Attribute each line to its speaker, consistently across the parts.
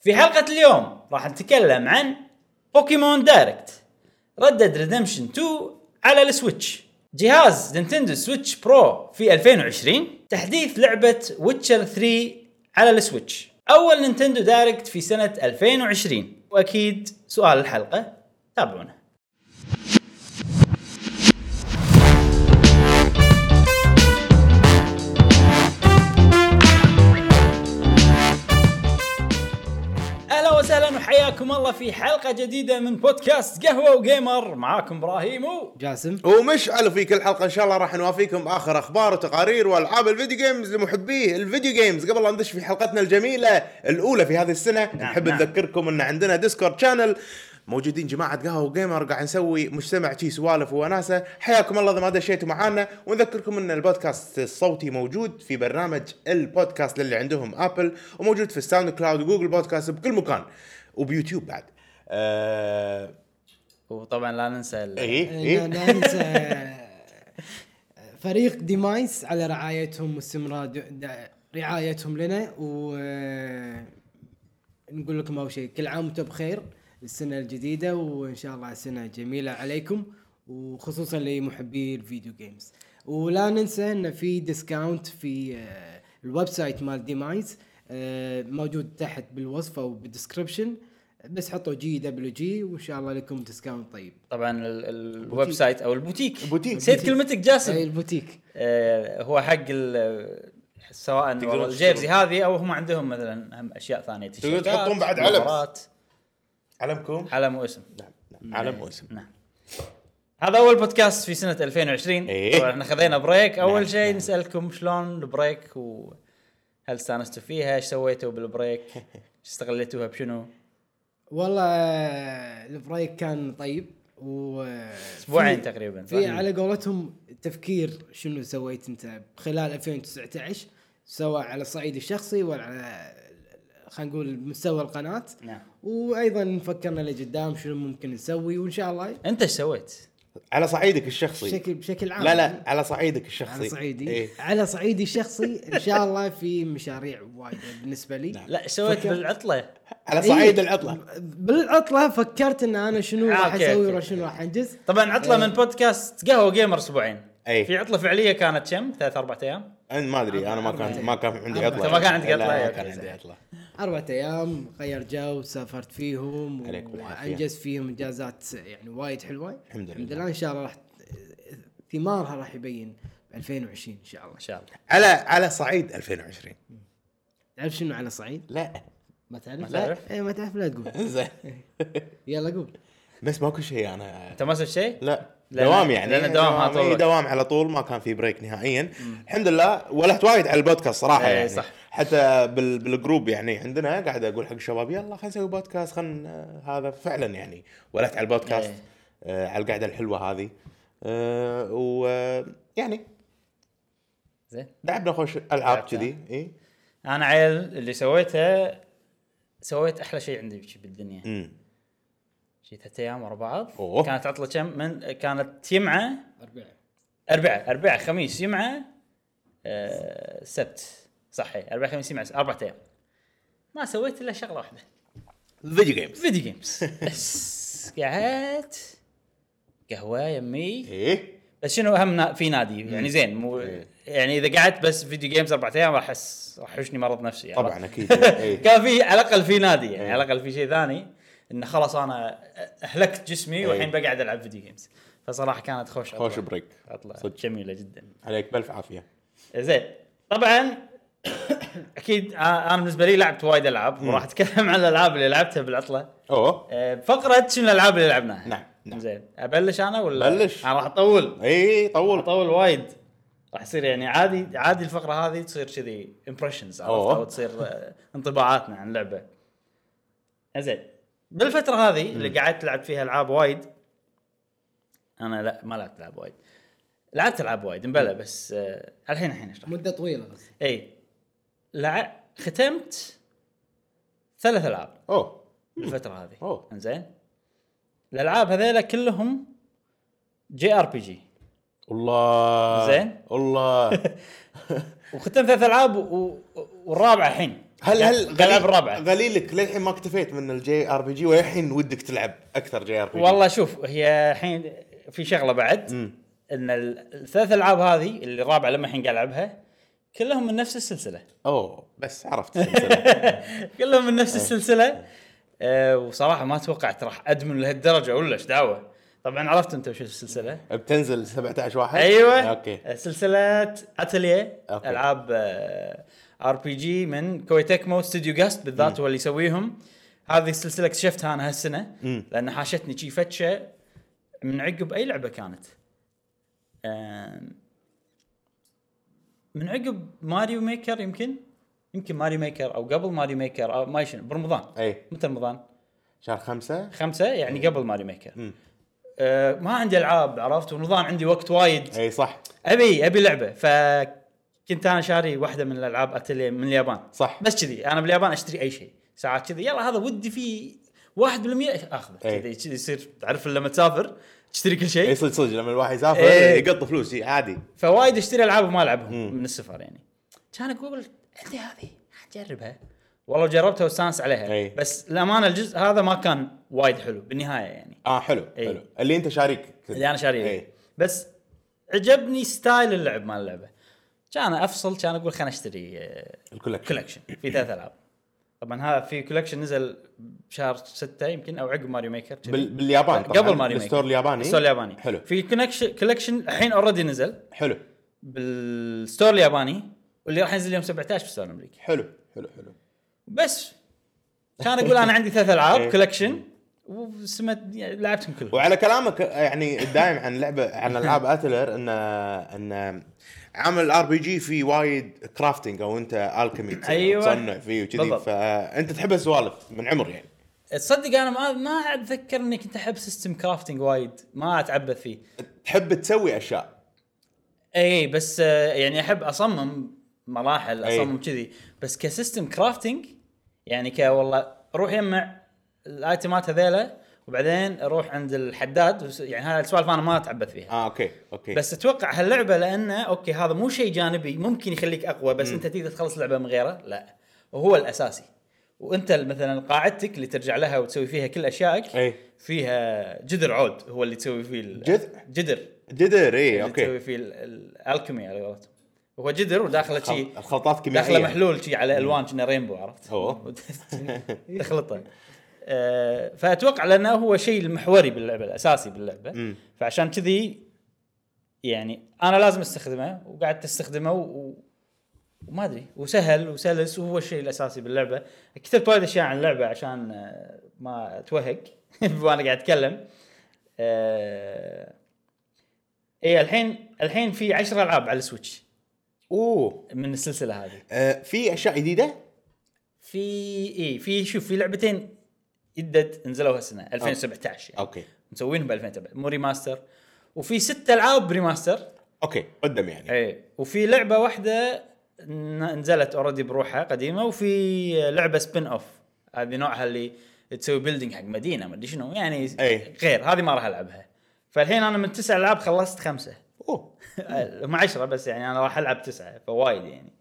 Speaker 1: في حلقة اليوم راح نتكلم عن بوكيمون دايركت ردد ريدمشن 2 على السويتش جهاز نينتندو سويتش برو في 2020 تحديث لعبة ويتشر 3 على السويتش أول نينتندو دايركت في سنة 2020 وأكيد سؤال الحلقة تابعونا اهلا وسهلا وحياكم الله في حلقه جديده من بودكاست قهوه وجيمر معاكم ابراهيم و...
Speaker 2: جاسم
Speaker 3: ومشعل في كل حلقه ان شاء الله راح نوافيكم اخر اخبار وتقارير والعاب الفيديو جيمز لمحبي الفيديو جيمز قبل لا ندش في حلقتنا الجميله الاولى في هذه السنه
Speaker 1: نعم،
Speaker 3: نحب
Speaker 1: نعم.
Speaker 3: نذكركم ان عندنا ديسكورد شانل موجودين جماعة قهوة وجيمر قاعد نسوي مجتمع شي سوالف ووناسة حياكم الله إذا ما دشيتوا معانا ونذكركم أن البودكاست الصوتي موجود في برنامج البودكاست للي عندهم أبل وموجود في الساوند كلاود وجوجل بودكاست بكل مكان وبيوتيوب بعد آه...
Speaker 1: وطبعا لا ننسى ال...
Speaker 3: إيه
Speaker 2: لا
Speaker 3: إيه
Speaker 2: لا ننسى فريق ديمايس على رعايتهم واستمرار د- د- رعايتهم لنا و نقول لكم اول شيء كل عام وانتم بخير السنه الجديده وان شاء الله سنه جميله عليكم وخصوصا لمحبي الفيديو جيمز ولا ننسى ان في ديسكاونت في آه، الويب سايت مال ديمايس آه، موجود تحت بالوصف او بالدسكربشن بس حطوا جي دبليو جي وان شاء الله لكم ديسكاونت طيب
Speaker 1: طبعا ال- ال- الويب سايت او البوتيك
Speaker 3: البوتيك.
Speaker 1: نسيت كلمتك
Speaker 2: اي
Speaker 1: جاسم
Speaker 2: البوتيك
Speaker 1: آه هو حق ال- سواء والله الجيرزي هذه او هم عندهم مثلا هم اشياء ثانيه تيشيرتات،
Speaker 3: تحطون بعد علم.
Speaker 1: نظارات،
Speaker 3: علمكم
Speaker 1: علم واسم
Speaker 3: نعم نعم علم واسم
Speaker 1: نعم هذا اول بودكاست في سنه 2020
Speaker 3: إيه.
Speaker 1: طبعا احنا خذينا بريك
Speaker 2: نعم،
Speaker 1: اول شيء نسالكم شلون البريك وهل استانستوا فيها ايش سويتوا بالبريك ايش استغليتوها بشنو
Speaker 2: والله البريك كان طيب و
Speaker 1: اسبوعين
Speaker 2: في-
Speaker 1: تقريبا
Speaker 2: في على قولتهم تفكير شنو سويت انت خلال 2019 سواء على الصعيد الشخصي ولا على خلينا نقول مستوى القناه
Speaker 1: نعم
Speaker 2: وايضا فكرنا لقدام شنو ممكن نسوي وان شاء الله
Speaker 1: انت ايش سويت؟
Speaker 3: على صعيدك
Speaker 1: طيب.
Speaker 3: الشخصي
Speaker 2: بشكل بشكل عام
Speaker 3: لا لا على صعيدك الشخصي
Speaker 2: على صعيدي
Speaker 3: إيه.
Speaker 2: على صعيدي الشخصي ان شاء الله في مشاريع وايده بالنسبه لي
Speaker 1: لا ايش سويت
Speaker 2: فكر-
Speaker 1: بالعطله؟
Speaker 3: على
Speaker 2: إيه.
Speaker 3: صعيد العطله
Speaker 2: بالعطله فكرت ان انا شنو
Speaker 1: آه،
Speaker 2: راح
Speaker 1: أوكي،
Speaker 2: اسوي
Speaker 1: أوكي.
Speaker 2: وشنو راح انجز
Speaker 1: طبعا عطله من بودكاست قهوه جيمر اسبوعين
Speaker 3: إيه.
Speaker 1: في عطله فعليه كانت كم؟ ثلاث اربع ايام
Speaker 3: انا ما ادري انا ما
Speaker 2: أربعة.
Speaker 3: كان ما كان عندي
Speaker 2: أربعة.
Speaker 3: عطله
Speaker 1: أنت ما كان عندك
Speaker 3: لا،
Speaker 1: عطلة،
Speaker 3: ما
Speaker 1: أوكي،
Speaker 3: كان
Speaker 1: زين.
Speaker 3: عندي عطله
Speaker 2: أربعة أيام غير جو سافرت فيهم
Speaker 3: عليكم العافية.
Speaker 2: وأنجز فيهم إنجازات يعني وايد حلوة
Speaker 3: الحمد
Speaker 2: الحمد
Speaker 3: لله.
Speaker 2: لله إن شاء الله راح ثمارها راح يبين ب 2020 إن شاء الله
Speaker 1: ان شاء الله
Speaker 3: على على صعيد 2020
Speaker 2: تعرف شنو على صعيد؟
Speaker 3: لا
Speaker 2: ما تعرف؟
Speaker 1: تعرف؟
Speaker 2: إيه ما تعرف لا تقول
Speaker 3: زين
Speaker 2: يلا قول
Speaker 3: بس ماكو شيء انا
Speaker 1: انت ما سويت شيء؟
Speaker 3: لا
Speaker 1: لأن-
Speaker 3: دوام يعني
Speaker 1: لأن دوام على طول
Speaker 3: إيه،
Speaker 1: الوقت.
Speaker 3: دوام على طول ما كان في بريك نهائيا الحمد لله ولهت وايد على البودكاست صراحه
Speaker 1: إيه،
Speaker 3: يعني
Speaker 1: صح.
Speaker 3: حتى بال... بالجروب يعني عندنا قاعد اقول حق الشباب يلا خلينا نسوي بودكاست خلينا هذا فعلا يعني ولهت على البودكاست
Speaker 1: إيه.
Speaker 3: آه على القعده الحلوه هذه آه يعني ويعني
Speaker 1: زين
Speaker 3: لعبنا خوش العاب
Speaker 1: لعبتها.
Speaker 3: كذي إيه؟ اي
Speaker 1: انا عيل اللي سويته سويت احلى شيء عندي بش- بالدنيا
Speaker 3: امم
Speaker 1: شي ثلاث ايام ورا بعض
Speaker 3: أوه.
Speaker 1: كانت عطله كم من كانت يمعه
Speaker 2: أربعة
Speaker 1: اربعاء اربعاء خميس جمعه آه، سبت صح إيه، اربعاء خميس جمعه اربع ايام ما سويت الا شغله واحده
Speaker 3: فيديو جيمز
Speaker 1: فيديو جيمز بس قعدت قهوه يمي
Speaker 3: ايه
Speaker 1: بس شنو اهم نا- في نادي يعني زين مو
Speaker 3: إيه.
Speaker 1: يعني اذا قعدت بس فيديو جيمز اربع ايام راح احس راح يحوشني مرض نفسي عرفت؟
Speaker 3: طبعا اكيد إيه.
Speaker 1: كان في على الاقل في نادي يعني على الاقل في شيء ثاني انه خلاص انا اهلكت جسمي والحين بقعد العب فيديو جيمز فصراحه كانت خوش عطلة.
Speaker 3: إيه. خوش بريك
Speaker 1: عطله
Speaker 3: صدق.
Speaker 1: جميله جدا
Speaker 3: عليك بالف عافيه
Speaker 1: زين طبعا اكيد انا بالنسبه لي لعبت وايد العاب وراح اتكلم عن الالعاب اللي لعبتها بالعطله
Speaker 3: اوه
Speaker 1: أه، فقره شنو الالعاب اللي لعبناها
Speaker 3: نعم، نعم.
Speaker 1: زين ابلش انا ولا
Speaker 3: بلش.
Speaker 1: انا راح اطول
Speaker 3: اي
Speaker 1: راح
Speaker 3: طول
Speaker 1: اطول وايد راح يصير يعني عادي عادي الفقره هذه تصير كذي امبرشنز
Speaker 3: أوه.
Speaker 1: او تصير أه، انطباعاتنا عن اللعبه زين بالفتره هذه اللي قعدت لعبت فيها العاب وايد انا لا ما لعبت العاب وايد لعبت العاب وايد مبلى بس أه، الحين الحين اشرح
Speaker 2: مدة طويلة بس
Speaker 1: اي لع... ختمت ثلاث العاب
Speaker 3: اوه
Speaker 1: الفتره هذه
Speaker 3: أوه.
Speaker 1: انزين الالعاب هذيلا كلهم جي ار بي جي
Speaker 3: الله
Speaker 1: زين.
Speaker 3: الله
Speaker 1: وختمت ثلاث العاب و... و- والرابعه الحين
Speaker 3: هل هل
Speaker 1: قاعد ألعب الرابعة.
Speaker 3: غليلك للحين ما اكتفيت من الجي ار بي جي وللحين ودك تلعب اكثر جي ار بي جي
Speaker 1: والله شوف هي الحين في شغله بعد
Speaker 3: مم.
Speaker 1: ان ال- الثلاث العاب هذه اللي الرابعه لما الحين قاعد العبها كلهم من نفس السلسله
Speaker 3: اوه بس عرفت السلسلة.
Speaker 1: كلهم من
Speaker 3: إيه.
Speaker 1: نفس السلسله آه وصراحه ما توقعت راح ادمن لهالدرجه ولا ايش دعوه طبعا عرفت انت وش السلسله
Speaker 3: بتنزل 17 واحد
Speaker 1: ايوه
Speaker 3: اوكي
Speaker 1: آه، سلسله اتليه
Speaker 3: أوكي.
Speaker 1: العاب ار بي جي آه، من كويتكمو استوديو جاست بالذات هو اللي يسويهم هذه السلسله اكتشفتها انا هالسنه
Speaker 3: مم.
Speaker 1: لان حاشتني شي فتشه من عقب اي لعبه كانت آم، من عقب ماريو ميكر يمكن يمكن ماريو ميكر او قبل ماريو ميكر او ما شنو برمضان
Speaker 3: اي
Speaker 1: متى رمضان؟
Speaker 3: شهر خمسة
Speaker 1: خمسة يعني قبل ماريو ميكر
Speaker 3: مم.
Speaker 1: آه ما عندي العاب عرفت ورمضان عندي وقت وايد
Speaker 3: اي صح
Speaker 1: ابي ابي لعبه فكنت انا شاري واحده من الالعاب اتلي من اليابان
Speaker 3: صح
Speaker 1: بس كذي انا باليابان اشتري اي شيء ساعات كذي يلا هذا ودي فيه 1% اخذه
Speaker 3: إيه.
Speaker 1: كذي كذي يصير تعرف لما تسافر تشتري كل
Speaker 3: اي
Speaker 1: شيء
Speaker 3: صدق صدق لما الواحد يسافر
Speaker 1: إيه.
Speaker 3: يقط فلوس إي، عادي
Speaker 1: فوايد اشتري العاب وما العبهم
Speaker 3: مم.
Speaker 1: من السفر يعني كان اقول عندي هذه اجربها والله جربتها واستانس عليها
Speaker 3: إيه.
Speaker 1: بس الامانه الجزء هذا ما كان وايد حلو بالنهايه يعني
Speaker 3: اه حلو
Speaker 1: إي.
Speaker 3: حلو اللي انت شاريك إيه.
Speaker 1: اللي انا شاريه
Speaker 3: اي
Speaker 1: بس عجبني ستايل اللعب مال اللعبه كان افصل كان اقول خليني اشتري آه،
Speaker 3: الكولكشن
Speaker 1: كولكشن في ثلاث العاب طبعا هذا في كولكشن نزل بشهر ستة يمكن او عقب ماريو ميكر كذي.
Speaker 3: بال... باليابان طبعاً.
Speaker 1: قبل ماريو ميكر
Speaker 3: الستور الياباني
Speaker 1: الستور الياباني
Speaker 3: حلو
Speaker 1: في كونكشن كولكشن الحين اوريدي نزل
Speaker 3: حلو
Speaker 1: بالستور الياباني واللي راح ينزل يوم 17 بالستور الامريكي
Speaker 3: حلو حلو حلو
Speaker 1: بس كان اقول انا عندي ثلاث العاب
Speaker 3: إيه.
Speaker 1: كولكشن وسمت يعني لعبتهم كلهم
Speaker 3: وعلى كلامك يعني دايم عن لعبه عن العاب اتلر ان ان عامل الار بي جي في وايد كرافتنج او انت الكيمي
Speaker 1: أيوة.
Speaker 3: تصنع فيه وكذي
Speaker 1: بالضبط.
Speaker 3: فانت تحب السوالف من عمر يعني
Speaker 1: تصدق انا ما ما اتذكر اني كنت احب سيستم كرافتنج وايد ما اتعبث فيه
Speaker 3: تحب تسوي اشياء
Speaker 1: اي بس آه، يعني احب اصمم مراحل
Speaker 3: أي.
Speaker 1: اصمم كذي بس كسيستم كرافتنج يعني ك والله روح يجمع الايتمات هذيله وبعدين اروح عند الحداد وس- يعني هاي السوالف انا ما اتعبث فيها
Speaker 3: اه اوكي اوكي
Speaker 1: بس اتوقع هاللعبه لانه اوكي هذا مو شيء جانبي ممكن يخليك اقوى بس انت تقدر تخلص اللعبه من غيره لا وهو الاساسي وانت مثلا قاعدتك اللي ترجع لها وتسوي فيها كل اشيائك
Speaker 3: أي.
Speaker 1: فيها جذر عود هو اللي تسوي فيه ال-
Speaker 3: جذ-
Speaker 1: جذر
Speaker 3: جدر اي
Speaker 1: اللي تسوي
Speaker 3: اوكي
Speaker 1: فيه ال- ال- الالكيمي على قولتهم هو جذر وداخله
Speaker 3: خل-
Speaker 1: شيء
Speaker 3: الخلطات كيميائيه
Speaker 1: داخله محلول شيء على الوان كنا رينبو عرفت؟
Speaker 3: أوه.
Speaker 1: تخلطه آه، فاتوقع لانه هو شيء المحوري باللعبه الاساسي باللعبه
Speaker 3: مم.
Speaker 1: فعشان كذي يعني انا لازم استخدمه وقعدت استخدمه و... و- وما ادري وسهل وسلس وهو الشيء الاساسي باللعبه كتبت وايد اشياء عن اللعبه عشان آه، ما اتوهق وانا قاعد اتكلم آه، ايه الحين الحين في 10 العاب على السويتش
Speaker 3: اوه
Speaker 1: من السلسله هذه
Speaker 3: آه في اشياء جديده
Speaker 1: في اي في شوف في لعبتين جدد نزلوا هالسنه 2017 يعني
Speaker 3: اوكي
Speaker 1: مسوينهم ب 2017 مو ريماستر وفي ست العاب ريماستر
Speaker 3: اوكي قدم يعني
Speaker 1: اي وفي لعبه واحده ن- نزلت اوريدي بروحها قديمه وفي لعبه سبين اوف هذه نوعها اللي تسوي بيلدينج حق مدينه ما ادري شنو يعني
Speaker 3: أي.
Speaker 1: غير هذه ما راح العبها فالحين انا من تسع العاب خلصت خمسه
Speaker 3: اوه
Speaker 1: هم عشرة بس يعني انا راح العب تسعه فوايد يعني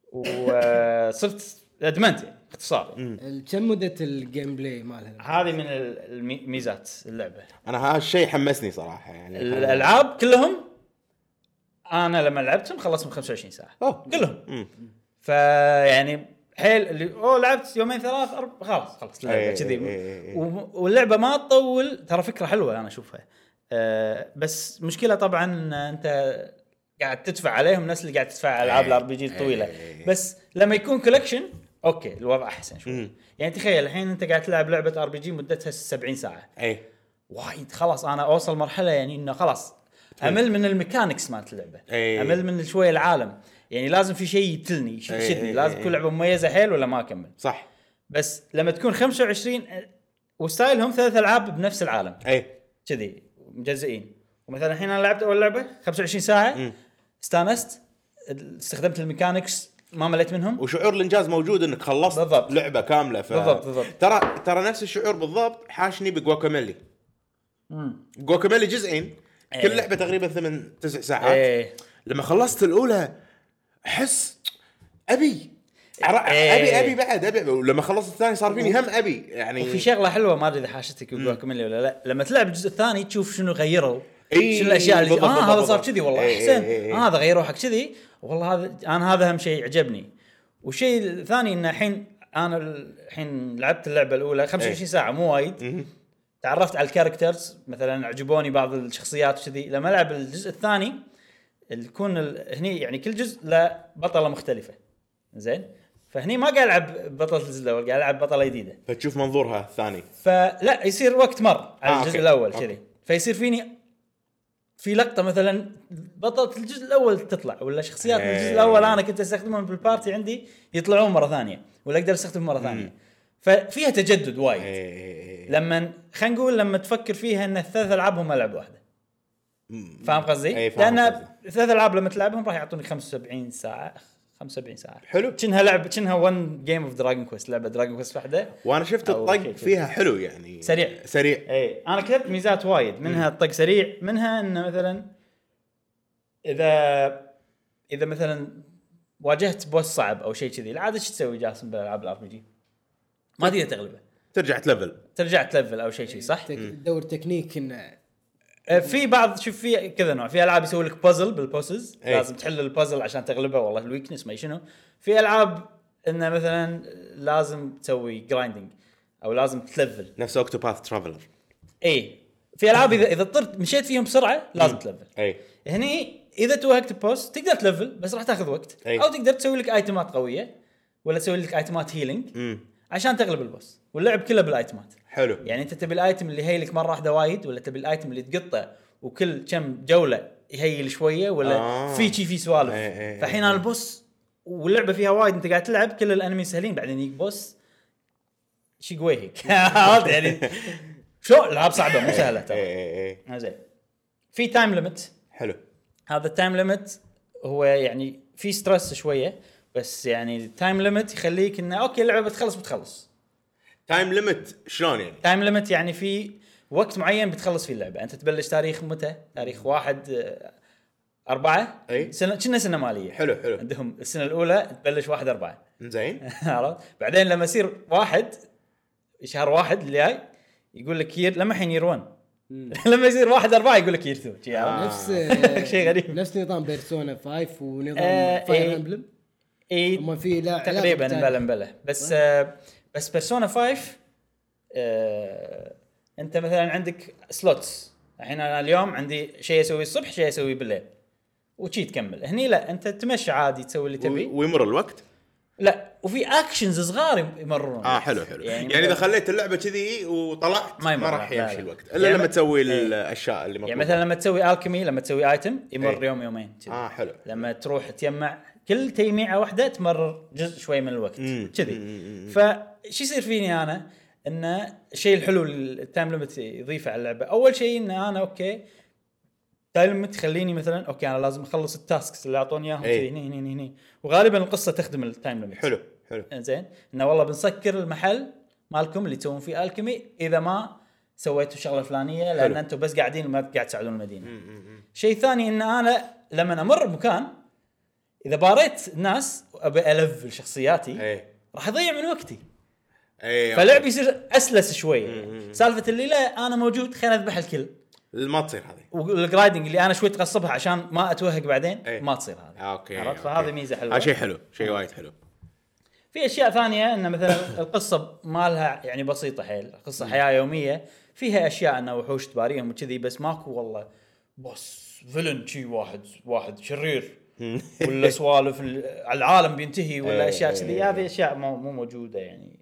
Speaker 1: وصرت ادمنت يعني باختصار يعني.
Speaker 2: كم مده الجيم بلاي مالها؟
Speaker 1: هذه من ال- المي- ميزات اللعبه
Speaker 3: انا هالشيء حمسني صراحه يعني
Speaker 1: الالعاب كلهم انا لما لعبتهم خلصتهم 25 ساعه
Speaker 3: أوه.
Speaker 1: كلهم
Speaker 3: مم.
Speaker 1: فيعني يعني حيل اللي اوه لعبت يومين ثلاث اربع خلاص خلص اللعبه
Speaker 3: أي-
Speaker 1: كذي
Speaker 3: أي- أي- أي.
Speaker 1: و- واللعبه ما تطول ترى فكره حلوه انا اشوفها أه بس مشكله طبعا انت قاعد تدفع عليهم نفس اللي قاعد تدفع على العاب
Speaker 3: أي.
Speaker 1: الار بي جي الطويله
Speaker 3: أي.
Speaker 1: بس لما يكون كولكشن اوكي الوضع احسن شوي
Speaker 3: مم.
Speaker 1: يعني تخيل الحين انت قاعد تلعب لعبه ار بي جي مدتها 70 ساعه
Speaker 3: اي
Speaker 1: وايد خلاص انا اوصل مرحله يعني انه خلاص امل من الميكانكس مالت اللعبه
Speaker 3: إيه.
Speaker 1: امل من شويه العالم يعني لازم في شيء يتلني شيء
Speaker 3: إيه،
Speaker 1: يشدني
Speaker 3: إيه،
Speaker 1: لازم
Speaker 3: إيه.
Speaker 1: تكون لعبه مميزه حيل ولا ما اكمل
Speaker 3: صح
Speaker 1: بس لما تكون 25 أه، وستايلهم ثلاث العاب بنفس العالم
Speaker 3: اي
Speaker 1: كذي مجزئين ومثلا الحين انا لعبت اول لعبه 25 ساعه استانست استخدمت الميكانكس ما مليت منهم
Speaker 3: وشعور الانجاز موجود انك خلصت
Speaker 1: بالضبط.
Speaker 3: لعبه كامله ف...
Speaker 1: بالضبط، بالضبط.
Speaker 3: ترى ترى نفس الشعور بالضبط حاشني بجواكاميلي جواكاميلي جزئين
Speaker 1: إيه.
Speaker 3: كل لعبه تقريبا ثمان تسع ساعات
Speaker 1: إيه.
Speaker 3: لما خلصت الاولى احس ابي عر-
Speaker 1: إيه.
Speaker 3: ابي ابي بعد ابي لما خلصت الثاني صار فيني هم ابي يعني
Speaker 1: وفي شغله حلوه ما ادري اذا حاشتك بالجواكاميلي ولا لا لما تلعب الجزء الثاني تشوف شنو غيروا
Speaker 3: إي،
Speaker 1: شنو الاشياء اللي
Speaker 3: بالضبط،
Speaker 1: اه هذا
Speaker 3: بالضبط.
Speaker 1: صار كذي والله
Speaker 3: إي،
Speaker 1: احسن
Speaker 3: إي، إي.
Speaker 1: آه هذا غيروه حق كذي والله هذا انا هذا اهم شيء عجبني والشيء الثاني انه الحين انا الحين لعبت اللعبه الاولى 25 ساعه مو وايد تعرفت على الكاركترز مثلا عجبوني بعض الشخصيات كذي لما العب الجزء الثاني يكون ال- هني يعني كل جزء له بطله مختلفه زين فهني ما قاعد العب بطله الجزء الاول قاعد العب بطله جديده
Speaker 3: فتشوف منظورها الثاني
Speaker 1: فلا يصير وقت مر على
Speaker 3: آه،
Speaker 1: الجزء
Speaker 3: أوكي.
Speaker 1: الاول
Speaker 3: أوكي.
Speaker 1: كذي فيصير فيني في لقطه مثلا بطلت الجزء الاول تطلع ولا شخصيات من الجزء
Speaker 3: إيه.
Speaker 1: الاول انا كنت استخدمهم بالبارتي عندي يطلعون مره ثانيه ولا اقدر استخدمهم مره ثانيه ففيها تجدد وايد
Speaker 3: إيه.
Speaker 1: لما خلينا نقول لما تفكر فيها ان الثلاث العاب هم لعبه واحده فاهم قصدي؟
Speaker 3: إيه، فاهم
Speaker 1: لان
Speaker 3: قصدي.
Speaker 1: ثلاث العاب لما تلعبهم راح يعطونك 75 ساعه 75 ساعه
Speaker 3: حلو.
Speaker 1: كأنها لعبه كأنها 1 جيم اوف دراجون كويست لعبه دراجون كويست واحده
Speaker 3: وانا شفت
Speaker 1: أو
Speaker 3: الطق
Speaker 1: شيء كذي.
Speaker 3: فيها حلو يعني
Speaker 1: سريع.
Speaker 3: سريع
Speaker 1: اي انا إيه. كتبت ميزات وايد منها الطق سريع منها انه مثلا اذا اذا مثلا واجهت بوس صعب او شيء كذي العاده ايش تسوي جاسم بالالعاب الار بي جي؟ ما تقدر تغلبه
Speaker 3: ترجع تلفل
Speaker 1: ترجع تلفل او شيء شيء صح؟
Speaker 2: تك- دور تكنيك انه
Speaker 1: آه، في بعض شوف في كذا نوع في العاب يسوي لك بازل بالبوسز
Speaker 3: إي.
Speaker 1: لازم تحل البازل عشان تغلبه والله الويكنس ما شنو في العاب انه مثلا لازم تسوي جرايندنج او لازم تلفل
Speaker 3: نفس اوكتوباث ترافلر
Speaker 1: اي في العاب اذا اذا طرت مشيت فيهم بسرعه لازم تلفل
Speaker 3: اي
Speaker 1: هني اذا توهقت ببوست تقدر تلفل بس راح تاخذ وقت
Speaker 3: أي.
Speaker 1: او تقدر تسوي لك ايتمات قويه ولا تسوي لك ايتمات هيلينج عشان تغلب البوس واللعب كله بالايتمات
Speaker 3: حلو
Speaker 1: يعني انت تبي الايتم اللي يهيلك مره واحده وايد ولا تبي الايتم اللي تقطه وكل كم جوله يهيل شويه ولا
Speaker 3: آه.
Speaker 1: آه. في شي في سوالف
Speaker 3: أي- أي- أي.
Speaker 1: فالحين انا البوس واللعبه فيها وايد انت قاعد تلعب كل الانمي سهلين بعدين يجيك بوس شي قوي هيك عرفت يعني شو العاب صعبه مو سهله
Speaker 3: اي
Speaker 1: ترى آه،
Speaker 3: اي اي
Speaker 1: زين في تايم ليمت
Speaker 3: حلو
Speaker 1: هذا التايم ليمت هو يعني في ستريس شويه بس يعني التايم ليمت يخليك انه اوكي اللعبه بتخلص بتخلص
Speaker 3: تايم ليمت شلون يعني؟
Speaker 1: تايم ليمت يعني في وقت معين بتخلص فيه اللعبه انت تبلش تاريخ متى تاريخ واحد آه، أربعة
Speaker 3: أي.
Speaker 1: سنة كنا سنة مالية
Speaker 3: حلو حلو
Speaker 1: عندهم السنة الأولى تبلش واحد أربعة
Speaker 3: زين
Speaker 1: عرفت بعدين لما يصير واحد شهر واحد اللي جاي يقول لك يير لما الحين يير 1 لما يصير واحد أربعة يقول لك يير 2 عرفت؟
Speaker 3: آه.
Speaker 2: نفس
Speaker 1: آه. شيء غريب.
Speaker 2: نفس نظام بيرسونا 5 ونظام
Speaker 1: آه،
Speaker 2: فاير
Speaker 1: إيه.
Speaker 2: امبلم
Speaker 1: اي
Speaker 2: هم في لا علاقة
Speaker 1: تقريبا
Speaker 2: بالتايم.
Speaker 1: بلا بلا بس آه بس بيرسونا 5 آه انت مثلا عندك سلوتس الحين انا اليوم عندي شيء اسويه الصبح شيء اسويه بالليل وشي تكمل هني لا انت تمشي عادي تسوي اللي تبي
Speaker 3: و- ويمر الوقت
Speaker 1: لا وفي اكشنز صغار يم- يمررون
Speaker 3: اه حلو حلو يعني,
Speaker 1: مثلاً-
Speaker 3: اذا خليت اللعبه كذي وطلعت
Speaker 1: ما
Speaker 3: ما,
Speaker 1: يمر،
Speaker 3: راح
Speaker 1: لا، لا.
Speaker 3: يمشي الوقت الا
Speaker 1: يعني
Speaker 3: لما
Speaker 1: مث-
Speaker 3: تسوي
Speaker 1: إيه.
Speaker 3: الاشياء اللي مطلوبه
Speaker 1: يعني مثلا لما تسوي الكيمي لما تسوي ايتم يمر
Speaker 3: إيه.
Speaker 1: يوم يومين كذي.
Speaker 3: اه حلو
Speaker 1: لما تروح تجمع كل تيميعه واحده تمرر جزء شوي من الوقت
Speaker 3: مم.
Speaker 1: كذي
Speaker 3: مم، مم، مم.
Speaker 1: فش يصير فيني انا انه الشيء الحلو اللي التايم ليمت يضيفه على اللعبه اول شيء ان انا اوكي تايم ليمت يخليني مثلا اوكي انا لازم اخلص التاسكس اللي اعطوني اياهم
Speaker 3: إي.
Speaker 1: كذي هني هني هني- هني وغالبا القصه تخدم التايم ليمت
Speaker 3: إيه. حلو حلو
Speaker 1: زين انه والله بنسكر المحل مالكم اللي تسوون فيه الكيمي اذا ما سويتوا شغله فلانيه لان
Speaker 3: حلو.
Speaker 1: انتم بس قاعدين ما قاعد تساعدون المدينه
Speaker 3: م- م- م.
Speaker 1: شيء ثاني ان انا لما امر بمكان اذا باريت الناس وابي الفل شخصياتي
Speaker 3: ايه
Speaker 1: راح اضيع من وقتي
Speaker 3: ايه
Speaker 1: فلعبي يصير اسلس
Speaker 3: مم.
Speaker 1: شويه سالفه اللي لا انا موجود خليني اذبح الكل
Speaker 3: ما تصير هذه
Speaker 1: والجرايدنج اللي انا شوي تغصبها عشان ما اتوهق بعدين
Speaker 3: إيه.
Speaker 1: ما تصير هذه
Speaker 3: آه، اوكي
Speaker 1: عرفت
Speaker 3: أوكي.
Speaker 1: فهذه ميزه حلوه
Speaker 3: آه، شيء حلو شيء وايد حلو
Speaker 1: في اشياء ثانيه ان مثلا القصه مالها يعني بسيطه حيل قصه حياه يوميه فيها اشياء انه وحوش تباريهم وكذي بس ماكو والله بوس فيلن شي واحد واحد شرير ولا سوالف ال- العالم بينتهي ولا
Speaker 3: إيه،
Speaker 1: اشياء
Speaker 3: إيه،
Speaker 1: كذي
Speaker 3: إيه.
Speaker 1: هذه اشياء مو مو موجوده يعني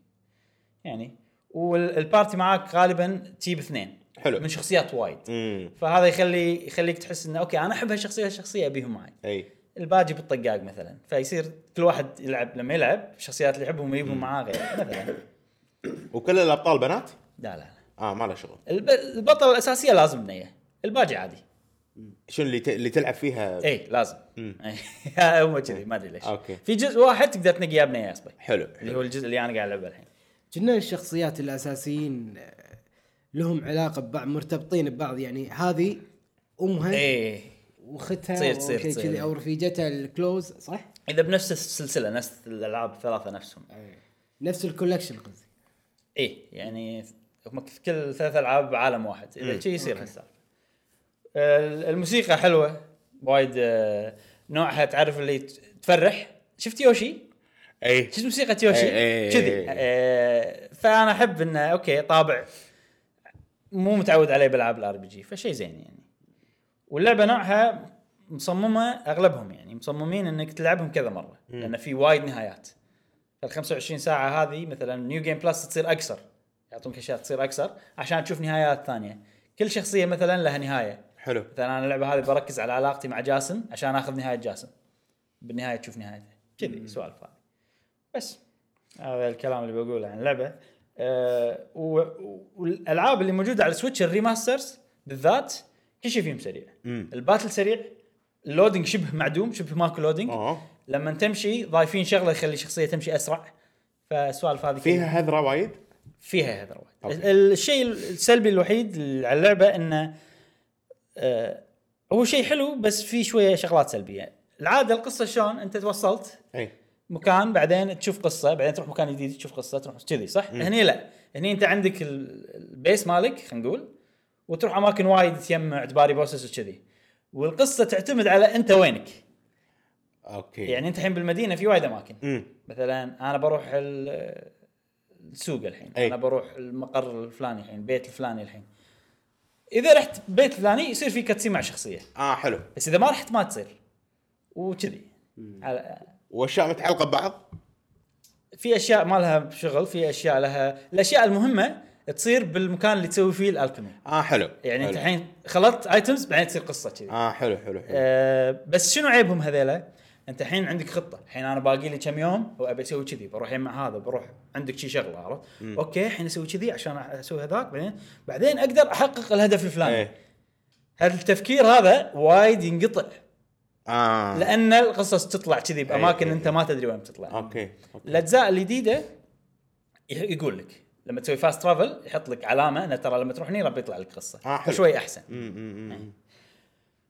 Speaker 1: يعني والبارتي معاك غالبا تجيب اثنين
Speaker 3: حلو.
Speaker 1: من شخصيات وايد
Speaker 3: امم
Speaker 1: فهذا يخلي يخليك تحس انه اوكي انا احب هالشخصيه هالشخصيه ابيهم معي
Speaker 3: اي
Speaker 1: الباجي بالطقاق مثلا فيصير كل واحد يلعب لما يلعب الشخصيات اللي يحبهم يجيبهم معاه غير مثلا
Speaker 3: وكل الابطال بنات؟
Speaker 1: لا لا لا
Speaker 3: اه ما له شغل
Speaker 1: الب- البطله الاساسيه لازم بنيه الباجي عادي
Speaker 3: شنو اللي ت... اللي تلعب فيها
Speaker 1: اي لازم
Speaker 3: مم.
Speaker 1: إي، هم كذي ما ادري ليش
Speaker 3: أوكي.
Speaker 1: في جزء واحد تقدر تنقي يا بنيه يا صبي
Speaker 3: حلو
Speaker 1: اللي هو الجزء اللي انا قاعد العبه الحين
Speaker 2: كنا الشخصيات الاساسيين آه، لهم علاقه ببعض مرتبطين ببعض يعني هذه امها
Speaker 1: ايه
Speaker 2: واختها
Speaker 1: تصير- تصير-
Speaker 2: وشي
Speaker 1: تصير. إيه.
Speaker 2: كذي او رفيجتها الكلوز صح؟
Speaker 1: اذا بنفس السلسله نفس الالعاب الثلاثه نفسهم
Speaker 2: نفس الكولكشن قصدي
Speaker 1: اي يعني هم في كل ثلاث العاب عالم واحد اذا شي يصير هالسالفه ال- الموسيقى حلوه وايد آه، نوعها تعرف اللي ت- تفرح شفت يوشي
Speaker 3: اي
Speaker 1: شفت موسيقى يوشي
Speaker 3: إي- إي-
Speaker 1: كذي
Speaker 3: إي.
Speaker 1: آه، فانا احب انه اوكي طابع مو متعود عليه بالعاب الار بي جي فشيء زين يعني واللعبه نوعها مصممه اغلبهم يعني مصممين انك تلعبهم كذا مره لان في وايد نهايات ال 25 ساعه هذه مثلا نيو جيم بلس تصير اقصر يعطونك اشياء تصير اقصر عشان تشوف نهايات ثانيه كل شخصيه مثلا لها نهايه
Speaker 3: حلو
Speaker 1: مثلا انا اللعبه هذه بركز على علاقتي مع جاسم عشان اخذ نهايه جاسم بالنهايه تشوف نهايته كذي سوالف هذه بس هذا الكلام اللي بقوله عن اللعبه أه و- و- والالعاب اللي موجوده على السويتش الريماسترز بالذات كل شيء فيهم سريع
Speaker 3: مم.
Speaker 1: الباتل سريع اللودينج شبه معدوم شبه ماكو لودينج
Speaker 3: اه
Speaker 1: لما تمشي ضايفين شغله تخلي الشخصيه تمشي اسرع فالسوالف هذه
Speaker 3: فيها هذره وايد
Speaker 1: فيها هذا وايد
Speaker 3: أوكي.
Speaker 1: ال- الشيء السلبي الوحيد على اللعبه انه آه، هو شيء حلو بس في شويه شغلات سلبيه العاده القصه شلون انت توصلت
Speaker 3: اي
Speaker 1: مكان بعدين تشوف قصه بعدين تروح مكان جديد تشوف قصه تروح كذي صح هني لا هني انت عندك ال- البيس مالك خلينا نقول وتروح اماكن وايد تجمع تباري بوسس وكذي والقصه تعتمد على انت وينك
Speaker 3: اوكي
Speaker 1: يعني انت الحين بالمدينه في وايد اماكن
Speaker 3: امم
Speaker 1: مثلا انا بروح ال- السوق الحين
Speaker 3: أي.
Speaker 1: انا بروح المقر الفلاني الحين البيت الفلاني الحين اذا رحت بيت فلاني يصير في كاتسين مع شخصيه
Speaker 3: اه حلو
Speaker 1: بس اذا ما رحت ما تصير وكذي على-
Speaker 3: واشياء متعلقه ببعض
Speaker 1: في اشياء ما لها شغل في اشياء لها الاشياء المهمه تصير بالمكان اللي تسوي فيه الالكيمي
Speaker 3: اه حلو
Speaker 1: يعني انت
Speaker 3: حلو.
Speaker 1: الحين خلطت ايتمز بعدين تصير قصه كذي
Speaker 3: اه حلو حلو حلو
Speaker 1: أه بس شنو عيبهم هذيلا؟ انت الحين عندك خطه، الحين انا باقي لي كم يوم وابي اسوي كذي، بروح مع هذا بروح عندك شي شغله عرفت؟ اوكي الحين اسوي كذي عشان اسوي هذاك بعدين بعدين اقدر احقق الهدف الفلاني.
Speaker 3: ايه
Speaker 1: هذا التفكير هذا وايد ينقطع
Speaker 3: اه
Speaker 1: لان القصص تطلع كذي باماكن
Speaker 3: إيه.
Speaker 1: انت ما تدري وين بتطلع.
Speaker 3: اوكي اوكي
Speaker 1: الاجزاء الجديده ي- يقول لك لما تسوي فاست ترافل يحط لك علامه انه ترى لما تروح هني راح يطلع لك قصه.
Speaker 3: آه، حلو.
Speaker 1: شوي احسن.
Speaker 3: أمم، أمم، أمم.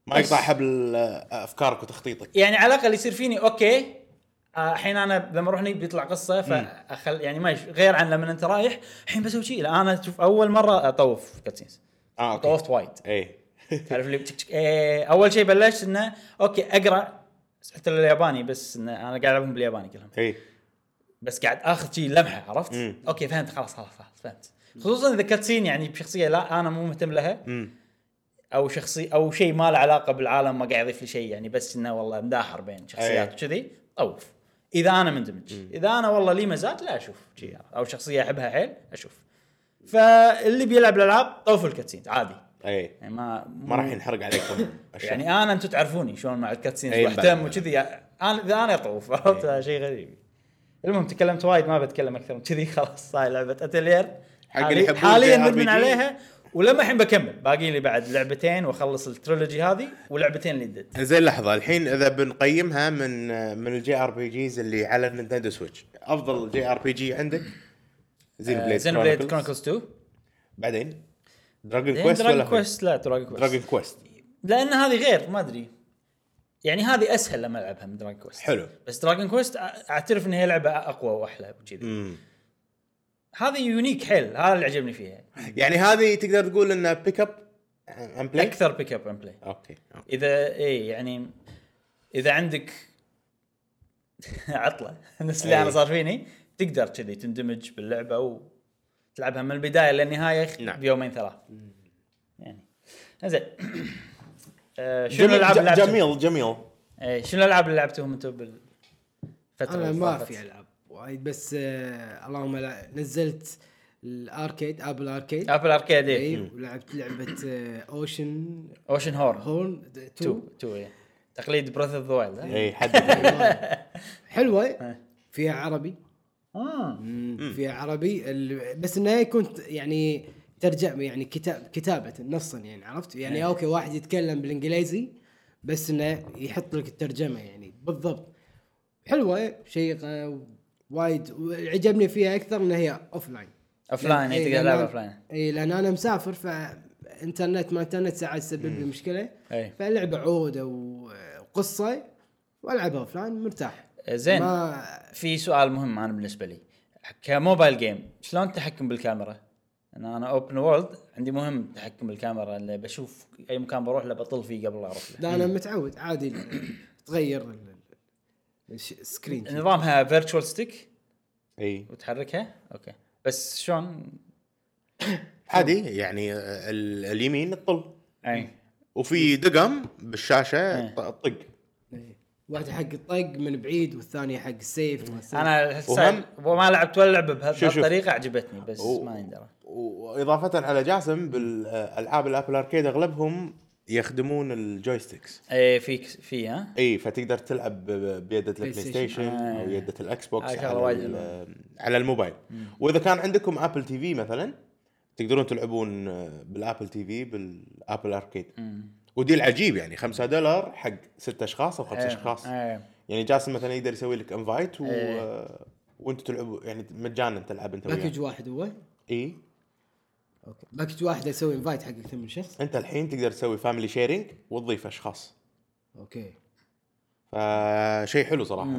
Speaker 3: ما يقطع حبل آه، افكارك وتخطيطك
Speaker 1: يعني على الاقل يصير فيني اوكي آه، الحين انا لما اروح هني بيطلع قصه فاخل يعني ما يش- غير عن لما انت رايح الحين بسوي شيء لا انا شوف اول مره اطوف كاتسينز
Speaker 3: اه اوكي
Speaker 1: طوفت وايد
Speaker 3: اي
Speaker 1: تعرف اللي تشك تشك إيه اول شيء بلشت انه اوكي اقرا بس حتى الياباني بس إنه انا قاعد العبهم بالياباني كلهم
Speaker 3: اي
Speaker 1: بس قاعد اخذ شيء لمحه عرفت؟
Speaker 3: مم.
Speaker 1: اوكي فهمت خلاص خلاص خلاص فهمت خصوصا اذا كاتسين يعني بشخصيه لا انا مو مهتم لها
Speaker 3: أمم.
Speaker 1: او شخصي او شيء ما له علاقه بالعالم ما قاعد يضيف لي شيء يعني بس انه والله مداحر بين شخصيات
Speaker 3: أي.
Speaker 1: وكذي اوف اذا انا مندمج اذا انا والله لي مزاج لا اشوف شي او شخصيه احبها حيل اشوف فاللي بيلعب الالعاب طوف الكاتسينز عادي
Speaker 3: اي
Speaker 1: يعني ما
Speaker 3: إيه. ما راح ينحرق عليكم أشياء.
Speaker 1: يعني انا انتم تعرفوني شلون مع الكاتسينز
Speaker 3: أي
Speaker 1: واهتم
Speaker 3: بعد.
Speaker 1: وكذي يعني انا اذا انا اطوف عرفت هذا شيء غريب المهم تكلمت وايد ما بتكلم اكثر من كذي خلاص هاي لعبه اتلير
Speaker 3: حق
Speaker 1: حالي-
Speaker 3: اللي يحبون
Speaker 1: حاليا
Speaker 3: ال
Speaker 1: مدمن
Speaker 3: RPG.
Speaker 1: عليها ولما الحين بكمل باقي لي بعد لعبتين واخلص الترولوجي هذه ولعبتين اللي دد
Speaker 3: زين لحظه الحين اذا بنقيمها من من الجي ار بي جيز اللي على النينتندو سويتش افضل جي ار بي جي عندك زين بليد
Speaker 1: آه، زين بليد
Speaker 3: كرونيكلز
Speaker 1: كرونيكلز 2
Speaker 3: بعدين دراجون كويست ولا
Speaker 1: دراجون
Speaker 3: كويست
Speaker 1: كويست إيه، لا دراجون
Speaker 3: دراجون
Speaker 1: كويست
Speaker 3: كويست
Speaker 1: لان هذه غير ما ادري يعني هذه اسهل لما العبها من دراجون كويست
Speaker 3: حلو.
Speaker 1: بس دراجون كويست اعترف ان هي لعبه اقوى واحلى وكذي
Speaker 3: امم
Speaker 1: هذه يونيك حيل هذا اللي عجبني فيها
Speaker 3: يعني هذه تقدر تقول انها بيك اب ام بلاي
Speaker 1: اكثر بيك اب اند بلاي
Speaker 3: اوكي أوكي.
Speaker 1: اذا اي يعني اذا عندك عطله نفس اللي
Speaker 3: إي.
Speaker 1: انا صار فيني تقدر كذي تندمج باللعبه وتلعبها من البدايه للنهايه خ-
Speaker 3: نعم.
Speaker 1: بيومين ثلاث يعني زين آه، شنو
Speaker 3: جميل
Speaker 1: الالعاب اللي
Speaker 3: ج-
Speaker 1: لعبتهم؟
Speaker 3: جميل جميل
Speaker 1: إي، شنو الالعاب اللي لعبتهم انتم بالفتره
Speaker 2: انا
Speaker 1: اللي
Speaker 2: ما
Speaker 1: طافت؟
Speaker 2: في يعني. العاب وايد بس آه اللهم لا نزلت الاركيد ابل اركيد
Speaker 1: ابل اركيد
Speaker 2: اي
Speaker 1: إي.
Speaker 2: إيه، ولعبت آه، لعبه اوشن
Speaker 1: اوشن هورن
Speaker 2: هورن
Speaker 1: 2
Speaker 2: 2
Speaker 1: 2 إيه. تقليد براذ اوف ذا وايلد
Speaker 2: إيه.
Speaker 3: اي حد
Speaker 1: آه.
Speaker 2: حلوه فيها عربي
Speaker 1: اه
Speaker 2: مم. فيها عربي ال- بس انها كنت يعني ترجم يعني كتاب كتابه نصا يعني عرفت
Speaker 1: نعم.
Speaker 2: يعني اوكي واحد يتكلم بالانجليزي بس انه يحط لك الترجمه يعني بالضبط حلوه شيقه وايد عجبني فيها اكثر انها هي اوف لاين
Speaker 1: اوف لاين
Speaker 2: إيه،
Speaker 1: إي، إيه، تقدر تلعب اوف لاين
Speaker 2: اي لان انا مسافر فانترنت ما انترنت ساعات تسبب لي مشكله
Speaker 1: اي
Speaker 2: فاللعبه عود او قصه والعبها اوف لاين مرتاح
Speaker 1: إيه، زين
Speaker 2: ما
Speaker 1: في سؤال مهم انا بالنسبه لي كموبايل جيم شلون تحكم بالكاميرا؟ أنا- انا اوبن وورلد عندي مهم تحكم بالكاميرا اللي بشوف اي مكان بروح له بطل فيه قبل لا اروح له
Speaker 2: لا انا متعود عادي ال- تغير ال- ال- الش- السكرين
Speaker 1: نظامها فيرتشوال ستيك
Speaker 3: اي
Speaker 1: وتحركها اوكي بس شلون
Speaker 3: عادي يعني آه، ال- اليمين الطل
Speaker 1: اي
Speaker 3: وفي دقم بالشاشه
Speaker 1: إيه.
Speaker 3: ط- طق
Speaker 2: إيه. واحد حق الطق من بعيد والثاني حق السيف وما السيف.
Speaker 1: انا
Speaker 3: وهم-
Speaker 1: هسه ما لعبت ولا لعبه
Speaker 3: شوف- شوف.
Speaker 1: بهالطريقه عجبتني بس
Speaker 3: و-
Speaker 1: ما يندرى
Speaker 3: واضافه على جاسم بالالعاب الابل اركيد اغلبهم يخدمون الجويستكس
Speaker 1: اي إيه، في في ها
Speaker 3: اي إيه، فتقدر تلعب ب- ب- بيدة البلاي
Speaker 2: ستيشن.
Speaker 3: ستيشن او يدة الاكس بوكس
Speaker 1: هاي شغلة
Speaker 3: على,
Speaker 1: وايد
Speaker 3: ال- على الموبايل واذا كان عندكم ابل تي في مثلا تقدرون تلعبون آه، بالابل تي في بالابل اركيد ودي العجيب يعني 5 دولار حق 6 اشخاص او 5 اشخاص
Speaker 1: إيه.
Speaker 3: يعني جاسم مثلا يقدر يسوي لك انفايت و...
Speaker 1: إيه.
Speaker 3: وانتوا تلعبوا يعني مجانا تلعب انت وياه إيه،
Speaker 2: باكج واحد هو
Speaker 3: اي
Speaker 2: اوكي باكج واحد اسوي انفايت حق اكثر من شخص
Speaker 3: انت الحين تقدر تسوي فاميلي شيرنج وتضيف اشخاص
Speaker 2: اوكي
Speaker 3: فشيء حلو صراحه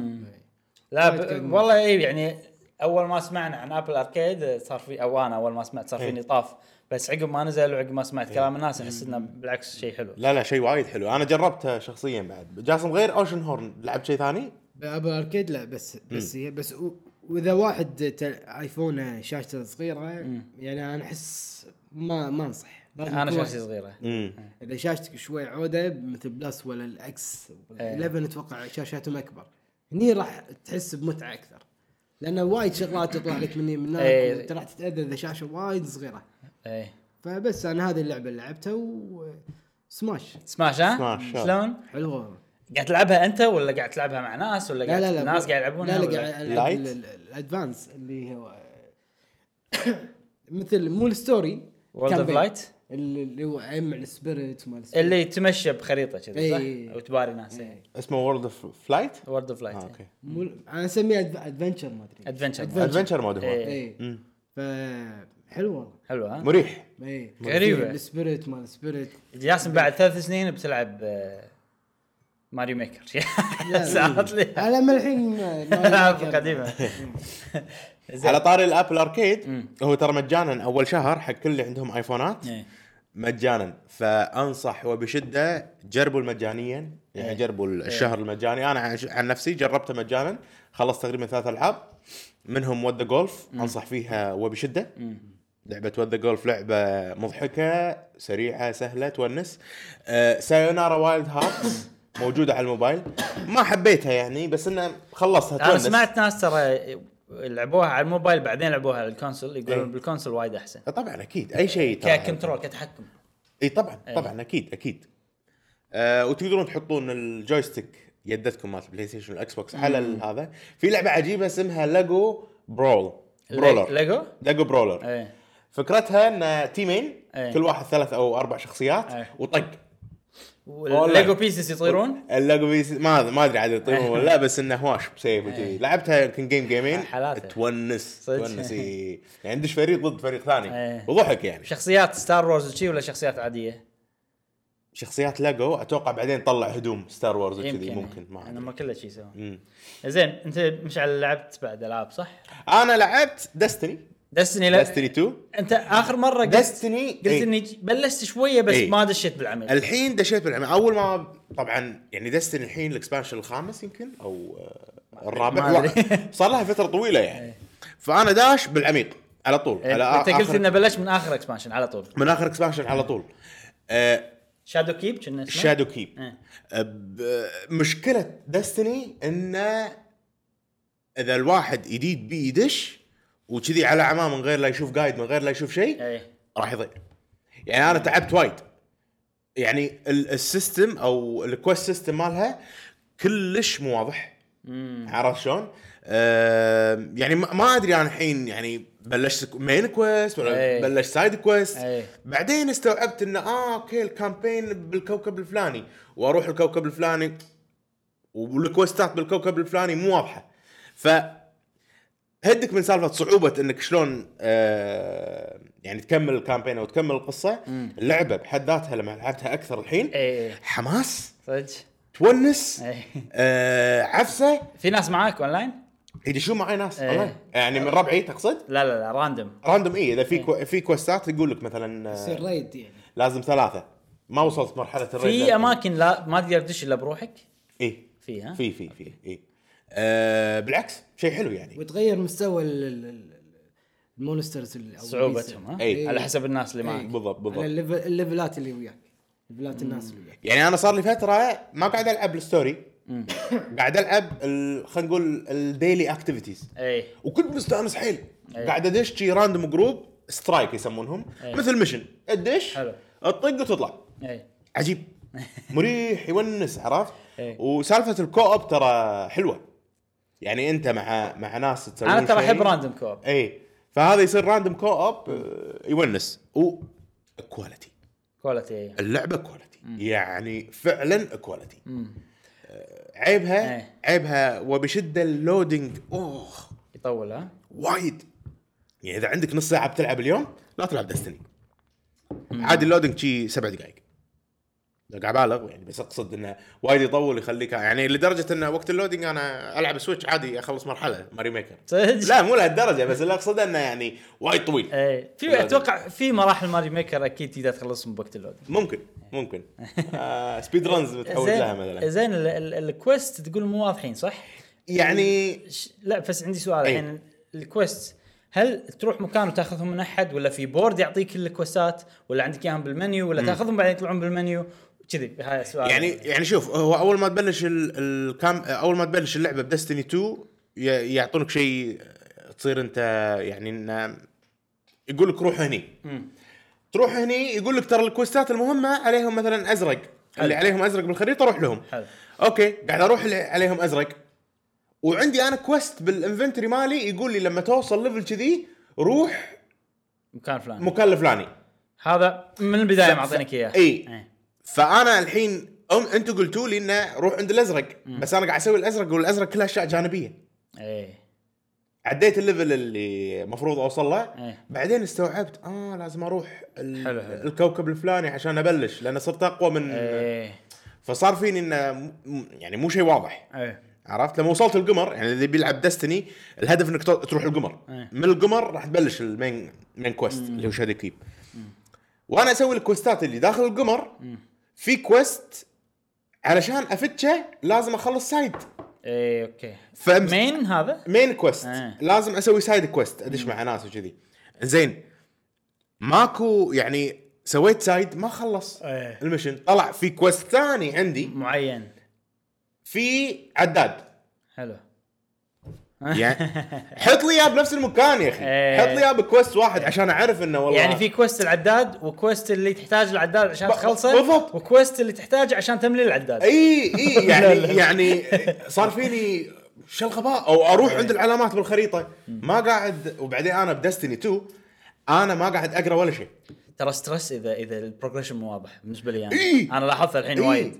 Speaker 1: لا
Speaker 2: وايد كان
Speaker 1: ب...
Speaker 2: ممتع.
Speaker 1: والله اي يعني اول ما سمعنا عن ابل اركيد صار في او انا اول ما سمعت
Speaker 2: إيه.
Speaker 1: صار فيني طاف بس عقب ما نزل وعقب ما سمعت كلام الناس احس انه بالعكس شيء حلو
Speaker 3: لا لا شيء وايد حلو انا جربتها شخصيا بعد جاسم غير اوشن هورن لعبت شيء ثاني
Speaker 2: بابل اركيد إيه. لا بس بس هي بس و- واذا واحد ت- ايفونه شاشته صغيره يعني انا احس ما ما انصح لازم
Speaker 1: انا
Speaker 2: يكون
Speaker 1: شخصية
Speaker 2: واحد-
Speaker 1: صغيره
Speaker 3: امم
Speaker 2: اذا شاشتك شوي عوده مثل بلس ولا الاكس
Speaker 1: إيه.
Speaker 2: 11 اتوقع شاشاتهم اكبر هني راح تحس بمتعه اكثر لان وايد شغلات تطلع لك مني من هناك
Speaker 1: إيه.
Speaker 2: وانت راح تتاذى اذا شاشه وايد صغيره
Speaker 1: اي
Speaker 2: فبس انا هذه اللعبه اللي لعبتها وسماش
Speaker 1: سماش ها؟
Speaker 3: سماش، ها.
Speaker 1: شلون؟
Speaker 2: حلوه
Speaker 1: قاعد تلعبها انت ولا قاعد تلعبها مع ناس ولا قاعد ناس قاعد يلعبونها
Speaker 2: لا
Speaker 1: ولا-
Speaker 3: Light؟
Speaker 2: لا قاعد العب ال- ال- الادفانس اللي هو مثل مو الستوري
Speaker 1: World of
Speaker 2: كامبين.
Speaker 1: Light؟
Speaker 2: اللي اللي هو مع السبيريت مال السبيريت.
Speaker 1: اللي تمشى بخريطه كذي
Speaker 2: إي.
Speaker 1: صح؟ وتباري ناس
Speaker 2: إيه. آه،
Speaker 3: اسمه وورلد اوف فلايت
Speaker 1: وورد اوف لايت
Speaker 3: اوكي
Speaker 2: مو انا اسميه ادفنشر ما ادري
Speaker 1: Adventure.
Speaker 3: ادفنشر مود هو
Speaker 1: إيه.
Speaker 2: اي
Speaker 3: مم.
Speaker 2: فحلو والله
Speaker 1: حلو ها؟
Speaker 3: مريح
Speaker 2: اي
Speaker 1: غريبة.
Speaker 2: السبيريت مال السبيريت
Speaker 1: جاسم بعد ثلاث سنين بتلعب آه، ماريو ميكر صارت لي
Speaker 2: انا من الحين ما- يعني ما-
Speaker 1: العاب قديمه
Speaker 3: على طاري الابل اركيد هو ترى مجانا اول شهر حق كل اللي عندهم ايفونات
Speaker 1: إيه.
Speaker 3: مجانا فانصح وبشده جربوا المجانيا
Speaker 1: إيه.
Speaker 3: يعني جربوا الشهر المجاني انا عن- عن نفسي جربته مجانا خلصت تقريبا ثلاث العاب منهم ود جولف انصح فيها وبشده لعبه ود جولف لعبه مضحكه سريعه سهله تونس آه سايونارا وايلد هارت موجوده على الموبايل ما حبيتها يعني بس انه خلصتها
Speaker 1: انا
Speaker 3: تونس.
Speaker 1: سمعت ناس ترى لعبوها على الموبايل بعدين لعبوها على الكونسول
Speaker 3: إيه. آه،
Speaker 1: يقولون بالكونسول وايد احسن
Speaker 3: طبعا اكيد اي شيء ترى-
Speaker 1: ككنترول كتحكم
Speaker 3: اي طبعا طبعا اكيد اكيد آه وتقدرون تحطون الجويستيك يدتكم مالت البلاي ستيشن والاكس بوكس على ال- هذا في لعبه عجيبه اسمها ليجو برول
Speaker 1: لي-
Speaker 3: برولر
Speaker 1: ليجو
Speaker 3: ليجو برولر
Speaker 1: ايه
Speaker 3: فكرتها ان تيمين
Speaker 1: إيه.
Speaker 3: كل واحد ثلاث او اربع شخصيات
Speaker 1: إيه.
Speaker 3: وطق
Speaker 1: ليجو بيسز يطيرون
Speaker 3: الليجو بيس ما ما ادري عاد يطيرون ولا لا بس انه هواش بسيف وكذي لعبتها يمكن جيم جيمين
Speaker 1: إيه. حالاته.
Speaker 3: تونس
Speaker 1: صدق.
Speaker 3: تونس إي. يعني عندك فريق ضد فريق ثاني
Speaker 1: إيه.
Speaker 3: وضحك يعني
Speaker 1: شخصيات ستار وورز وشي ولا شخصيات عاديه؟
Speaker 3: شخصيات ليجو اتوقع بعدين طلع هدوم ستار وورز وكذي
Speaker 1: يمكن
Speaker 3: ممكن ما
Speaker 1: انا
Speaker 3: أدري.
Speaker 1: ما كله شي يسوون
Speaker 3: مم.
Speaker 1: زين انت مشعل لعبت بعد العاب صح؟
Speaker 3: انا لعبت دستني
Speaker 1: دستني لا
Speaker 3: دستني 2
Speaker 1: انت اخر مره قلت
Speaker 3: دستني
Speaker 1: قلت اني بلشت شويه بس
Speaker 3: إيه.
Speaker 1: ما دشيت بالعميق
Speaker 3: الحين دشيت بالعمل اول ما طبعا يعني دستني الحين الاكسبانشن الخامس يمكن او آه، الرابع
Speaker 1: ما أدري.
Speaker 3: هو- صار لها فتره طويله يعني فانا داش بالعميق على طول على
Speaker 1: انت
Speaker 3: آ-
Speaker 1: إيه. قلت
Speaker 3: آخر-
Speaker 1: انه بلشت من اخر اكسبانشن على طول
Speaker 3: من اخر اكسبانشن على طول آه،
Speaker 1: شادو كيب كنا اسمه؟
Speaker 3: شادو كيب
Speaker 1: إيه.
Speaker 3: آه، ب- مشكله دستني انه اذا الواحد يديد بيه يدش وكذي على عماه من غير لا يشوف قايد من غير لا يشوف شيء
Speaker 1: ايه
Speaker 3: راح يضيع يعني انا تعبت وايد يعني ال- السيستم او الكويست سيستم مالها كلش مو واضح عرفت شلون؟ آم، يعني ما ما ادري انا الحين يعني بلشت مين كويست ولا
Speaker 1: أي.
Speaker 3: بلشت سايد كويست
Speaker 1: أي.
Speaker 3: بعدين استوعبت انه اه اوكي الكامبين بالكوكب الفلاني واروح الكوكب الفلاني والكويستات بالكوكب الفلاني مو واضحه ف هدك من سالفه صعوبه انك شلون آه يعني تكمل الكامبين او إيه. تكمل القصه اللعبه بحد ذاتها لما لعبتها اكثر الحين
Speaker 1: ايه
Speaker 3: حماس
Speaker 1: صدق
Speaker 3: تونس
Speaker 1: إيه.
Speaker 3: آه عفسه
Speaker 1: في ناس معاك اونلاين؟
Speaker 3: يدشون معي ناس
Speaker 1: إيه.
Speaker 3: والله يعني من ربعي تقصد؟
Speaker 1: لا لا لا راندوم
Speaker 3: راندوم اي اذا في
Speaker 1: إيه.
Speaker 3: كو... في كوستات يقول لك مثلا آه،
Speaker 2: يصير ريد يعني
Speaker 3: لازم ثلاثه ما وصلت مرحله الريد
Speaker 1: في اماكن لا ما تقدر تدش الا بروحك
Speaker 3: اي
Speaker 1: في ها؟
Speaker 3: إيه. في في في اي آه بالعكس شيء حلو يعني
Speaker 2: وتغير مستوى ال- ال- ال- المونسترز ال- أو
Speaker 1: صعوبتهم ها؟
Speaker 3: إيه.
Speaker 1: على حسب الناس اللي معك
Speaker 3: بالضبط
Speaker 2: على
Speaker 3: بالضبط
Speaker 2: الليفل- الليفلات اللي وياك ليفلات الناس اللي وياك
Speaker 3: يعني انا صار لي فتره ما قاعد العب الستوري قاعد العب ال- خلينا نقول الديلي اكتيفيتيز
Speaker 1: اي
Speaker 3: وكنت مستانس حيل
Speaker 1: أي.
Speaker 3: قاعد ادش شي راندوم جروب سترايك يسمونهم
Speaker 1: أي.
Speaker 3: مثل ميشن تدش
Speaker 1: أيوة. حلو.
Speaker 3: تطق وتطلع
Speaker 1: اي
Speaker 3: عجيب مريح يونس عرفت
Speaker 1: أي.
Speaker 3: وسالفه الكو اوب ترى حلوه يعني انت مع مع ناس تسوي
Speaker 1: انا ترى احب راندوم كوب
Speaker 3: اي فهذا يصير راندوم كو اوب آه، يونس وكواليتي
Speaker 1: كواليتي اي
Speaker 3: اللعبه كواليتي يعني فعلا كواليتي
Speaker 1: مم.
Speaker 3: عيبها
Speaker 1: إيه.
Speaker 3: عيبها وبشده اللودينج اوه
Speaker 1: يطول ها؟
Speaker 3: وايد يعني اذا عندك نص ساعه بتلعب اليوم لا تلعب دستني عادي اللودنج شي سبع دقائق قاعد ابالغ يعني بس اقصد انه وايد يطول يخليك يعني لدرجه انه وقت اللودنج انا العب سويتش عادي اخلص مرحله ماري ميكر
Speaker 1: صدق؟
Speaker 3: لا مو لهالدرجه بس اللي اقصده انه يعني وايد طويل
Speaker 1: اي إيه. في
Speaker 3: لازم.
Speaker 1: اتوقع في مراحل ماري ميكر اكيد تقدر تخلصهم بوقت اللود
Speaker 3: ممكن ممكن آه سبيد رنز متعود لها
Speaker 1: زين
Speaker 3: مثلا
Speaker 1: زين ال- ال- الكويست تقول مو واضحين صح؟
Speaker 3: يعني
Speaker 1: ش- لا بس عندي سؤال
Speaker 3: أي.
Speaker 1: الحين الكويست هل تروح مكان وتاخذهم من احد ولا في بورد يعطيك الكوستات ولا عندك اياهم بالمنيو ولا تاخذهم بعدين يطلعون بالمنيو كذي هذا سؤال
Speaker 3: يعني يعني شوف هو اول ما تبلش ال- الكام اول ما تبلش اللعبه بدستني 2 ي- يعطونك شيء تصير انت يعني إنه يقول لك روح هني
Speaker 1: مم.
Speaker 3: تروح هني يقول لك ترى الكوستات المهمه عليهم مثلا ازرق اللي عليهم ازرق بالخريطه روح لهم
Speaker 1: حلو
Speaker 3: اوكي قاعد اروح اللي عليهم ازرق وعندي انا كويست بالانفنتوري مالي يقول لي لما توصل ليفل كذي روح
Speaker 1: مكان فلان
Speaker 3: مكان الفلاني
Speaker 1: هذا من البدايه
Speaker 3: ف-
Speaker 1: معطينك اياه
Speaker 3: إي. فانا الحين أم انتم قلتوا لي انه روح عند الازرق بس انا قاعد اسوي الازرق والازرق كلها اشياء جانبيه
Speaker 1: اي
Speaker 3: عديت الليفل اللي المفروض اوصل له
Speaker 1: إيه.
Speaker 3: بعدين استوعبت اه لازم اروح ال-
Speaker 1: حلو، إيه. حلو.
Speaker 3: الكوكب الفلاني عشان ابلش لان صرت اقوى من
Speaker 1: اي
Speaker 3: فصار فيني انه م- يعني مو شيء واضح
Speaker 1: اي
Speaker 3: عرفت لما وصلت القمر يعني اللي بيلعب دستني الهدف انك تو- تروح القمر
Speaker 1: إيه.
Speaker 3: من القمر راح تبلش المين مين كويست اللي هو شادي كيب وانا اسوي الكوستات اللي داخل القمر في كويست علشان افتشه لازم اخلص سايد
Speaker 1: اي اوكي
Speaker 3: فمس-
Speaker 1: مين إيه، هذا؟
Speaker 3: مين كويست
Speaker 1: إيه.
Speaker 3: لازم اسوي سايد كويست ادش مع ناس وكذي زين ماكو يعني سويت سايد ما خلص
Speaker 1: إيه.
Speaker 3: المشن طلع في كويست ثاني عندي
Speaker 1: معين
Speaker 3: في عداد
Speaker 1: حلو
Speaker 3: يعني حط لي اياه بنفس المكان يا اخي
Speaker 1: إيه.
Speaker 3: حط لي اياه بكويست واحد عشان اعرف انه والله
Speaker 1: يعني في كويست العداد وكويست اللي تحتاج العداد عشان
Speaker 3: ب-
Speaker 1: تخلصه
Speaker 3: بالضبط.
Speaker 1: وكويست اللي تحتاجه عشان تملي العداد
Speaker 3: اي اي
Speaker 1: لا، لا.
Speaker 3: يعني يعني صار فيني شو الغباء او اروح عند العلامات بالخريطه ما قاعد وبعدين انا بدستني 2 انا ما قاعد اقرا ولا شيء
Speaker 1: ترى ستريس اذا اذا البروجريشن مو واضح بالنسبه لي انا
Speaker 3: إي.
Speaker 1: انا لاحظتها الحين
Speaker 3: إيه.
Speaker 1: وايد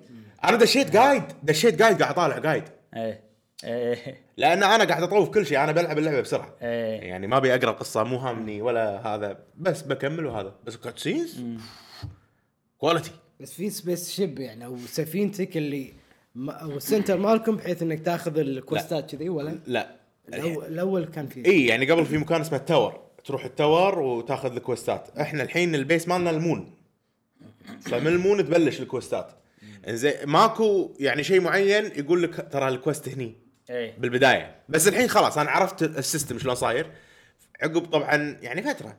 Speaker 3: انا دشيت جايد دشيت جايد قاعد اطالع جايد
Speaker 1: ايه ايه
Speaker 3: لان انا قاعد اطوف كل شيء انا بلعب اللعبه بسرعه
Speaker 1: ايه
Speaker 3: يعني ما ابي اقرا القصه مو هامني ولا هذا بس بكمل وهذا بس كات سينز كواليتي
Speaker 2: بس في سبيس شيب يعني او سفينتك اللي ما او السنتر مالكم بحيث انك تاخذ الكوستات كذي ولا
Speaker 1: إيه.
Speaker 3: لا
Speaker 2: الأول- الاول كان فيه
Speaker 3: اي يعني قبل في مكان اسمه التاور تروح التاور وتاخذ الكوستات احنا الحين البيس مالنا المون فمن المون تبلش الكوستات زين ماكو يعني شيء معين يقول لك ترى الكوست هني
Speaker 1: ايه
Speaker 3: بالبدايه بس الحين خلاص انا عرفت السيستم شلون صاير عقب طبعا يعني فتره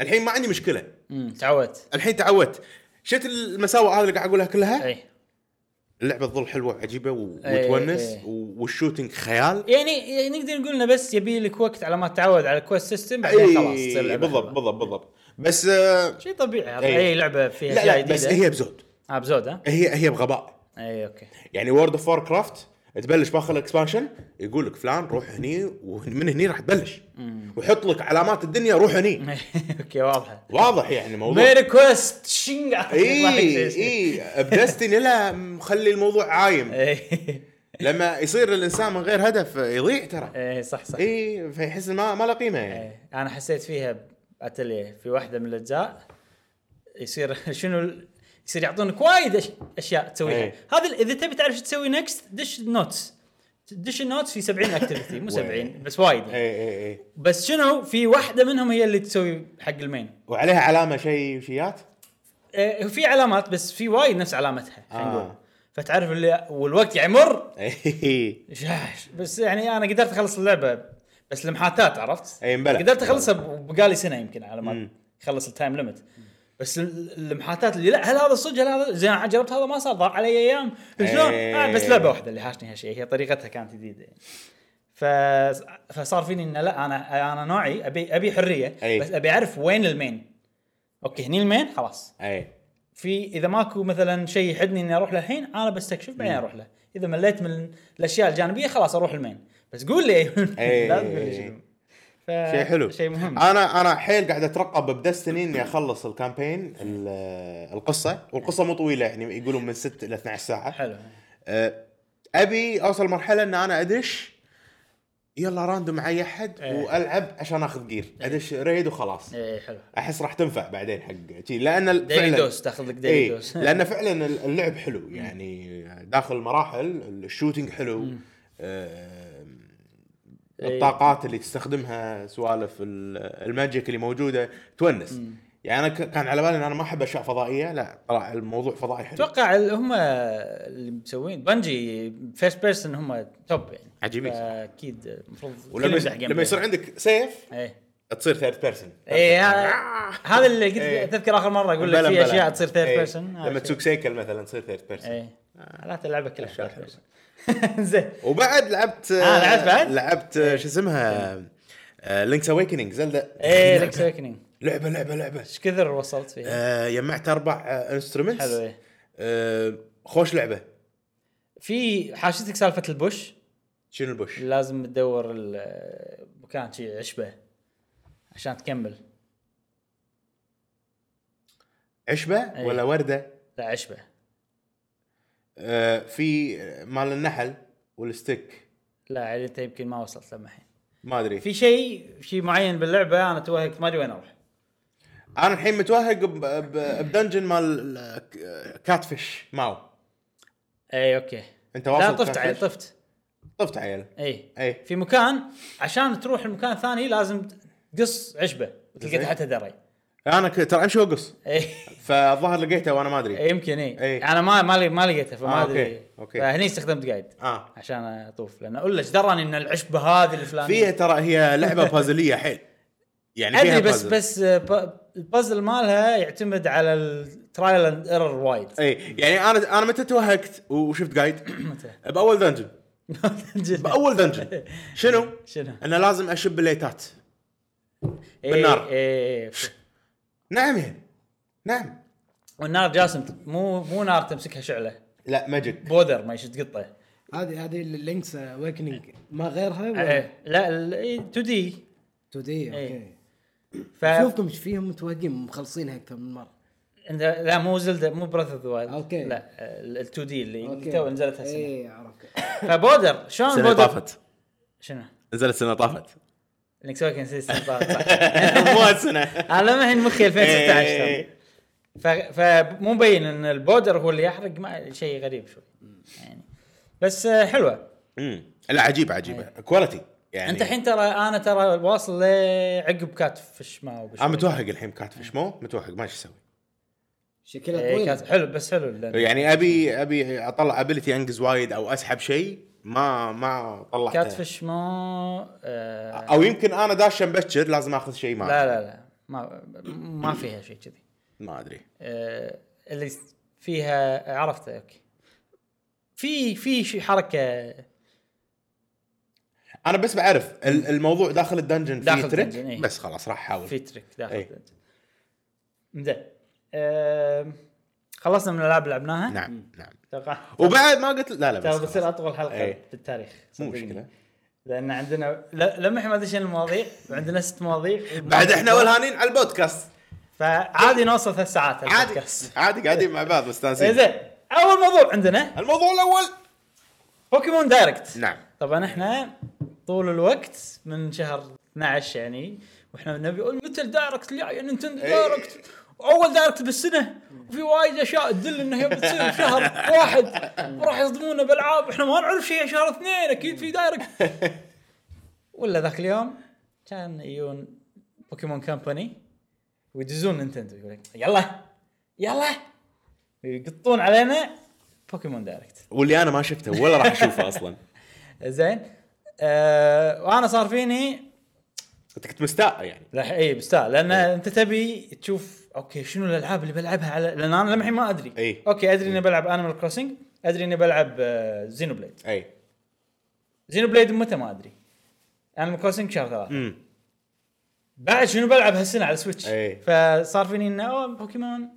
Speaker 3: الحين ما عندي مشكله
Speaker 1: أمم، تعودت
Speaker 3: الحين تعودت شفت المساوئ هذه اللي قاعد اقولها كلها
Speaker 1: ايه
Speaker 3: اللعبه تظل حلوه وعجيبه و-
Speaker 1: إيه،
Speaker 3: وتونس
Speaker 1: إيه.
Speaker 3: و- والشوتنج خيال
Speaker 1: يعني يعني نقدر نقول انه بس يبي لك وقت على ما تتعود على الكويست سيستم بعدين إيه، خلاص تصير
Speaker 3: اي
Speaker 1: لعبة
Speaker 3: بالضبط
Speaker 1: حلوة.
Speaker 3: بالضبط بالضبط بس آه،
Speaker 1: شيء طبيعي هذا.
Speaker 3: إيه.
Speaker 1: اي لعبه فيها
Speaker 3: لا
Speaker 1: أشياء
Speaker 3: لا بس
Speaker 1: جديدة.
Speaker 3: هي بزود
Speaker 1: اه بزود ها
Speaker 3: هي هي بغباء
Speaker 1: اي اوكي
Speaker 3: يعني وورد اوف وار كرافت تبلش باخر اكسبانشن يقول لك فلان روح هني ومن هني راح تبلش ويحط لك علامات الدنيا روح هني
Speaker 1: اوكي واضحه
Speaker 3: واضح يعني الموضوع
Speaker 1: ميري كويست شنقع
Speaker 3: اي اي بدستني لا مخلي الموضوع عايم
Speaker 1: اي
Speaker 3: لما يصير الانسان من غير هدف يضيع ترى
Speaker 1: اي صح صح
Speaker 3: اي فيحس ما ما له قيمه يعني
Speaker 1: إيه، انا حسيت فيها اتليه في واحده من الاجزاء يصير شنو ال- يصير يعطونك وايد أش- اشياء تسويها
Speaker 3: إيه.
Speaker 1: هذا ال- اذا تبي تعرف شو تسوي نكست دش نوتس دش النوتس في 70 اكتيفيتي مو 70 بس وايد يعني.
Speaker 3: اي اي اي
Speaker 1: بس شنو في واحده منهم هي اللي تسوي حق المين
Speaker 3: وعليها علامه شيء وشيات
Speaker 1: آه، في علامات بس في وايد نفس علامتها خلينا نقول
Speaker 3: آه.
Speaker 1: فتعرف اللي والوقت يمر
Speaker 3: اي
Speaker 1: شاش بس يعني انا قدرت اخلص اللعبه بس لمحاتات عرفت؟
Speaker 3: إي، مبلى.
Speaker 1: قدرت اخلصها ب- بقالي سنه يمكن على ما
Speaker 3: مم.
Speaker 1: خلص التايم ليمت بس ال- اللمحاتات اللي لا هل هذا صدق هل هذا زين أنا جربت هذا ما صار ضاع علي ايام شلون؟
Speaker 3: إيه.
Speaker 1: آه بس لعبه واحده اللي حاشني هالشيء هي طريقتها كانت جديده يعني. ف- فصار فيني انه لا انا انا نوعي ابي ابي حريه
Speaker 3: إي.
Speaker 1: بس ابي اعرف وين المين اوكي هني المين خلاص
Speaker 3: اي
Speaker 1: في اذا ماكو مثلا شيء يحدني اني اروح له الحين انا بستكشف بعدين اروح له اذا مليت من الاشياء الجانبيه خلاص اروح المين بس قول لي
Speaker 3: إيه.
Speaker 1: لا تقول لي شنو. ف-
Speaker 3: شيء حلو
Speaker 1: آه،
Speaker 3: آه.
Speaker 1: شيء مهم
Speaker 3: انا انا حيل قاعد اترقب بدستني اني اخلص الكامبين ال- القصه والقصه مو طويله يعني يقولون من 6 ل 12 ساعه
Speaker 1: حلو
Speaker 3: أه، ابي اوصل مرحله ان انا ادش يلا راندوم معي احد
Speaker 1: إيه.
Speaker 3: والعب عشان اخذ جير ادش ريد وخلاص
Speaker 1: اي إيه، حلو
Speaker 3: احس راح تنفع بعدين حق شي، لان ال-
Speaker 1: ديلي
Speaker 3: فعلاً-
Speaker 1: دوس تاخذ لك ديلي
Speaker 3: ايه
Speaker 1: دوس
Speaker 3: لان فعلا ال- اللعب حلو يعني داخل المراحل الشوتنج حلو آه،
Speaker 1: إيه.
Speaker 3: الطاقات اللي تستخدمها سوالف ال- الماجيك اللي موجوده تونس يعني انا ك- كان على بالي ان انا ما احب اشياء فضائيه لا طلع الموضوع فضائي حلو
Speaker 1: اتوقع ال- هم اللي مسوين بنجي فيرست بيرسون هم توب يعني
Speaker 3: عجيبين
Speaker 1: اكيد المفروض
Speaker 3: ولما لما يصير
Speaker 1: يعني.
Speaker 3: عندك سيف
Speaker 1: ايه
Speaker 3: تصير ثيرد بيرسون
Speaker 1: ايه هذا اللي
Speaker 3: إيه.
Speaker 1: قلت تذكر اخر مره اقول لك في اشياء تصير آه، ثيرد بيرسون
Speaker 3: لما تسوق سيكل مثلا تصير ثيرد بيرسون
Speaker 1: ايه لا تلعبها كلها
Speaker 3: أشياء
Speaker 1: third person. زين
Speaker 3: وبعد لعبت
Speaker 1: آه، لعبت بعد؟
Speaker 3: لعبت آه، شو اسمها آه، لينكس اويكننج زلدا
Speaker 1: ايه ليكس اوكننج
Speaker 3: لعبه لعبه لعبه
Speaker 1: ايش كثر وصلت فيها؟
Speaker 3: آه، جمعت اربع
Speaker 1: حلو
Speaker 3: انسترومنتس
Speaker 1: إيه.
Speaker 3: آه، خوش لعبه
Speaker 1: في حاشتك سالفه البوش
Speaker 3: شنو البوش؟
Speaker 1: لازم تدور ال- مكان شي عشبه عشان تكمل
Speaker 3: عشبه
Speaker 1: إيه.
Speaker 3: ولا ورده؟
Speaker 1: لا عشبه
Speaker 3: آه، في مال النحل والستيك
Speaker 1: لا علي انت يمكن ما وصلت لما الحين
Speaker 3: ما ادري
Speaker 1: في شيء شيء معين باللعبه انا توهقت ما ادري وين اروح
Speaker 3: انا الحين متوهق ب- ب- بدنجن مال آه، كاتفش ماو
Speaker 1: اي اوكي
Speaker 3: انت واصل
Speaker 1: إيه، لا طفت عيل
Speaker 3: كاتفش؟
Speaker 1: طفت
Speaker 3: طفت عيل إيه.
Speaker 1: اي
Speaker 3: اي
Speaker 1: في مكان عشان تروح المكان الثاني لازم تقص عشبه وتلقى
Speaker 3: زين.
Speaker 1: تحتها دري
Speaker 3: انا ك- ترى امشي وقص
Speaker 1: اي
Speaker 3: فالظاهر لقيته وانا ما ادري
Speaker 1: إيه. يمكن اي
Speaker 3: إيه.
Speaker 1: انا ما ما لي- ما لقيته
Speaker 3: آه،
Speaker 1: فما
Speaker 3: أوكي،
Speaker 1: ادري
Speaker 3: أوكي.
Speaker 1: فهني استخدمت جايد
Speaker 3: اه
Speaker 1: عشان اطوف لان اقول لك دراني ان العشبه هذه الفلانيه
Speaker 3: فيها ترى هي لعبه بازليه حيل يعني فيها
Speaker 1: ادري بس
Speaker 3: puzzle.
Speaker 1: بس آه، ب- البازل مالها يعتمد على الترايل اند ايرور وايد
Speaker 3: اي يعني انا انا متى توهقت وشفت جايد باول دنجن باول دنجن شنو؟
Speaker 1: شنو؟
Speaker 3: انا لازم اشب الليتات
Speaker 1: إيه،
Speaker 3: بالنار.
Speaker 1: إيه، إيه.
Speaker 3: نعم يعني نعم
Speaker 1: والنار جاسم مو مو نار تمسكها شعله
Speaker 3: لا ماجيك
Speaker 1: بودر ما يشد قطه
Speaker 2: هذه هذه اللينكس اويكننج ما غيرها ولا
Speaker 1: إيه، لا 2 دي
Speaker 2: 2 دي اوكي
Speaker 1: إيه.
Speaker 2: شوفكم ايش فيهم متواقين مخلصينها اكثر من مره
Speaker 1: لا مو زلدة مو براث اوف ذا وايلد
Speaker 2: أوكي. إيه.
Speaker 1: لا ال 2 دي اللي إيه، تو نزلت هالسنه
Speaker 2: اي عرفت
Speaker 1: فبودر شلون
Speaker 3: السنه
Speaker 1: بودر
Speaker 3: طافت
Speaker 1: شنو؟
Speaker 3: نزلت السنه طافت
Speaker 1: انك سويت كونسيستنت صح
Speaker 3: مو هالسنه
Speaker 1: انا لما الحين مخي 2016 ترى.
Speaker 3: إيه.
Speaker 1: ف... فمو مبين ان البودر هو اللي يحرق ما شيء غريب شوي يعني بس آه، حلوه
Speaker 3: أمم. لا عجيب عجيب كواليتي يعني
Speaker 1: يعني انت الحين ترى انا ترى واصل لعقب كاتفش ما
Speaker 3: انا متوهق الحين كاتفش مو متوهق ما ايش اسوي
Speaker 2: شكلها طويل
Speaker 1: إيه، حلو بس حلو لأن
Speaker 3: يعني ابي ابي اطلع ابيلتي انجز وايد او اسحب شيء ما ما طلعته
Speaker 1: كاتفش ما آه...
Speaker 3: او يمكن انا داشه مبكر لازم اخذ شيء ما
Speaker 1: لا لا لا ما ما فيها شيء كذي
Speaker 3: ما ادري
Speaker 1: آه... اللي فيها عرفته اوكي في في شي حركه
Speaker 3: انا بس بعرف ال- الموضوع داخل الدنجن فيه
Speaker 1: داخل
Speaker 3: تريك
Speaker 1: الدنجن، إيه.
Speaker 3: بس خلاص راح احاول
Speaker 1: في تريك داخل
Speaker 3: إيه.
Speaker 1: الدنجن. زين آه... خلصنا من الالعاب اللي لعبناها
Speaker 3: نعم نعم
Speaker 1: اتوقع
Speaker 3: وبعد ما قلت لا لا بس
Speaker 1: ترى
Speaker 3: خلاص.
Speaker 1: بتصير اطول حلقه
Speaker 3: إيه.
Speaker 1: في التاريخ
Speaker 3: مو
Speaker 1: صدقني.
Speaker 3: مشكله
Speaker 1: لان عندنا ل- لما احنا ما دشينا المواضيع وعندنا ست مواضيع
Speaker 3: بعد احنا ولهانين على البودكاست
Speaker 1: فعادي نوصل ثلاث ساعات
Speaker 3: عادي
Speaker 1: البودكاست. إيه،
Speaker 3: عادي قاعدين مع بعض مستانسين
Speaker 1: زين اول موضوع عندنا
Speaker 3: الموضوع الاول
Speaker 1: بوكيمون دايركت
Speaker 3: نعم
Speaker 1: طبعا احنا طول الوقت من شهر 12 يعني واحنا نبي نقول متى الدايركت اللي جاي نينتندو
Speaker 3: إيه.
Speaker 1: دايركت واول دايركت بالسنه وفي وايد اشياء تدل انه هي بتصير بشهر واحد وراح يصدمونا بالعاب احنا ما نعرف شيء شهر اثنين اكيد في دايركت ولا ذاك اليوم كان يجون بوكيمون كامباني ويدزون نينتندو يقول لك يلا يلا يقطون علينا بوكيمون دايركت
Speaker 3: واللي انا ما شفته ولا راح اشوفه اصلا
Speaker 1: زين آه وانا صار فيني
Speaker 3: انت كنت مستاء يعني
Speaker 1: راح اي بستاهل لان انت تبي تشوف اوكي شنو الالعاب اللي بلعبها على لان انا لمحي ما ادري
Speaker 3: إي.
Speaker 1: اوكي ادري اني بلعب انيمال كروسنج ادري اني بلعب آه، زينو بليد
Speaker 3: اي
Speaker 1: زينو بليد متى ما ادري انيمال كروسنج شهر ثلاثة
Speaker 3: امم
Speaker 1: بعد شنو بلعب هالسنه على سويتش
Speaker 3: إي.
Speaker 1: فصار فيني انه أوه بوكيمون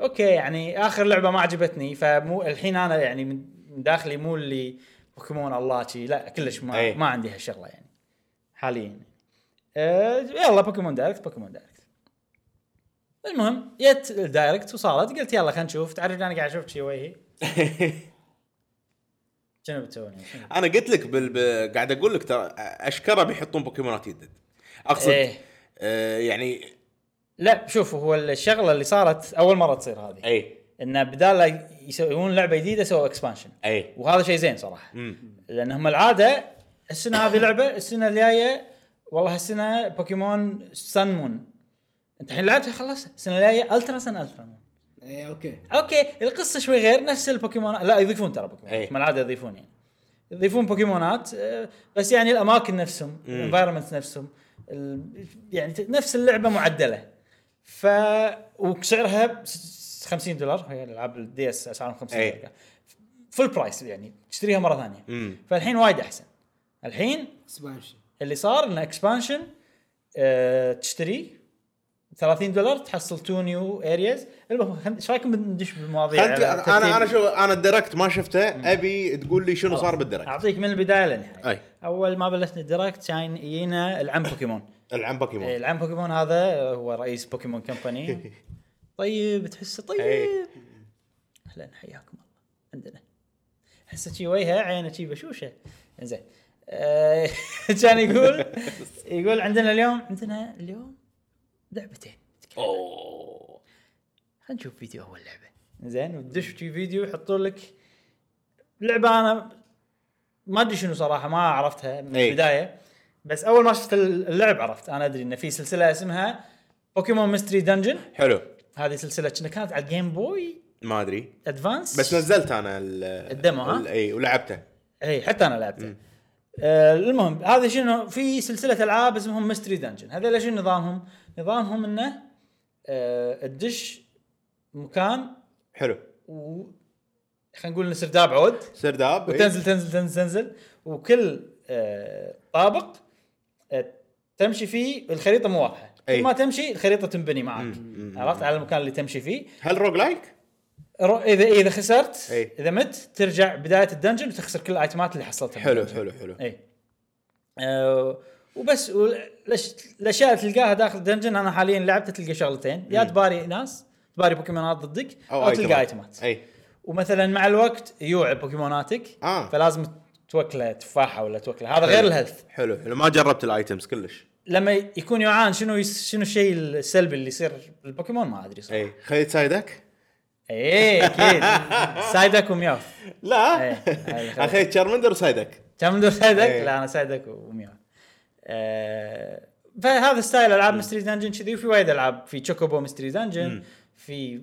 Speaker 1: اوكي يعني اخر لعبه ما عجبتني فمو الحين انا يعني من من داخلي مو اللي بوكيمون الله شي لا كلش ما
Speaker 3: إي.
Speaker 1: ما عندي هالشغله يعني حاليا أه يلا بوكيمون دايركت بوكيمون دايركت المهم جت الدايركت وصارت قلت يلا خلينا نشوف تعرف انا قاعد اشوف شي وجهي شنو بتسوون شنو؟
Speaker 3: انا قلت لك بال... ب... قاعد اقول لك ترى اشكره بيحطون بوكيمونات جدد اقصد
Speaker 1: إيه.
Speaker 3: آه يعني
Speaker 1: لا شوف هو الشغله اللي صارت اول مره تصير هذه
Speaker 3: اي
Speaker 1: انه بدال لا يسوون لعبه جديده سووا اكسبانشن
Speaker 3: اي
Speaker 1: وهذا شيء زين صراحه
Speaker 3: امم
Speaker 1: لان هم العاده السنه هذه لعبه السنه الجايه والله هالسنه بوكيمون سن مون انت الحين لعبتها خلصت السنه الجايه الترا سن الترا مون
Speaker 2: اي اوكي
Speaker 1: اوكي القصه شوي غير نفس البوكيمون لا يضيفون ترى
Speaker 3: أي.
Speaker 1: بوكيمون كما العاده يضيفون يعني يضيفون بوكيمونات آه، بس يعني الاماكن نفسهم الانفايرمنت نفسهم ال- يعني ت- نفس اللعبه معدله ف وسعرها ب س- 50 دولار هي العاب الدي اس اسعارهم 50
Speaker 3: أي.
Speaker 1: دولار فول برايس يعني تشتريها مره ثانيه
Speaker 3: امم
Speaker 1: فالحين وايد احسن الحين
Speaker 2: اكسبانشن
Speaker 1: اللي صار انه اكسبانشن تشتري 30 دولار تحصل تو نيو ارياز ايش رايكم ندش بالمواضيع
Speaker 3: خلت...
Speaker 1: على ترتيب؟
Speaker 3: انا انا شو انا الدركت ما شفته ابي تقول لي شنو صار بالدركت
Speaker 1: اعطيك من البدايه للنهايه
Speaker 3: اي
Speaker 1: اول ما بلشنا الديركت كان يجينا العم بوكيمون
Speaker 3: العب
Speaker 1: إيه،
Speaker 3: بوكيمون
Speaker 1: العم بوكيمون هذا هو رئيس بوكيمون كمباني طيب تحسه
Speaker 3: إيه.
Speaker 1: طيب اهلا حياكم الله عندنا احسه شي وجهه عينه شي بشوشه زين آه، كان يقول يقول عندنا اليوم عندنا اليوم لعبتين
Speaker 3: اوه
Speaker 1: خلينا نشوف فيديو اول لعبه زين وتدش في فيديو يحطون لك لعبه انا ما ادري شنو صراحه ما عرفتها من
Speaker 3: إيه.
Speaker 1: البدايه بس اول ما شفت اللعب عرفت انا ادري ان في سلسله اسمها بوكيمون ميستري دنجن
Speaker 3: حلو
Speaker 1: هذه سلسله كنا كانت على الجيم بوي
Speaker 3: ما ادري
Speaker 1: ادفانس
Speaker 3: بس نزلت انا ال...
Speaker 1: الدمو، ها؟
Speaker 3: ال- اي ولعبته
Speaker 1: اي إيه، حتى انا لعبته آه المهم هذا شنو في سلسله العاب اسمهم ميستري دنجن هذول شنو نظامهم؟ نظامهم انه آه تدش مكان
Speaker 3: حلو
Speaker 1: و خلينا نقول إنه سرداب عود
Speaker 3: سرداب إي.
Speaker 1: وتنزل تنزل تنزل تنزل وكل آه، طابق آه، تمشي فيه الخريطه مو واضحه
Speaker 3: أي.
Speaker 1: كل ما تمشي الخريطه تنبني معك
Speaker 3: مم، مم.
Speaker 1: عرفت على المكان اللي تمشي فيه
Speaker 3: هل روج لايك؟
Speaker 1: رو- اذا اذا خسرت
Speaker 3: أي.
Speaker 1: اذا مت ترجع بدايه الدنجن وتخسر كل الايتمات اللي حصلتها
Speaker 3: حلو
Speaker 1: بالدنجن.
Speaker 3: حلو حلو
Speaker 1: اي آه، وبس والأش- الاشياء اللي تلقاها داخل الدنجن انا حاليا لعبت تلقى شغلتين يا تباري ناس تباري بوكيمونات ضدك او, أو تلقى ايتمات
Speaker 3: اي
Speaker 1: ومثلا مع الوقت يوعى بوكيموناتك
Speaker 3: آه.
Speaker 1: فلازم توكله تفاحه ولا توكله هذا غير الهيلث
Speaker 3: حلو حلو ما جربت الايتمز كلش
Speaker 1: لما يكون يوعان شنو يس شنو الشيء السلبي اللي يصير بالبوكيمون ما ادري صراحه
Speaker 3: اي خليت سايدك؟
Speaker 1: اي اكيد سايدك وميوف
Speaker 3: لا
Speaker 1: إيه، هاي خليت.
Speaker 3: اخذت شارمندر وسايدك
Speaker 1: كم دور سايدك؟
Speaker 3: إيه.
Speaker 1: لا انا سايدك وميوف آه فهذا ستايل العاب مستري دانجن كذي وفي وايد العاب في تشوكوبو مستري دانجن في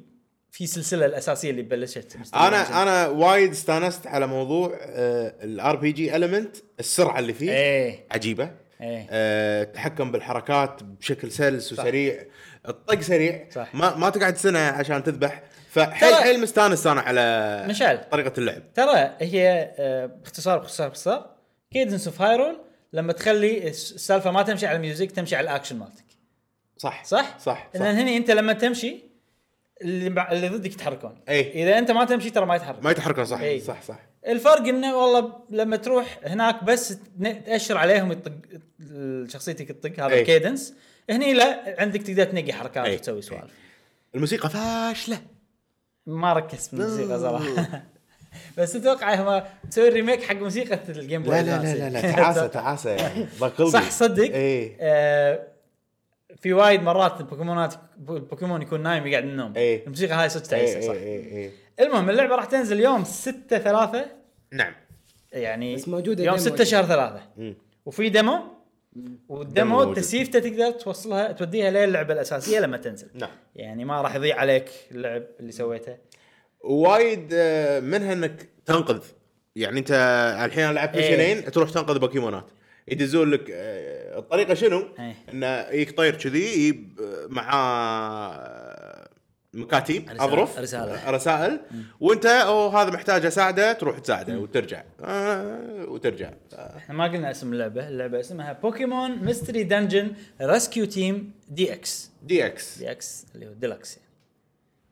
Speaker 1: في سلسله الاساسيه اللي بلشت Mystery Dungeon.
Speaker 3: انا انا وايد استانست على موضوع آه، الار بي جي المنت السرعه اللي فيه
Speaker 1: ايه
Speaker 3: عجيبه
Speaker 1: ايه
Speaker 3: آه، التحكم بالحركات بشكل سلس وسريع الطق سريع
Speaker 1: صح.
Speaker 3: ما ما تقعد سنه عشان تذبح فحيل
Speaker 1: ترى-
Speaker 3: حيل مستانس انا على
Speaker 1: مشعل
Speaker 3: طريقه اللعب
Speaker 1: ترى هي آه، باختصار باختصار باختصار كيدنس اوف هايرول لما تخلي الس- السالفه ما تمشي على الميوزك تمشي على الاكشن مالتك
Speaker 3: صح
Speaker 1: صح؟
Speaker 3: صح,
Speaker 1: لان
Speaker 3: صح.
Speaker 1: هني انت لما تمشي اللي, مع... اللي ضدك يتحركون
Speaker 3: أي.
Speaker 1: اذا انت ما تمشي ترى ما يتحرك
Speaker 3: إيه. ما يتحركون صح
Speaker 1: إيه.
Speaker 3: صح صح
Speaker 1: الفرق انه والله ب- لما تروح هناك بس تن- تاشر عليهم يطق ال- شخصيتك تطق هذا
Speaker 3: أي.
Speaker 1: الكيدنس هني لا عندك تقدر تنقي حركات
Speaker 3: أي.
Speaker 1: وتسوي
Speaker 3: أي.
Speaker 1: سوالف
Speaker 3: الموسيقى فاشله
Speaker 1: ما ركزت بالموسيقى صراحه بس اتوقع هم مسوي الريميك حق موسيقى الجيم بوي
Speaker 3: لا لا لا لا, لا تعاسه تعاسه يعني ضاق قلبي
Speaker 1: صح صدق
Speaker 3: اي
Speaker 1: آه في وايد مرات البوكيمونات البوكيمون يكون نايم يقعد من النوم
Speaker 3: إيه.
Speaker 1: الموسيقى هاي صدق تعيسه
Speaker 3: اي
Speaker 1: صح
Speaker 3: اي اي
Speaker 1: المهم اللعبه راح تنزل يوم 6 3
Speaker 3: نعم
Speaker 1: يعني
Speaker 2: بس موجودة
Speaker 1: يوم
Speaker 2: ديمو
Speaker 1: 6
Speaker 2: يعني.
Speaker 1: شهر 3
Speaker 3: مم.
Speaker 1: وفي ديمو
Speaker 3: ديمو
Speaker 1: والديمو
Speaker 3: موجود.
Speaker 1: تسيفته تقدر توصلها توديها للعبه الاساسيه لما تنزل
Speaker 3: نعم
Speaker 1: يعني ما راح يضيع عليك اللعب اللي سويته
Speaker 3: وايد آه، منها انك تنقذ يعني انت الحين لعبت
Speaker 1: إيه.
Speaker 3: مشينين تروح تنقذ بوكيمونات يدزون لك آه، الطريقه شنو؟
Speaker 1: إيه.
Speaker 3: انه يجيك طير كذي آه، يجيب مع مكاتيب
Speaker 1: رسالة-
Speaker 3: اظرف
Speaker 1: رسالة.
Speaker 3: آه، رسائل وانت او هذا محتاج اساعده تروح تساعده وترجع آه، وترجع آه،
Speaker 1: احنا ما قلنا اسم اللعبه اللعبه اسمها بوكيمون ميستري دنجن ريسكيو تيم دي اكس
Speaker 3: دي اكس
Speaker 1: دي اكس اللي هو ديلكس يعني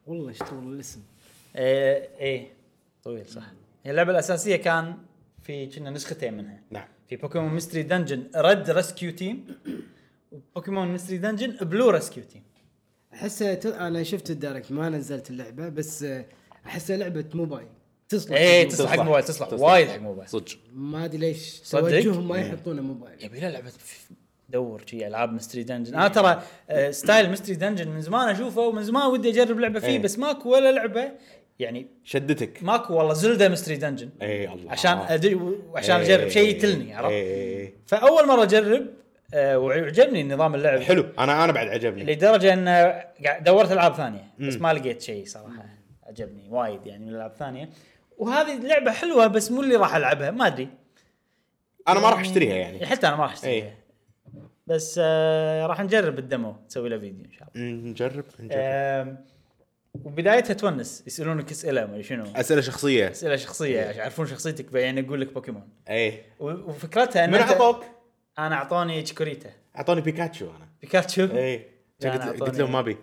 Speaker 2: والله ايش طول الاسم
Speaker 1: ايه ايه طويل صح هي اللعبه الاساسيه كان في كنا نسختين منها
Speaker 3: نعم
Speaker 1: في بوكيمون ميستري دنجن ريد ريسكيو تيم وبوكيمون ميستري دنجن بلو ريسكيو تيم
Speaker 2: احسها ت... انا شفت الدايركت ما نزلت اللعبه بس آه، احسها لعبه موبايل تصلح
Speaker 1: ايه
Speaker 2: للموبايل.
Speaker 1: تصلح حق موبايل تصلح وايد حق موبايل
Speaker 3: صدق
Speaker 2: ما ادري ليش
Speaker 1: صدق؟ إيه.
Speaker 2: توجههم ما يحطونه موبايل
Speaker 1: يبي له لعبه ف- دور شي العاب ميستري دنجن انا ترى آه، ستايل ميستري دنجن من زمان اشوفه ومن زمان ودي اجرب لعبه فيه
Speaker 3: إيه.
Speaker 1: بس ماكو ولا لعبه يعني
Speaker 3: شدتك
Speaker 1: ماكو والله زلده ميستري دنجن
Speaker 3: اي إيه، الله
Speaker 1: عشان ادري وعشان
Speaker 3: إيه.
Speaker 1: اجرب شيء يتلني عرفت
Speaker 3: إيه.
Speaker 1: فاول مره اجرب آه، وعجبني نظام اللعب
Speaker 3: حلو انا انا بعد عجبني
Speaker 1: لدرجه ان قاعد- دورت العاب ثانيه بس ما لقيت شيء صراحه عجبني وايد يعني من العاب ثانيه وهذه لعبه حلوه بس مو اللي راح العبها ما ادري
Speaker 3: انا ما راح اشتريها يعني
Speaker 1: حتى انا ما راح اشتريها
Speaker 3: إيه.
Speaker 1: بس آه راح نجرب الدمو نسوي له فيديو ان شاء الله
Speaker 3: نجرب نجرب
Speaker 1: آم، وبدايتها تونس يسالونك اسئله ما أدري شنو
Speaker 3: اسئله شخصيه
Speaker 1: اسئله شخصيه
Speaker 3: إيه.
Speaker 1: يعرفون شخصيتك يعني يقول لك بوكيمون
Speaker 3: ايه
Speaker 1: و- وفكرتها ان
Speaker 3: من
Speaker 1: أنت-
Speaker 3: عطوك؟
Speaker 1: انا اعطوني تشكوريتا
Speaker 3: اعطوني بيكاتشو انا
Speaker 1: بيكاتشو
Speaker 3: ايه
Speaker 1: لا، أنا
Speaker 3: قلت
Speaker 1: أعطوني-
Speaker 3: قلت لهم ما ابي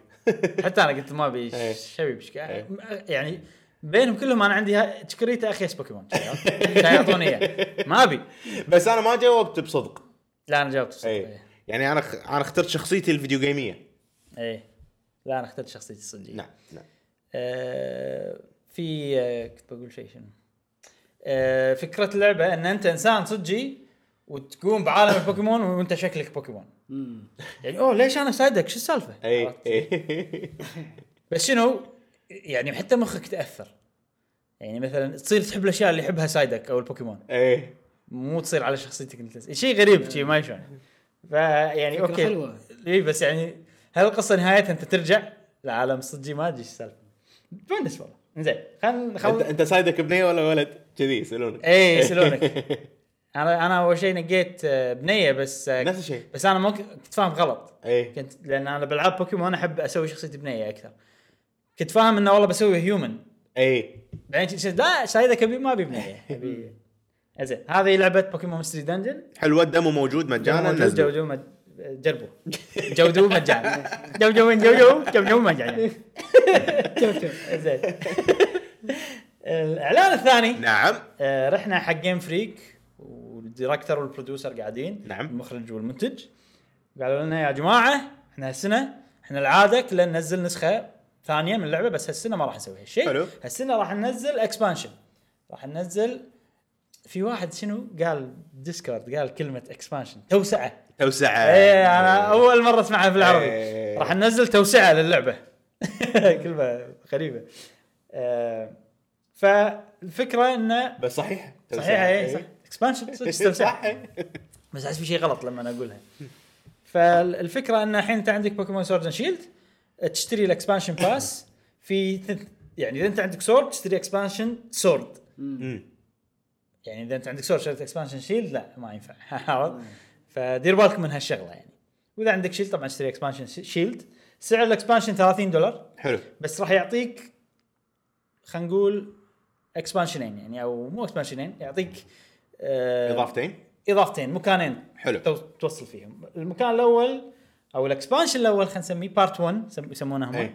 Speaker 1: حتى انا قلت ما ابي
Speaker 3: إيه.
Speaker 1: شبيب شك-
Speaker 3: إيه.
Speaker 1: يعني بينهم كلهم انا عندي ها- تشكريتا اخيس بوكيمون عشان يعطوني اياه ما ابي
Speaker 3: بس انا ما جاوبت بصدق
Speaker 1: لا انا جاوبت الصدق
Speaker 3: ايه
Speaker 1: ايه
Speaker 3: يعني انا خ... انا اخترت شخصيتي الفيديو جيميه
Speaker 1: ايه لا انا اخترت شخصيتي الصجيه
Speaker 3: نعم نعم
Speaker 1: آه في آه كنت بقول شيء شنو آه فكره اللعبه ان انت انسان صجي وتقوم بعالم البوكيمون وانت شكلك بوكيمون
Speaker 2: مم.
Speaker 1: يعني اوه ليش انا صايدك شو السالفه؟
Speaker 3: ايه
Speaker 1: عرفت؟
Speaker 3: ايه
Speaker 1: بس شنو يعني حتى مخك تاثر يعني مثلا تصير تحب الاشياء اللي يحبها سايدك او البوكيمون
Speaker 3: ايه
Speaker 1: مو تصير على شخصيتك انت شيء غريب شيء ما يشون فيعني
Speaker 2: آه. فكرة
Speaker 1: اوكي
Speaker 2: حلوة.
Speaker 1: اي بس يعني هل القصه نهايتها انت ترجع لعالم صجي ما ادري ايش السالفه تونس والله زين خلينا
Speaker 3: انت
Speaker 1: نخلص
Speaker 3: انت صايدك بنيه ولا ولد؟ كذي يسالونك
Speaker 1: اي يسالونك انا انا اول شيء نقيت آه، بنيه بس آه،
Speaker 3: نفس الشيء
Speaker 1: بس انا ممكن كنت فاهم غلط
Speaker 3: ايه
Speaker 1: كنت لان انا بالعاب بوكيمون احب اسوي شخصيتي بنيه اكثر كنت فاهم انه والله بسوي هيومن
Speaker 3: ايه
Speaker 1: بعدين كنت- لا سايدك ابي ما ابي بنيه ابي زين هذه لعبه بوكيمون مستري دنجن
Speaker 3: حلو الدمو موجود مجانا
Speaker 1: موجود
Speaker 3: نزلوا
Speaker 1: جوجو مج... جربوا جودو مجان جوجو من جوجو جوجو مجان
Speaker 2: شوف شوف
Speaker 1: زين الاعلان الثاني
Speaker 3: نعم
Speaker 1: آه، رحنا حق جيم فريك والديركتور والبروديوسر قاعدين
Speaker 3: نعم.
Speaker 1: المخرج والمنتج قالوا لنا يا جماعه احنا هالسنه احنا العاده كلنا ننزل نسخه ثانيه من اللعبه بس هالسنه ما راح نسوي هالشيء
Speaker 3: حلو.
Speaker 1: هالسنه راح ننزل اكسبانشن راح ننزل في واحد شنو قال ديسكورد قال كلمه اكسبانشن توسعه
Speaker 3: توسعه
Speaker 1: ايه انا اول مره اسمعها في العربي
Speaker 3: آه. إيه.
Speaker 1: راح ننزل توسعه للعبه كلمه غريبه آه، فالفكره انه
Speaker 3: بس صحيح توسعة. إيه.
Speaker 1: صحيحه اي إيه، صح اكسبانشن
Speaker 3: صح إيه.
Speaker 1: توسعه بس احس في شيء غلط لما انا اقولها فالفكره ان الحين انت عندك بوكيمون سورد اند شيلد تشتري الاكسبانشن باس في ث- يعني اذا انت عندك سورد تشتري اكسبانشن سورد
Speaker 3: مم.
Speaker 1: يعني اذا انت عندك سورد شريت اكسبانشن شيلد لا ما ينفع عرفت؟ فدير بالك من هالشغله يعني واذا عندك شيلد طبعا اشتري اكسبانشن شيلد سعر الاكسبانشن 30 دولار
Speaker 3: حلو
Speaker 1: بس راح يعطيك خلينا نقول اكسبانشنين يعني او مو اكسبانشنين يعطيك آه
Speaker 3: اضافتين
Speaker 1: اضافتين مكانين
Speaker 3: حلو.
Speaker 1: تو- توصل فيهم المكان الاول او الاكسبانشن الاول خلينا نسميه بارت 1 يسمونه هم
Speaker 3: إيه.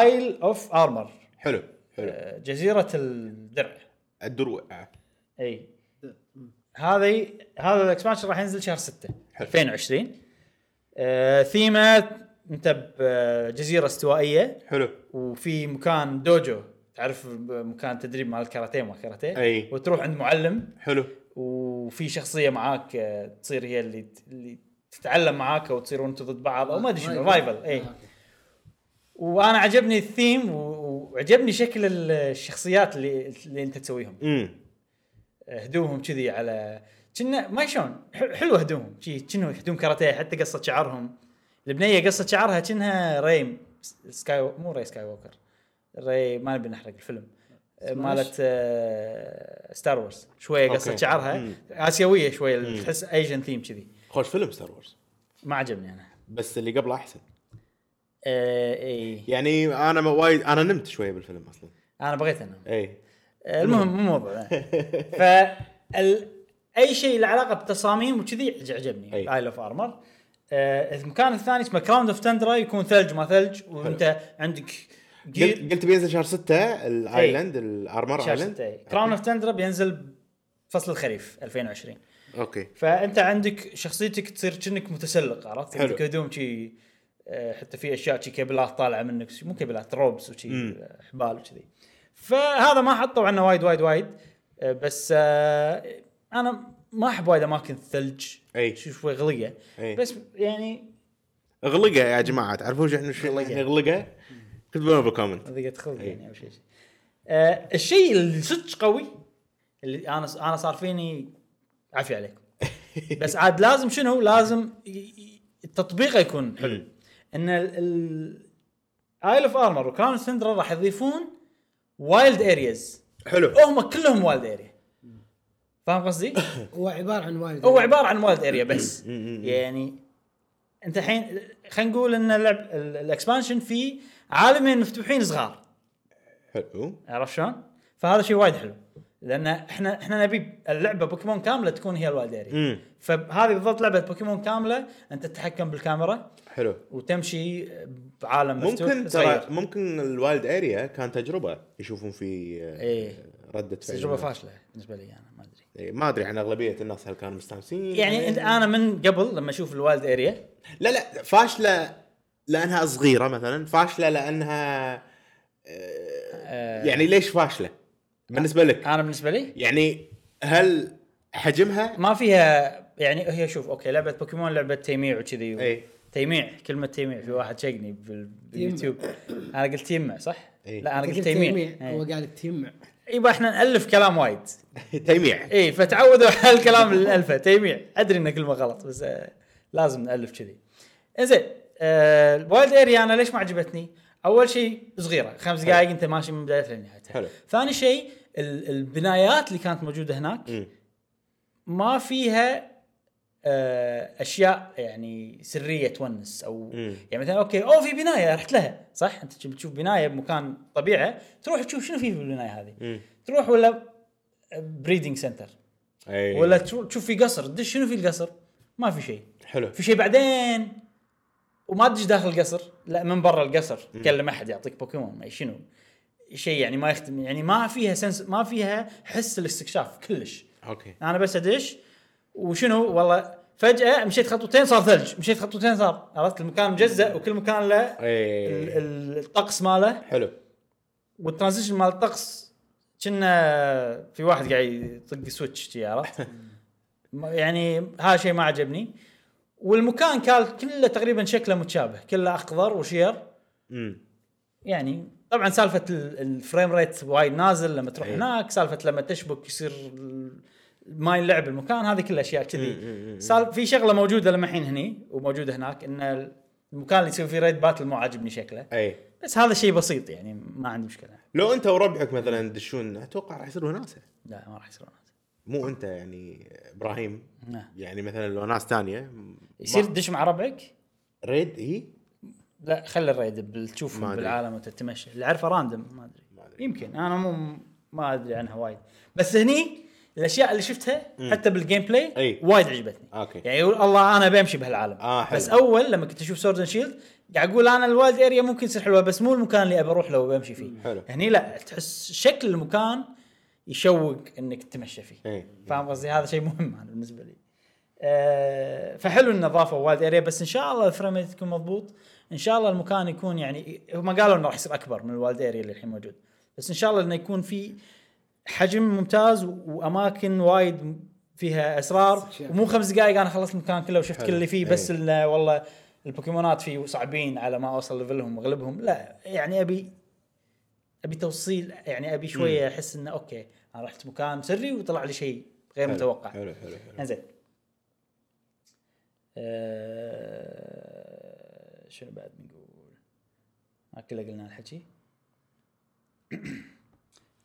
Speaker 1: ايل اوف ارمر
Speaker 3: حلو حلو
Speaker 1: إيه. جزيره الدرع
Speaker 3: الدروع
Speaker 1: اي هذه هذا الاكسبانشن راح ينزل شهر 6
Speaker 3: حلو.
Speaker 1: 2020 آه ثيمه انت بجزيره استوائيه
Speaker 3: حلو
Speaker 1: آه، وفي مكان دوجو تعرف مكان تدريب مال الكاراتيه ما كاراتيه
Speaker 3: أي.
Speaker 1: وتروح عند معلم
Speaker 3: حلو
Speaker 1: وفي شخصيه معاك آه، تصير هي اللي اللي تتعلم معاك وتصيرون انتم ضد بعض او ما ادري شنو
Speaker 2: رايفل.
Speaker 1: رايفل اي
Speaker 2: آه، أوكي.
Speaker 1: وانا عجبني الثيم و- وعجبني شكل ال- الشخصيات اللي اللي انت تسويهم
Speaker 3: امم
Speaker 1: هدومهم كذي على كنا ما شلون ح- حلو هدومهم شي كنا هدوم كاراتيه حتى قصه شعرهم البنيه قصه شعرها كأنها ريم سكاي مو ري سكاي ووكر ري ما نبي نحرق الفيلم آه، مالت آه، ستار وورز شويه قصه
Speaker 3: أوكي.
Speaker 1: شعرها
Speaker 3: مم.
Speaker 1: اسيويه شويه تحس ايجن ثيم كذي
Speaker 3: خوش فيلم ستار وورز
Speaker 1: ما عجبني انا
Speaker 3: بس اللي قبله احسن
Speaker 1: آه، اي
Speaker 3: يعني انا ما- وايد انا نمت شويه بالفيلم إيه. اصلا
Speaker 1: انا بغيت انام
Speaker 3: اي
Speaker 1: آه، المهم مو موضوع ف اي شيء له علاقه بالتصاميم وكذي ج-
Speaker 3: أي.
Speaker 1: عجبني ايل اوف ارمر آه، المكان الثاني اسمه كراوند اوف تندرا يكون ثلج ما ثلج وانت عندك
Speaker 3: قلت قلت بينزل شهر 6 الايلاند الارمر ايلاند
Speaker 1: كراون اوف تندرا بينزل فصل الخريف 2020
Speaker 3: اوكي
Speaker 1: فانت عندك شخصيتك تصير كأنك متسلق عرفت؟
Speaker 3: حلو.
Speaker 1: عندك هدوم شي آه، حتى في اشياء شي كابلات طالعه منك شي- مو كابلات روبس وشي
Speaker 3: مم.
Speaker 1: آه، حبال وكذي فهذا ما حطوا عنه وايد وايد وايد آه، بس آه، انا ما احب وايد اماكن الثلج
Speaker 3: أي.
Speaker 1: شي شوي غليه
Speaker 3: أي.
Speaker 1: بس يعني
Speaker 3: اغلقه يا جماعه تعرفون شو احنا شو احنا اغلقه كتبونا بالكومنت
Speaker 1: ضيقت خلق يعني او شيء شي. آه، الشيء اللي صدق قوي اللي انا انا صار فيني عافيه عليكم بس عاد لازم شنو لازم ي- ي- التطبيق يكون حلو ان ايل اوف ارمر وكراون سندرا راح يضيفون وايلد ارياز
Speaker 3: حلو
Speaker 1: هم كلهم وايلد اريا فاهم قصدي؟
Speaker 2: هو عباره عن والد
Speaker 1: هو عباره عن وايلد اريا بس
Speaker 3: مم.
Speaker 1: يعني انت الحين خلينا نقول ان اللعب ال- الاكسبانشن فيه عالمين مفتوحين صغار
Speaker 3: حلو
Speaker 1: عرفت شلون؟ فهذا شيء وايد حلو لان احنا احنا نبي اللعبه بوكيمون كامله تكون هي الوايلد اريا
Speaker 3: امم
Speaker 1: فهذه بالضبط لعبه بوكيمون كامله انت تتحكم بالكاميرا
Speaker 3: حلو
Speaker 1: وتمشي بعالم مفتوح
Speaker 3: ممكن
Speaker 1: صغير.
Speaker 3: ترى ممكن الوايلد اريا كان تجربه يشوفون في آه،
Speaker 1: إيه.
Speaker 3: رده
Speaker 1: بس
Speaker 3: فعل
Speaker 1: تجربه
Speaker 3: الناس.
Speaker 1: فاشله بالنسبه لي انا ما ادري
Speaker 3: إيه، ما ادري عن اغلبيه الناس هل كانوا مستانسين
Speaker 1: يعني انت انا من قبل لما اشوف الوايلد اريا
Speaker 3: لا لا فاشله لانها صغيره مثلا فاشله لانها آه، يعني ليش فاشله بالنسبه لك
Speaker 1: انا بالنسبه لي
Speaker 3: يعني هل حجمها
Speaker 1: ما فيها يعني هي شوف اوكي لعبه بوكيمون لعبه تيميع وكذي و-
Speaker 3: إي.
Speaker 1: تيميع كلمه تيميع في واحد شقني بال- باليوتيوب انا قلت تيمع صح؟
Speaker 3: إي.
Speaker 1: لا انا
Speaker 2: أنت
Speaker 1: قلت
Speaker 2: قلت
Speaker 1: تيميع إيه.
Speaker 2: تيميع. هو
Speaker 1: إي.
Speaker 2: قال تيمع
Speaker 1: يبا احنا نالف كلام وايد
Speaker 3: تيميع
Speaker 1: اي فتعودوا على الكلام الالفه تيميع ادري ان كلمه غلط بس آه لازم نالف كذي انزين آه الوايلد اريا انا ليش ما عجبتني؟ اول شيء صغيره خمس دقائق انت ماشي من بدايتها لنهايتها
Speaker 3: حلو.
Speaker 1: ثاني شيء ال- البنايات اللي كانت موجوده هناك
Speaker 3: مم.
Speaker 1: ما فيها آه اشياء يعني سريه تونس او
Speaker 3: مم.
Speaker 1: يعني مثلا اوكي او في بنايه رحت لها صح انت بتشوف بنايه بمكان طبيعه تروح تشوف شنو في بالبنايه هذه
Speaker 3: مم.
Speaker 1: تروح ولا بريدنج سنتر
Speaker 3: أي.
Speaker 1: ولا ترو- تشوف في قصر تدش شنو في القصر؟ ما في شيء
Speaker 3: حلو
Speaker 1: في شيء بعدين وما تدش داخل القصر لا من برا القصر تكلم احد يعطيك بوكيمون ما شنو شيء يعني ما يختم يعني ما فيها سنس ما فيها حس الاستكشاف كلش
Speaker 3: اوكي
Speaker 1: انا بس ادش وشنو والله فجاه مشيت خطوتين صار ثلج مشيت خطوتين صار عرفت المكان مجزء وكل مكان له ال-
Speaker 3: اي
Speaker 1: ال- الطقس ماله
Speaker 3: إيه، حلو
Speaker 1: والترانزيشن مال الطقس كنا في واحد قاعد يطق سويتش جي عرفت؟ ما- يعني هذا شيء ما عجبني والمكان كان كله تقريبا شكله متشابه كله اخضر وشير
Speaker 3: امم
Speaker 1: يعني طبعا سالفه ال- الفريم ريت وايد نازل لما تروح
Speaker 3: أي.
Speaker 1: هناك سالفه لما تشبك يصير ال- ما يلعب المكان هذه كلها اشياء
Speaker 3: مم، مم،
Speaker 1: كذي
Speaker 3: مم.
Speaker 1: صار في شغله موجوده لما الحين هني وموجوده هناك ان المكان اللي يصير فيه ريد باتل مو عاجبني شكله
Speaker 3: اي
Speaker 1: بس هذا شيء بسيط يعني ما عندي مشكله
Speaker 3: إيه. لو انت وربعك مثلا تدشون اتوقع راح يصير وناسه
Speaker 1: لا ما راح يصير وناسة.
Speaker 3: مو انت يعني ابراهيم
Speaker 1: نعم.
Speaker 3: يعني مثلا لو ناس ثانيه م-
Speaker 1: يصير
Speaker 3: ما-
Speaker 1: تدش مع ربعك
Speaker 3: ريد إيه؟ هي
Speaker 1: لا خلي الريد بال-
Speaker 3: ما
Speaker 1: تشوفهم
Speaker 3: أدري.
Speaker 1: بالعالم وتتمشى اللي اعرفه راندم ما ادري
Speaker 3: ما أدري.
Speaker 1: يمكن انا مو ما ادري عنها وايد بس هني الاشياء اللي شفتها حتى بالجيم بلاي
Speaker 3: أي.
Speaker 1: وايد عجبتني
Speaker 3: أوكي.
Speaker 1: يعني يقول الله انا بمشي بهالعالم
Speaker 3: آه، حلو.
Speaker 1: بس اول لما كنت اشوف سورد شيلد قاعد اقول انا الوايلد اريا ممكن يصير حلوه بس مو المكان اللي ابى اروح له وبمشي فيه
Speaker 3: حلو.
Speaker 1: هني لا تحس شكل المكان يشوق انك تتمشى فيه
Speaker 3: إي.
Speaker 1: فاهم قصدي هذا شيء مهم انا بالنسبه لي آه، فحلو النظافه وايد اريا بس ان شاء الله الفريم ريت يكون مضبوط ان شاء الله المكان يكون يعني هم قالوا انه راح يصير اكبر من الوايد اريا اللي الحين موجود بس ان شاء الله انه يكون في حجم ممتاز و- واماكن وايد م- فيها اسرار
Speaker 2: شيء.
Speaker 1: ومو خمس دقائق انا خلصت المكان كله وشفت كل اللي فيه
Speaker 3: حلو.
Speaker 1: بس إنه والله البوكيمونات فيه صعبين على ما اوصل ليفلهم اغلبهم لا يعني ابي ابي توصيل يعني ابي شويه احس انه اوكي انا رحت مكان سري وطلع لي شيء غير
Speaker 3: حلو،
Speaker 1: متوقع
Speaker 3: حلو حلو حلو.
Speaker 1: انزين آه، شنو بعد بنقول؟ ها كله قلنا الحكي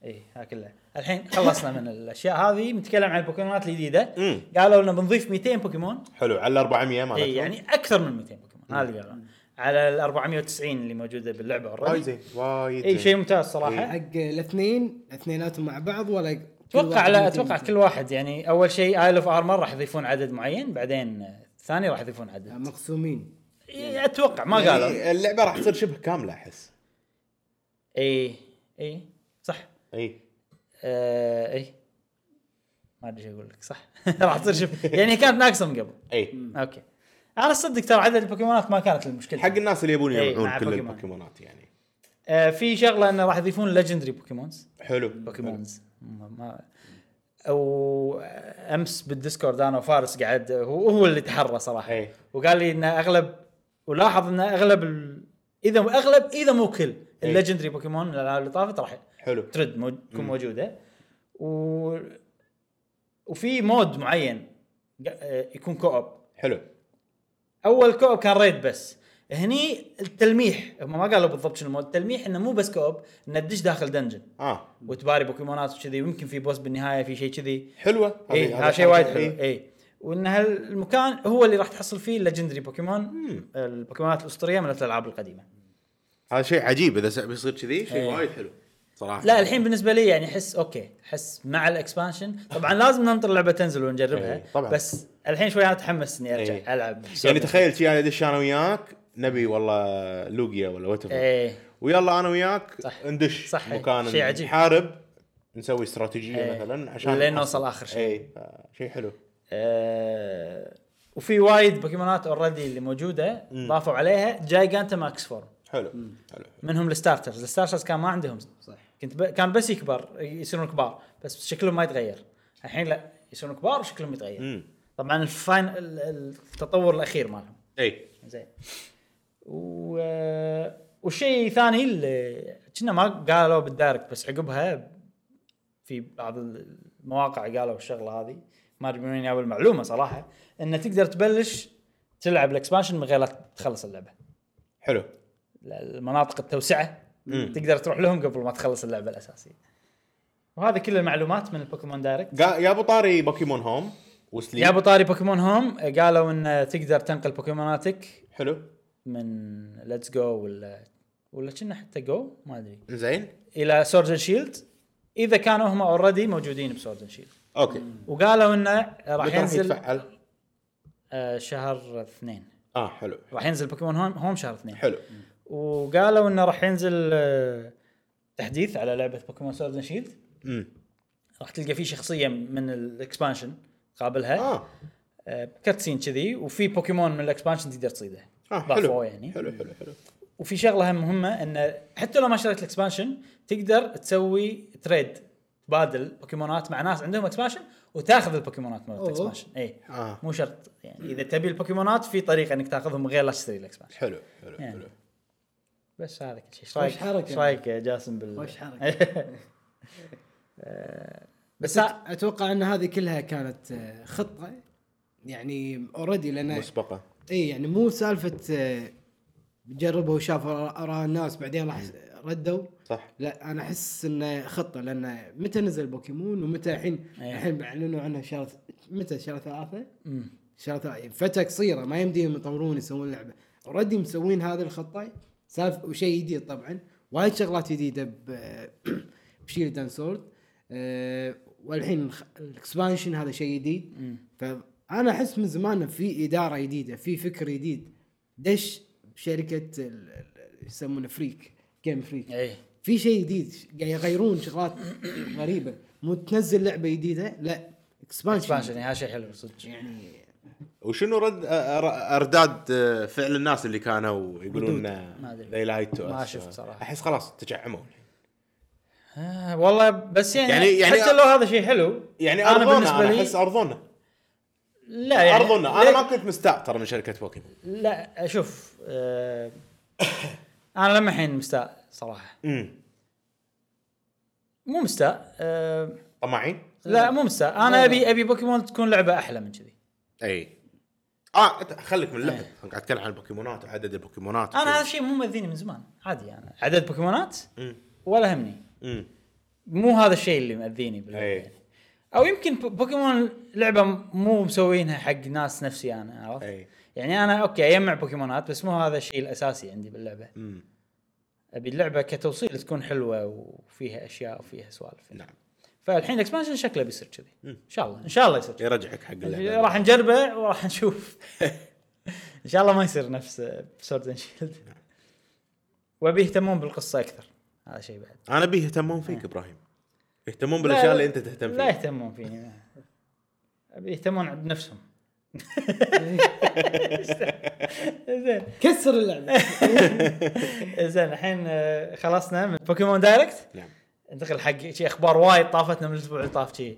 Speaker 1: اي ها كله الحين خلصنا من الاشياء هذه بنتكلم عن البوكيمونات الجديده
Speaker 3: مم.
Speaker 1: قالوا لنا بنضيف 200 بوكيمون
Speaker 3: حلو على ال 400 مالتهم
Speaker 1: اي يعني اكثر من 200 بوكيمون هذا اللي قالوا على ال 490 اللي موجوده باللعبه
Speaker 3: وايد
Speaker 1: اوريدي
Speaker 3: زين وايد
Speaker 1: اي
Speaker 3: زين.
Speaker 1: إيه، شيء ممتاز
Speaker 3: إيه.
Speaker 1: صراحه
Speaker 2: حق الاثنين اثنيناتهم مع بعض ولا كل
Speaker 1: اتوقع
Speaker 2: واحد
Speaker 1: لا
Speaker 2: ممكن
Speaker 1: اتوقع
Speaker 2: يجيب؟
Speaker 1: كل واحد يعني اول شيء ايل اوف ارمر راح يضيفون عدد معين بعدين آه، الثاني راح يضيفون عدد
Speaker 2: مقسومين
Speaker 1: إي، اتوقع ما
Speaker 3: يعني
Speaker 1: قالوا
Speaker 3: اللعبه راح تصير شبه كامله احس
Speaker 2: إيه.
Speaker 1: اي اي إيه، صح
Speaker 3: اي
Speaker 1: آه اي ما ادري شو اقول لك صح راح تصير شوف يعني هي كانت ناقصه من قبل
Speaker 3: اي
Speaker 1: اوكي انا صدق ترى عدد البوكيمونات ما كانت المشكله
Speaker 3: حق الناس اللي يبون
Speaker 1: إي،
Speaker 3: يجمعون
Speaker 1: مع
Speaker 3: كل
Speaker 1: بوكيمون.
Speaker 3: البوكيمونات يعني
Speaker 1: آه في شغله انه راح يضيفون ليجندري بوكيمونز
Speaker 3: حلو
Speaker 1: بوكيمونز ما- ما او امس بالديسكورد انا وفارس قعد هو هو اللي تحرى صراحه
Speaker 3: إي.
Speaker 1: وقال لي ان اغلب ولاحظ ان اغلب ال... اذا اغلب اذا مو كل
Speaker 3: إي.
Speaker 1: الليجندري بوكيمون الالعاب اللي طافت راح
Speaker 3: حلو
Speaker 1: ترد مو- تكون موجوده و... وفي مود معين ق- آه، يكون كوب
Speaker 3: حلو
Speaker 1: اول كوب كان ريد بس هني التلميح هم ما قالوا بالضبط شنو المود التلميح انه مو بس كوب انه تدش داخل دنجن
Speaker 3: اه
Speaker 1: وتباري بوكيمونات وكذي ويمكن في بوس بالنهايه في شيء كذي
Speaker 3: حلوه
Speaker 1: اي
Speaker 3: هذه-
Speaker 1: إيه، هذا شيء
Speaker 3: هذه
Speaker 1: وايد
Speaker 3: حلوة.
Speaker 1: حلو اي وان هالمكان هو اللي راح تحصل فيه الليجندري بوكيمون
Speaker 3: مم.
Speaker 1: البوكيمونات الاسطوريه من الالعاب القديمه
Speaker 3: هذا شيء عجيب اذا س- بيصير كذي شيء
Speaker 1: إيه.
Speaker 3: وايد حلو صراحه
Speaker 1: لا الحين بالنسبه لي يعني احس اوكي احس مع الاكسبانشن طبعا لازم ننطر اللعبه تنزل ونجربها
Speaker 3: إيه، طبعا.
Speaker 1: بس الحين شوي انا متحمس اني ارجع
Speaker 3: إيه.
Speaker 1: العب
Speaker 3: يعني تخيل شي انا ادش انا وياك نبي والله لوقيا ولا وات
Speaker 1: ايه
Speaker 3: ويلا انا وياك
Speaker 1: صح.
Speaker 3: ندش
Speaker 1: صح.
Speaker 3: مكان
Speaker 1: شيء عجيب.
Speaker 3: نحارب نسوي استراتيجيه
Speaker 1: إيه.
Speaker 3: مثلا عشان
Speaker 1: لين نوصل آخر شيء.
Speaker 3: اي شيء حلو
Speaker 1: آه وفي وايد بوكيمونات اوريدي اللي موجوده ضافوا عليها جايجانتا ماكس فورم
Speaker 3: حلو حلو
Speaker 1: منهم الستارترز الستارترز كان ما عندهم
Speaker 2: صح
Speaker 1: كنت ب... كان بس يكبر يصيرون كبار بس شكلهم ما يتغير الحين لا يصيرون كبار وشكلهم يتغير
Speaker 3: امم
Speaker 1: طبعا الفاين ال- التطور الاخير مالهم
Speaker 3: اي
Speaker 1: زين و... وشيء ثاني اللي كنا ما قالوا بالدايركت بس عقبها في بعض المواقع قالوا الشغله هذه ما ادري من وين جابوا المعلومه صراحه انه تقدر تبلش تلعب الاكسبانشن من غير لا تخلص اللعبه
Speaker 3: حلو
Speaker 1: المناطق التوسعه
Speaker 3: مم.
Speaker 1: تقدر تروح لهم قبل ما تخلص اللعبه الاساسيه وهذه كل المعلومات من البوكيمون دايركت
Speaker 3: قا- يا ابو طاري بوكيمون هوم وسليب
Speaker 1: يا ابو طاري بوكيمون هوم قالوا ان تقدر تنقل بوكيموناتك
Speaker 3: حلو
Speaker 1: من ليتس جو ولا ولا كنا حتى جو ما ادري
Speaker 3: زين
Speaker 1: الى سورد شيلد اذا كانوا هم اوريدي موجودين بسورد شيلد
Speaker 3: اوكي
Speaker 1: وقالوا انه راح
Speaker 3: متى راح
Speaker 1: ينزل
Speaker 3: يتفعل
Speaker 1: آه شهر اثنين
Speaker 3: اه حلو
Speaker 1: راح ينزل بوكيمون هوم, هوم شهر اثنين
Speaker 3: حلو
Speaker 1: وقالوا انه راح ينزل آه تحديث على لعبه بوكيمون سورد شيلد
Speaker 3: امم
Speaker 1: راح تلقى فيه شخصيه من الاكسبانشن قابلها
Speaker 3: اه
Speaker 1: آه كاتسين كذي وفي بوكيمون من الاكسبانشن تقدر تصيده
Speaker 3: اه
Speaker 1: ضافوه
Speaker 3: حلو
Speaker 1: يعني
Speaker 3: حلو حلو حلو
Speaker 1: وفي شغله هم مهمه انه حتى لو ما شريت الاكسبانشن تقدر تسوي تريد تبادل بوكيمونات مع ناس عندهم اكسبانشن وتاخذ البوكيمونات مال
Speaker 2: أوه.
Speaker 1: الاكسبانشن اي
Speaker 3: آه.
Speaker 1: مو شرط يعني اذا تبي البوكيمونات في طريقه انك تاخذهم من غير لا تشتري الاكسبانشن
Speaker 3: حلو حلو
Speaker 1: يعني.
Speaker 3: حلو
Speaker 1: بس هذا كل شيء ايش رايك؟
Speaker 2: وش حركة؟
Speaker 1: ايش رايك يا جاسم بال
Speaker 2: وش حركة؟
Speaker 1: آه،
Speaker 2: بس
Speaker 1: بس ها-
Speaker 2: اتوقع ان هذه كلها كانت آه، خطه يعني اوريدي لان
Speaker 3: مسبقه
Speaker 2: اي يعني مو سالفه آه، جربوا وشافوا اراء الناس بعدين راح ردوا
Speaker 3: صح
Speaker 2: لا انا احس انه خطه لان متى نزل بوكيمون ومتى الحين
Speaker 1: إيه.
Speaker 2: الحين اعلنوا عنها شهر متى شهر ثلاثه
Speaker 1: مم.
Speaker 2: شهر ثلاثه فتره قصيره ما يمديهم يطورون يسوون لعبه اوريدي مسوين هذه الخطه سالف وشيء جديد طبعا وايد شغلات جديده ب- بشيلد اند سورد آه، والحين الخ- الاكسبانشن هذا شيء جديد فانا احس من زمان إن في اداره جديده في فكر جديد دش بشركه ال- ال- يسمونه فريك جيم فريك
Speaker 1: اي
Speaker 2: في شيء جديد ش- قاعد يغيرون شغلات غريبه مو تنزل لعبه جديده لا
Speaker 1: اكسبانشن
Speaker 2: اكسبانشن
Speaker 1: يعني هذا شيء حلو صدق
Speaker 2: يعني
Speaker 3: وشنو رد أ- أر- ارداد أه، فعل الناس اللي كانوا يقولون آه،
Speaker 1: ما أدري.
Speaker 3: ذي لايت
Speaker 1: ما شفت صراحة.
Speaker 3: احس خلاص تجعموا
Speaker 1: آه والله بس يعني,
Speaker 3: يعني-
Speaker 1: يعني,
Speaker 3: يعني-
Speaker 1: حتى لو هذا شيء حلو
Speaker 3: يعني
Speaker 1: انا
Speaker 3: ارضونا
Speaker 1: بالنسبه
Speaker 3: انا
Speaker 1: لي
Speaker 3: احس ارضونا
Speaker 1: لا يعني
Speaker 3: ارضونا انا
Speaker 1: ليه-
Speaker 3: ما كنت مستاء ترى من شركه بوكيمون
Speaker 1: لا شوف آه انا لما الحين مستاء صراحه
Speaker 3: امم
Speaker 1: مو مستاء آه
Speaker 3: طماعين
Speaker 1: لا مو مستاء انا ابي ابي بوكيمون تكون لعبه احلى من كذي
Speaker 3: اي اه أنت خليك من اللعبه
Speaker 1: إيه.
Speaker 3: أنا قاعد اتكلم عن البوكيمونات وعدد البوكيمونات
Speaker 1: انا هذا الشيء مو مذيني من زمان عادي انا عدد بوكيمونات
Speaker 3: امم
Speaker 1: ولا همني
Speaker 3: امم
Speaker 1: مو هذا الشيء اللي مأذيني باللعبة
Speaker 3: إيه.
Speaker 1: يعني. او يمكن بو- بوكيمون لعبه م- مو مسوينها حق ناس نفسي انا عرفت؟
Speaker 3: إيه.
Speaker 1: يعني انا اوكي اجمع بوكيمونات بس مو هذا الشيء الاساسي عندي باللعبه
Speaker 3: امم
Speaker 1: ابي اللعبه كتوصيل تكون حلوه وفيها اشياء وفيها سوالف
Speaker 3: نعم
Speaker 1: فالحين الاكسبانشن شكله بيصير كذي
Speaker 3: مم.
Speaker 1: ان شاء الله ان شاء الله يصير كذي.
Speaker 3: يرجعك حق اللعبه
Speaker 1: إيه، راح نجربه وراح نشوف ان شاء الله ما يصير نفس آه، سورد اند شيلد
Speaker 3: نعم.
Speaker 1: وابي يهتمون بالقصه اكثر هذا شيء بعد
Speaker 3: انا ابي يهتمون فيك ابراهيم يهتمون
Speaker 1: إيه. لا-
Speaker 3: بالاشياء اللي انت تهتم
Speaker 1: لا
Speaker 3: فيها
Speaker 1: يهتمون فيني ابي يهتمون بنفسهم زين
Speaker 2: كسر اللعبه
Speaker 1: زين الحين آه، خلصنا من بوكيمون دايركت
Speaker 3: نعم
Speaker 1: ننتقل حق شي اخبار وايد طافتنا من الاسبوع اللي طاف شي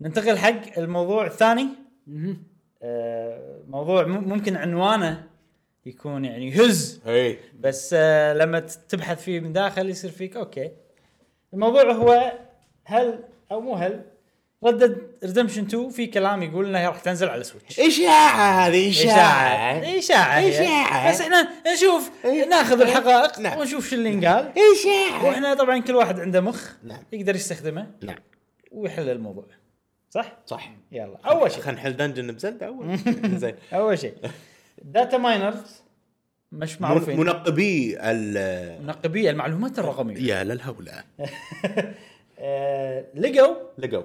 Speaker 1: ننتقل حق الموضوع الثاني
Speaker 2: مهم.
Speaker 1: آه، موضوع مم- ممكن عنوانه يكون يعني يهز
Speaker 3: اي
Speaker 1: بس آه، لما ت- تبحث فيه من داخل يصير فيك اوكي الموضوع هو هل او مو هل ردد ريدمشن 2 في كلام يقول انها راح تنزل على سويتش
Speaker 3: اشاعه هذه اشاعه
Speaker 1: اشاعه هي.
Speaker 3: إشاعة.
Speaker 1: بس احنا نشوف ناخذ الحقائق
Speaker 3: نعم.
Speaker 1: ونشوف شو اللي انقال
Speaker 3: اشاعه
Speaker 1: واحنا طبعا كل واحد عنده مخ
Speaker 3: نعم.
Speaker 1: يقدر يستخدمه
Speaker 3: نعم
Speaker 1: ويحل الموضوع صح
Speaker 3: صح
Speaker 1: يلا اول شيء
Speaker 3: خلينا نحل دنجن بزلده اول زين
Speaker 1: اول شيء داتا ماينرز مش
Speaker 3: من-
Speaker 1: معروفين
Speaker 3: منقبي ال
Speaker 1: منقبي المعلومات الرقميه
Speaker 3: يا للهولة
Speaker 1: آه، لقوا
Speaker 3: لقوا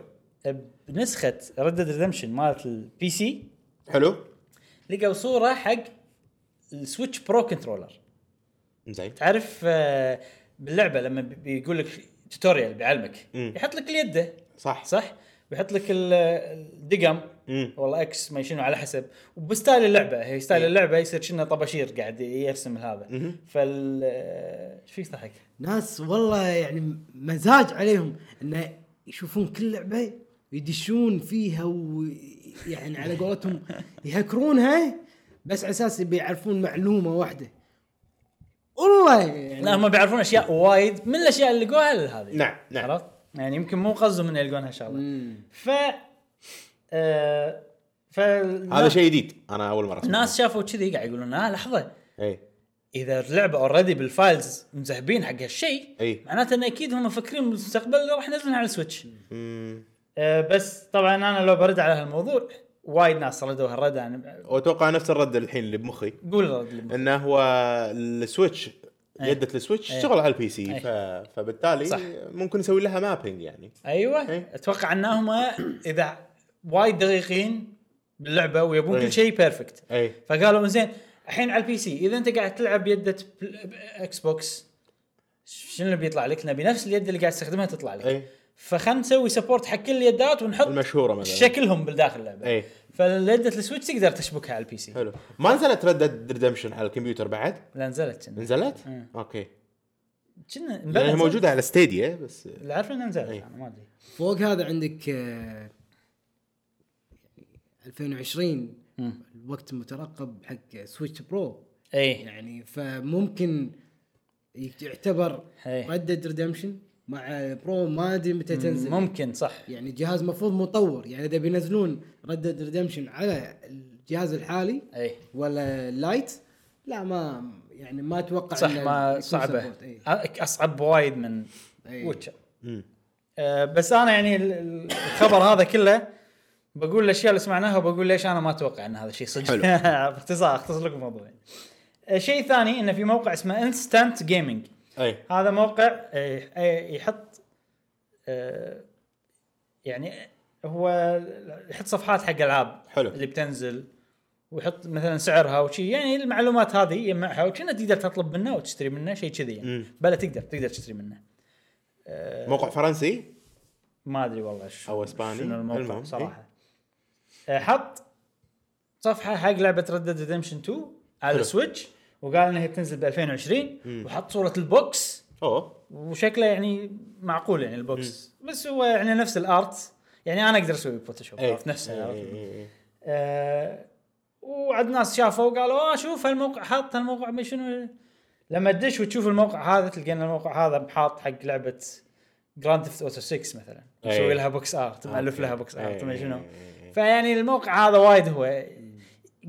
Speaker 1: بنسخه ردد ريدمشن مالت البي سي
Speaker 3: حلو
Speaker 1: لقوا صوره حق السويتش برو كنترولر
Speaker 3: زين
Speaker 1: تعرف آه، باللعبه لما بي- بيقول لك توتوريال بيعلمك
Speaker 3: مم.
Speaker 1: يحط لك اليده
Speaker 3: صح
Speaker 1: صح بيحط لك ال- الدقم
Speaker 3: مم.
Speaker 1: والله اكس ما شنو على حسب وبستايل اللعبه هي
Speaker 3: إيه.
Speaker 1: ستايل اللعبه يصير شنو طباشير قاعد يرسم هذا فال آه، ايش فيك تضحك؟
Speaker 2: ناس والله يعني مزاج عليهم انه يشوفون كل لعبه يدشون فيها ويعني على قولتهم يهكرونها بس على اساس بيعرفون معلومه واحده والله يعني
Speaker 1: لا هم بيعرفون اشياء وايد من الاشياء اللي لقوها لهذه
Speaker 3: نعم، نعم.
Speaker 1: عرفت؟ يعني يمكن مو قصدهم ان يلقونها ان شاء الله
Speaker 2: مم.
Speaker 1: ف آه ف هذا
Speaker 3: هذا شيء جديد انا اول مره اسمع
Speaker 1: الناس شافوا كذي قاعد يقولون اه لحظه
Speaker 3: اي
Speaker 1: اذا اللعبه اوريدي بالفايلز مذهبين حق هالشيء
Speaker 3: إي.
Speaker 1: معناته ان اكيد هم مفكرين بالمستقبل اللي راح ينزلونها على السويتش آه بس طبعا انا لو برد على هالموضوع وايد ناس ردوا هالرد انا
Speaker 3: واتوقع نفس الرد الحين اللي بمخي
Speaker 1: قول الرد اللي بمخك.
Speaker 3: انه هو السويتش يدة السويتش
Speaker 1: إيه.
Speaker 3: تشتغل على البي سي
Speaker 1: إيه.
Speaker 3: ف... فبالتالي
Speaker 1: صح.
Speaker 3: ممكن نسوي لها مابينج يعني
Speaker 1: ايوه
Speaker 3: إي.
Speaker 1: اتوقع انهم اذا وايد دقيقين باللعبه ويبون
Speaker 3: إي.
Speaker 1: كل شيء بيرفكت
Speaker 3: اي
Speaker 1: فقالوا زين الحين على البي سي اذا انت قاعد تلعب بيده بل- ب- اكس بوكس شنو اللي بيطلع لك؟ نبي نفس اليد اللي قاعد تستخدمها تطلع لك
Speaker 3: اي
Speaker 1: فخلنا نسوي سبورت حق كل اليدات ونحط
Speaker 3: المشهوره مثلا
Speaker 1: شكلهم بالداخل اللعبه
Speaker 3: إي.
Speaker 1: فاليدة السويتش تقدر تشبكها على البي سي
Speaker 3: إيه. حلو ما نزلت ردد ريدمشن على الكمبيوتر بعد
Speaker 1: لا نزلت كنا
Speaker 3: نزلت؟ يعني
Speaker 1: إيه.
Speaker 3: اوكي
Speaker 1: كنا بلا
Speaker 3: لانها
Speaker 1: نزلت.
Speaker 3: موجوده على ستيديا بس
Speaker 1: لا عارف انها نزلت
Speaker 3: إي.
Speaker 1: انا ما ادري
Speaker 2: فوق هذا عندك آه، 2020
Speaker 1: مم.
Speaker 2: الوقت المترقب حق سويتش برو
Speaker 1: اي
Speaker 2: يعني فممكن يعتبر
Speaker 1: إيه.
Speaker 2: ردد ريدمشن مع برو ما ادري متى تنزل
Speaker 1: ممكن صح
Speaker 2: يعني جهاز مفروض مطور يعني اذا بينزلون ردد ريدمشن على الجهاز الحالي
Speaker 1: اي
Speaker 2: ولا اللايت لا ما يعني ما اتوقع
Speaker 1: صح
Speaker 2: إنه
Speaker 1: ما
Speaker 2: يكون
Speaker 1: صعبه
Speaker 2: support. إيه.
Speaker 1: أك- اصعب وايد من
Speaker 2: إي.
Speaker 1: ويتشر
Speaker 3: مم.
Speaker 1: أه بس انا يعني ال- ال- الخبر هذا كله بقول الاشياء اللي سمعناها وبقول ليش انا ما اتوقع ان هذا الشيء صدق
Speaker 3: حلو.
Speaker 1: باختصار اختصر لكم الموضوع أه، شيء ثاني انه في موقع اسمه انستنت جيمنج
Speaker 3: اي
Speaker 1: هذا موقع أه، أه، يحط أه، يعني هو يحط صفحات حق العاب
Speaker 3: حلو.
Speaker 1: اللي بتنزل ويحط مثلا سعرها وشي يعني المعلومات هذه يجمعها وكنا تقدر تطلب منه وتشتري منه شيء كذي يعني
Speaker 3: مم.
Speaker 1: بلا تقدر تقدر تشتري منه إيه.
Speaker 3: موقع فرنسي
Speaker 1: ما ادري والله شو
Speaker 3: أو إسباني.
Speaker 1: شنو الموقع
Speaker 3: المهم، إيه.
Speaker 1: صراحه آه، حط صفحه حق لعبه ردد ريدمشن 2 على
Speaker 3: حلو.
Speaker 1: السويتش وقال انها بتنزل ب 2020 وحط صوره البوكس
Speaker 3: اوه
Speaker 1: وشكله يعني معقول يعني البوكس بس هو يعني نفس الارت يعني انا اقدر اسوي بفوتوشوب
Speaker 3: إيه.
Speaker 1: عرفت نفسه عرفت؟ آه، وعد ناس شافوا وقالوا اه شوف هالموقع حاط هالموقع ما شنو لما تدش وتشوف الموقع هذا تلقى ان الموقع هذا محاط حق لعبه جراند ثيفت اوتو 6 مثلا
Speaker 3: أي.
Speaker 1: مسوي لها بوكس ارت مالف لها بوكس ارت
Speaker 3: أي.
Speaker 1: ما شنو فيعني الموقع هذا وايد هو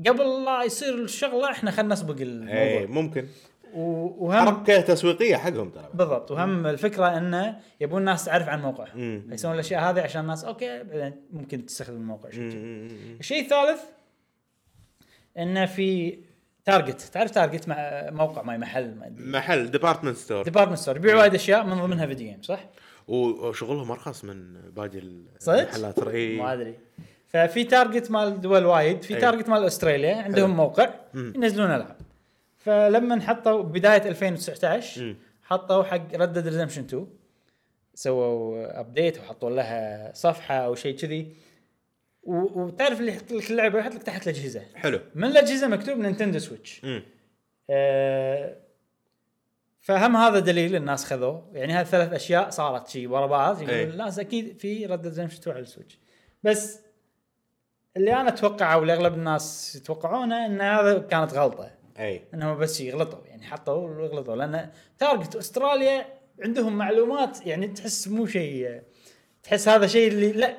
Speaker 1: قبل لا يصير الشغله احنا خلينا نسبق
Speaker 3: اي
Speaker 1: الموضوع
Speaker 3: إيه. ممكن
Speaker 1: و- وهم
Speaker 3: حركه تسويقيه حقهم ترى
Speaker 1: بالضبط وهم الفكره انه يبون الناس تعرف عن موقعهم
Speaker 3: مم.
Speaker 1: فيسوون الاشياء هذه عشان الناس اوكي بعدين ممكن تستخدم الموقع شو تجيب.
Speaker 3: مم.
Speaker 1: الشيء الثالث انه في تارجت تعرف تارجت مع موقع ماي محل ما ادري
Speaker 3: محل ديبارتمنت ستور
Speaker 1: ديبارتمنت ستور يبيع وايد اشياء من ضمنها فيديو جيم صح؟
Speaker 3: وشغلهم ارخص من باقي
Speaker 1: صدق؟
Speaker 3: المحلات اي
Speaker 1: ما ادري ففي تارجت مال دول وايد في
Speaker 3: إيه. أي.
Speaker 1: تارجت مال استراليا عندهم موقع ينزلون العاب فلما حطوا بدايه 2019
Speaker 3: مم.
Speaker 1: حطوا حق ردد ريدمشن 2 سووا ابديت وحطوا لها صفحه او شيء كذي و- وتعرف اللي يحط لك اللعبه يحط لك تحت الاجهزه
Speaker 3: حلو
Speaker 1: من الاجهزه مكتوب نينتندو سويتش
Speaker 3: مم.
Speaker 1: آه، فهم هذا دليل الناس خذوه يعني هذه ثلاث اشياء صارت شي ورا بعض يعني يقولون
Speaker 3: إيه.
Speaker 1: الناس اكيد في رد ريدمشن 2 على السويتش بس اللي انا اتوقعه واللي اغلب الناس يتوقعونه ان هذا كانت غلطه
Speaker 3: اي
Speaker 1: انهم بس يغلطوا يعني حطوا وغلطوا لان تارجت استراليا عندهم معلومات يعني تحس مو شيء تحس هذا شيء اللي لا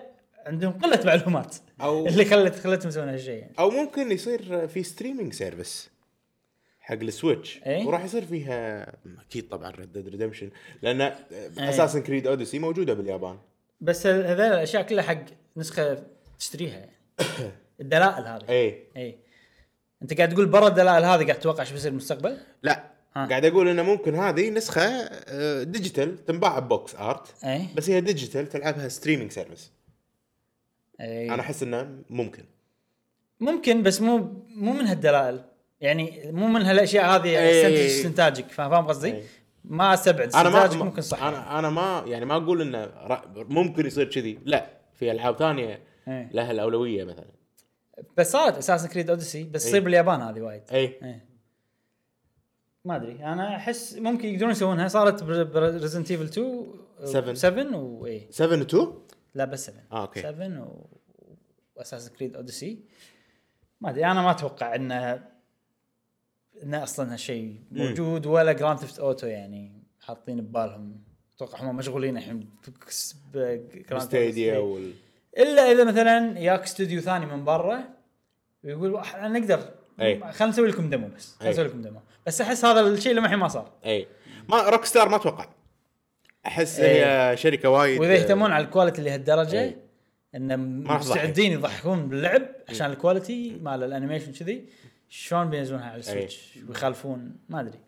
Speaker 1: عندهم قله معلومات
Speaker 3: أو-
Speaker 1: اللي خلت خلتهم يسوون هالشيء يعني
Speaker 3: او ممكن يصير في ستريمينج سيرفيس حق السويتش
Speaker 1: إيه.
Speaker 3: وراح يصير فيها اكيد طبعا ريد ديد ريدمشن لان
Speaker 1: إيه.
Speaker 3: اساسا كريد اوديسي موجوده باليابان
Speaker 1: بس ه- هذول الاشياء كلها حق نسخه تشتريها يعني الدلائل هذه
Speaker 3: اي
Speaker 1: اي انت قاعد تقول برا الدلائل هذه قاعد تتوقع شو بيصير بالمستقبل؟
Speaker 3: لا
Speaker 1: ها.
Speaker 3: قاعد اقول انه ممكن هذه نسخه آه، ديجيتال تنباع ببوكس ارت
Speaker 1: اي
Speaker 3: بس هي ديجيتال تلعبها ستريمينج سيرفيس انا
Speaker 1: اي
Speaker 3: احس انه ممكن
Speaker 1: ممكن بس مو مو من هالدلائل يعني مو من هالاشياء هذه
Speaker 3: إي.
Speaker 1: استنتج استنتاجك فاهم فاهم قصدي؟
Speaker 3: إي.
Speaker 1: ما استبعد
Speaker 3: انا
Speaker 1: استنتاجك
Speaker 3: ما
Speaker 1: ممكن صح
Speaker 3: انا انا ما يعني ما اقول انه را- ممكن يصير كذي لا في العاب ثانيه
Speaker 1: إيه.
Speaker 3: لها الاولويه مثلا
Speaker 1: بس صارت اساسا كريد اوديسي بس
Speaker 3: إي.
Speaker 1: تصير باليابان هذه وايد
Speaker 3: اي
Speaker 1: إيه. ما ادري انا احس ممكن يقدرون يسوونها صارت بريزنت ايفل 2
Speaker 3: 7.
Speaker 1: 7 واي
Speaker 3: 7 و 2
Speaker 1: إيه. لا بس 7
Speaker 3: آه، أوكي.
Speaker 1: 7 و... واساس كريد اوديسي ما ادري انا ما اتوقع انه انه اصلا هالشيء موجود ولا جراند ثيفت اوتو يعني حاطين ببالهم اتوقع هم مشغولين الحين بكس- بجراند ثيفت
Speaker 3: ستيديا
Speaker 1: أوتو.
Speaker 3: وال
Speaker 1: الا اذا مثلا ياك استوديو ثاني من برا ويقول احنا نقدر
Speaker 3: أي.
Speaker 1: خلينا نسوي لكم ديمو بس خلينا
Speaker 3: أي.
Speaker 1: نسوي لكم ديمو بس احس هذا الشيء لما الحين ما صار
Speaker 3: اي إيه. ما روك ستار ما اتوقع احس
Speaker 1: إيه.
Speaker 3: هي شركه وايد
Speaker 1: واذا يهتمون على الكواليتي اللي هالدرجه
Speaker 3: أي.
Speaker 1: ان
Speaker 3: راح تضحك.
Speaker 1: مستعدين يضحكون باللعب عشان الكواليتي مال الانيميشن كذي شلون بينزلونها على السويتش ويخالفون ما ادري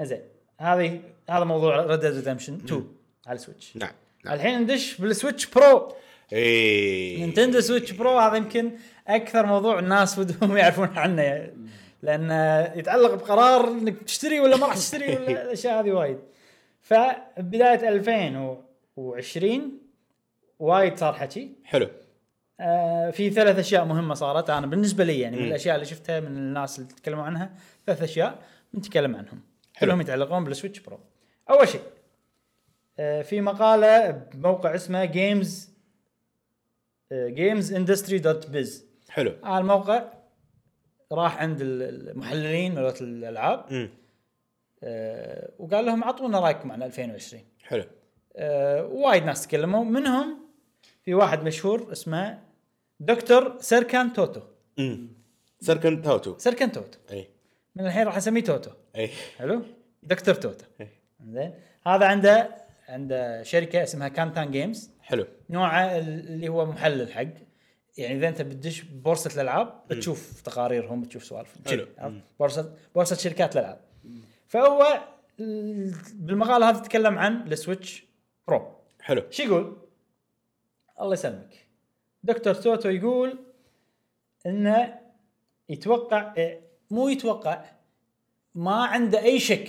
Speaker 1: زين هذه هذا موضوع ريد ديد ريدمشن 2 على السويتش
Speaker 3: نعم نعم
Speaker 1: الحين ندش بالسويتش برو
Speaker 3: اي
Speaker 1: نينتندو سويتش برو هذا يمكن اكثر موضوع الناس ودهم يعرفون عنه لانه يتعلق بقرار انك تشتري ولا ما راح تشتري ولا الاشياء هذه وايد فبدايه 2020 وايد صار حكي
Speaker 3: حلو
Speaker 1: آه، في ثلاث اشياء مهمه صارت انا بالنسبه لي يعني من
Speaker 3: مم.
Speaker 1: الاشياء اللي شفتها من الناس اللي تكلموا عنها ثلاث اشياء نتكلم عنهم
Speaker 3: حلو.
Speaker 1: كلهم يتعلقون بالسويتش برو اول شيء آه، في مقاله بموقع اسمه آه، جيمز جيمز اندستري دوت بيز
Speaker 3: حلو
Speaker 1: هذا الموقع راح عند ال- المحللين مالت الالعاب
Speaker 3: امم
Speaker 1: آه، وقال لهم اعطونا رايكم عن 2020
Speaker 3: حلو
Speaker 1: آه، وايد ناس تكلموا منهم في واحد مشهور اسمه دكتور سيركان توتو
Speaker 3: امم سيركن تاوتو
Speaker 1: سيركان توتو
Speaker 3: اي
Speaker 1: من الحين راح اسميه توتو
Speaker 3: اي
Speaker 1: حلو دكتور توتو
Speaker 3: إيه.
Speaker 1: زين هذا عنده عنده شركه اسمها كانتان جيمز
Speaker 3: حلو
Speaker 1: نوعه ال- اللي هو محلل حق يعني اذا انت بتدش بورصه الالعاب بتشوف تقاريرهم بتشوف سوالفهم
Speaker 3: حلو.
Speaker 1: كذي، عرفت؟ بورصه بورصه شركات الالعاب فهو ال- بالمقاله هذه تتكلم عن السويتش برو
Speaker 3: حلو
Speaker 1: شو يقول؟ الله يسلمك دكتور توتو يقول انه يتوقع إيه، مو يتوقع ما عنده اي شك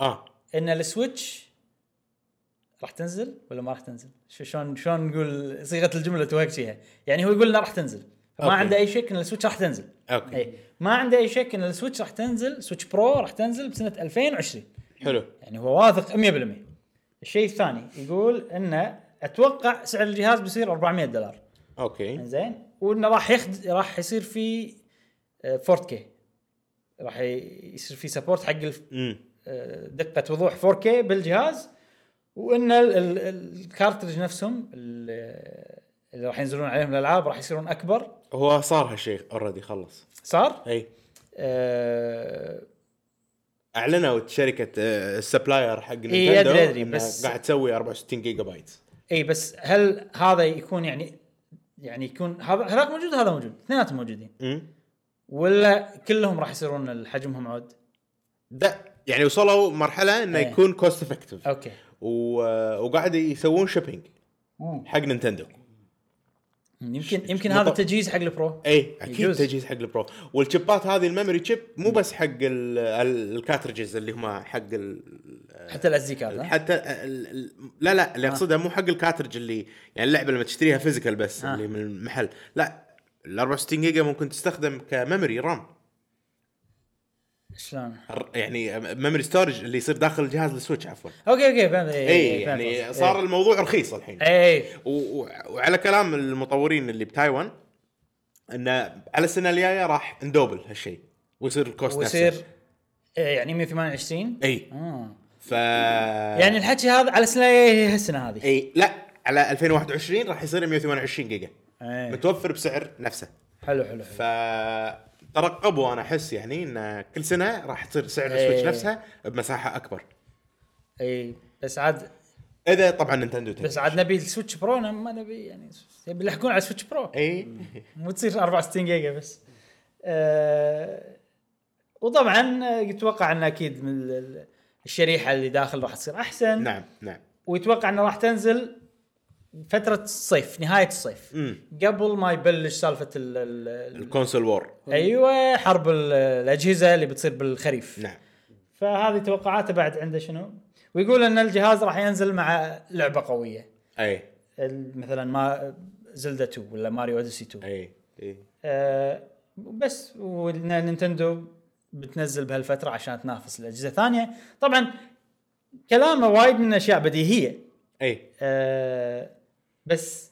Speaker 3: اه
Speaker 1: ان السويتش راح تنزل ولا ما راح تنزل؟ شو- شلون شلون نقول صيغه الجمله توهق فيها؟ يعني هو يقول انه راح تنزل ما
Speaker 3: أوكي.
Speaker 1: عنده اي شك ان السويتش راح تنزل
Speaker 3: اوكي
Speaker 1: إيه. اي ما عنده اي شك ان السويتش راح تنزل سويتش برو راح تنزل بسنه 2020
Speaker 3: حلو
Speaker 1: يعني هو واثق 100% الشيء الثاني يقول انه اتوقع سعر الجهاز بيصير 400 دولار
Speaker 3: اوكي
Speaker 1: زين وانه راح يخد... راح يصير في 4 كي راح ي- يصير في سبورت حق الف-
Speaker 3: امم
Speaker 1: آه، دقه وضوح 4 كي بالجهاز وان ال- ال- الكارترج نفسهم ال- آه، اللي راح ينزلون عليهم الالعاب راح يصيرون اكبر
Speaker 3: هو صار هالشيء اوريدي خلص إيه.
Speaker 1: صار
Speaker 3: اي
Speaker 1: آه،
Speaker 3: اعلنوا شركه آه، السبلاير حق
Speaker 1: إي،
Speaker 3: نينتندو
Speaker 1: إيه، أدري، أدري،
Speaker 3: إنها
Speaker 1: بس-
Speaker 3: قاعد تسوي 64 جيجا بايت
Speaker 1: اي بس هل هذا يكون يعني يعني يكون هذا هذاك موجود هذا موجود اثنيناتهم موجودين
Speaker 3: امم
Speaker 1: ولا كلهم راح يصيرون حجمهم عود
Speaker 3: ده يعني وصلوا مرحله انه
Speaker 1: إيه.
Speaker 3: يكون كوست افكتيف
Speaker 1: اوكي
Speaker 3: آه، وقاعد يسوون شيبينج حق نينتندو
Speaker 1: يمكن يمكن
Speaker 3: مطب-
Speaker 1: هذا تجهيز حق البرو
Speaker 3: اي اكيد
Speaker 1: يجوز.
Speaker 3: إيه، تجهيز حق البرو والشيبات هذه الميموري تشيب مو بس حق ال- ال- الكارترجز اللي هم حق ال-
Speaker 1: حتى الازيكات ها؟
Speaker 3: حتى ال- ال- لا لا
Speaker 1: أه.
Speaker 3: اللي اقصدها مو حق الكارترج اللي يعني اللعبه لما تشتريها فيزيكال بس
Speaker 1: آه.
Speaker 3: اللي من المحل لا ال 64 جيجا ممكن تستخدم كميموري رام
Speaker 1: شلون
Speaker 3: الر- يعني ميموري ستورج اللي يصير داخل الجهاز السويتش عفوا
Speaker 1: اوكي اوكي إيه، فهمت إيه.
Speaker 3: اي يعني صار الموضوع رخيص الحين
Speaker 1: اي
Speaker 3: و- و- وعلى كلام المطورين اللي بتايوان انه على السنه الجايه راح ندوبل هالشيء ويصير الكوست نفسه
Speaker 1: ويصير إيه، يعني 128
Speaker 3: اي
Speaker 1: آه.
Speaker 3: ف آه.
Speaker 1: يعني الحكي هذا على سنه هي هالسنه هذه
Speaker 3: اي لا على 2021 راح يصير 128 جيجا
Speaker 1: إيه.
Speaker 3: متوفر بسعر نفسه
Speaker 1: حلو حلو حلو
Speaker 3: ف ترقبوا انا احس يعني ان كل سنه راح تصير سعر
Speaker 1: إيه.
Speaker 3: السويتش نفسها بمساحه اكبر
Speaker 1: اي إيه. بس عاد
Speaker 3: اذا طبعا نينتندو تبي.
Speaker 1: بس عاد نبي السويتش برو أنا ما نبي يعني يبي يلحقون على السويتش برو
Speaker 3: اي
Speaker 1: مو تصير 64 جيجا بس أه وطبعا آه، يتوقع ان اكيد من ال- ال- الشريحه اللي داخل راح تصير احسن
Speaker 3: نعم نعم
Speaker 1: ويتوقع انه راح تنزل فتره الصيف نهايه الصيف
Speaker 3: امم
Speaker 1: قبل ما يبلش سالفه ال ال ال
Speaker 3: الكونسول وور
Speaker 1: ايوه حرب ال- الاجهزه اللي بتصير بالخريف
Speaker 3: نعم
Speaker 1: فهذه توقعاته بعد عنده شنو ويقول ان الجهاز راح ينزل مع لعبه قويه
Speaker 3: اي
Speaker 1: ال- مثلا ما زلدا 2 ولا ماريو اوديسي 2
Speaker 3: اي اي
Speaker 1: آه، بس وإن نينتندو بتنزل بهالفتره عشان تنافس الاجهزه الثانيه طبعا كلامه وايد من اشياء بديهيه
Speaker 3: اي
Speaker 1: آه، بس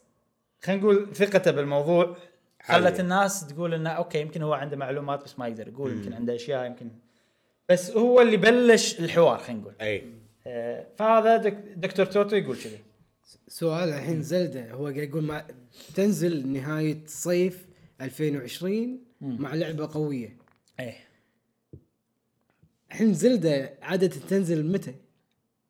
Speaker 1: خلينا نقول ثقته بالموضوع خلت
Speaker 3: عالية.
Speaker 1: الناس تقول انه اوكي يمكن هو عنده معلومات بس ما يقدر يقول يمكن عنده اشياء يمكن بس هو اللي بلش الحوار خلينا نقول
Speaker 3: اي
Speaker 1: آه، فهذا دك- دكتور توتو يقول كذي
Speaker 2: سؤال الحين زلدة هو قاعد يقول مع تنزل نهاية صيف 2020 مع لعبة قوية
Speaker 1: ايه
Speaker 2: الحين زلدة عادة تنزل متى؟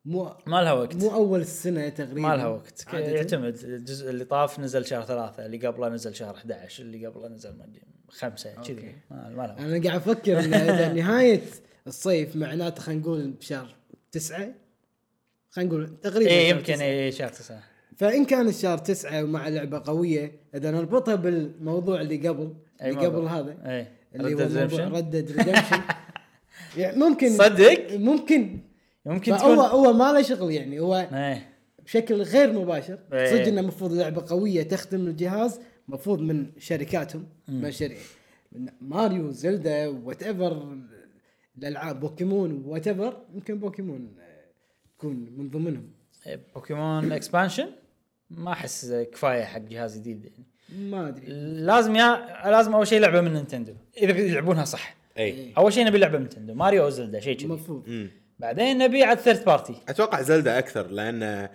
Speaker 2: مو
Speaker 1: ما لها وقت
Speaker 2: مو أول السنة تقريبا
Speaker 1: ما لها وقت ك-
Speaker 2: عادة.
Speaker 1: يعتمد الجزء اللي طاف نزل شهر ثلاثة اللي قبله نزل شهر 11 اللي قبله نزل ما أدري خمسة كذي
Speaker 2: أوكي.
Speaker 1: ما ما لها وقت
Speaker 2: أنا قاعد أفكر إن إذا نهاية الصيف معناته خلينا نقول بشهر تسعة خلينا نقول تقريبا
Speaker 1: اي
Speaker 2: شهر
Speaker 1: إيه، يمكن
Speaker 2: تسعة.
Speaker 1: اي شهر تسعة
Speaker 2: فان كان الشهر تسعة ومع لعبه قويه اذا نربطها بالموضوع اللي قبل
Speaker 1: أي
Speaker 2: اللي قبل
Speaker 1: موضوع؟
Speaker 2: هذا
Speaker 1: اي
Speaker 2: اللي
Speaker 1: Red
Speaker 2: هو
Speaker 1: Dead
Speaker 2: موضوع
Speaker 1: Redemption.
Speaker 2: ردد ريدمشن يعني ممكن
Speaker 1: صدق؟
Speaker 2: ممكن
Speaker 1: يمكن
Speaker 2: فهو
Speaker 1: تكون إيه.
Speaker 2: هو ما له شغل يعني هو
Speaker 1: اي
Speaker 2: بشكل غير مباشر
Speaker 1: إيه.
Speaker 2: صدق انه المفروض لعبه قويه تخدم الجهاز المفروض من شركاتهم من شركة من ماريو زلدا وات ايفر الالعاب بوكيمون وات ايفر يمكن بوكيمون آه، تكون من ضمنهم
Speaker 1: بوكيمون اكسبانشن ما احس كفايه حق جهاز جديد يعني
Speaker 2: ما ادري
Speaker 1: لازم يا لازم اول شيء لعبه من نينتندو اذا بيلعبونها صح
Speaker 2: إيه.
Speaker 3: اي
Speaker 1: اول شيء نبي لعبه من نينتندو ماريو او زلدا شيء كذي
Speaker 2: المفروض
Speaker 3: امم
Speaker 1: بعدين نبي عاد ثيرد بارتي
Speaker 3: اتوقع زلدة اكثر لان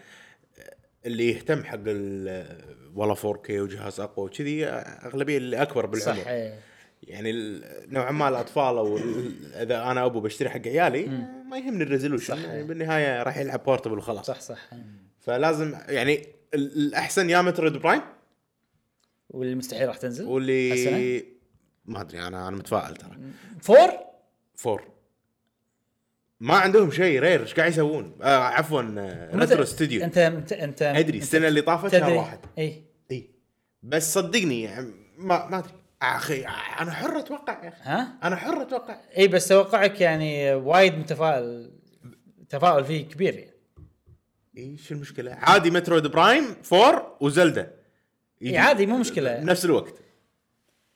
Speaker 3: اللي يهتم حق ال والله 4K وجهاز اقوى وكذي اغلبيه اللي اكبر بالعمر
Speaker 1: صح إيه.
Speaker 3: يعني ال- نوعا ما الاطفال او ال- اذا انا ابو بشتري حق عيالي ما يهمني الريزولوشن يعني بالنهايه راح يلعب بورتبل وخلاص
Speaker 1: صح صح
Speaker 3: فلازم يعني ال- الاحسن يا مترد برايم
Speaker 1: واللي مستحيل راح تنزل
Speaker 3: واللي ما ادري انا انا متفائل ترى
Speaker 1: فور
Speaker 3: فور ما عندهم شيء رير ايش قاعد يسوون؟ آه عفوا آه،
Speaker 1: متى-
Speaker 3: ريترو ستوديو
Speaker 1: انت انت انت إيه.
Speaker 3: ادري
Speaker 1: أنت
Speaker 3: السنه اللي طافت شهر واحد
Speaker 1: اي
Speaker 3: اي بس صدقني يعني ما ما ادري اخي انا حر اتوقع يا اخي
Speaker 1: ها
Speaker 3: انا حر اتوقع
Speaker 1: اي بس توقعك يعني وايد متفائل تفاؤل فيه كبير يعني
Speaker 3: اي شو المشكله؟ عادي مترويد برايم 4 وزلدا يجي
Speaker 1: إي إيه، عادي، مو مشكلة.
Speaker 3: بنفس الوقت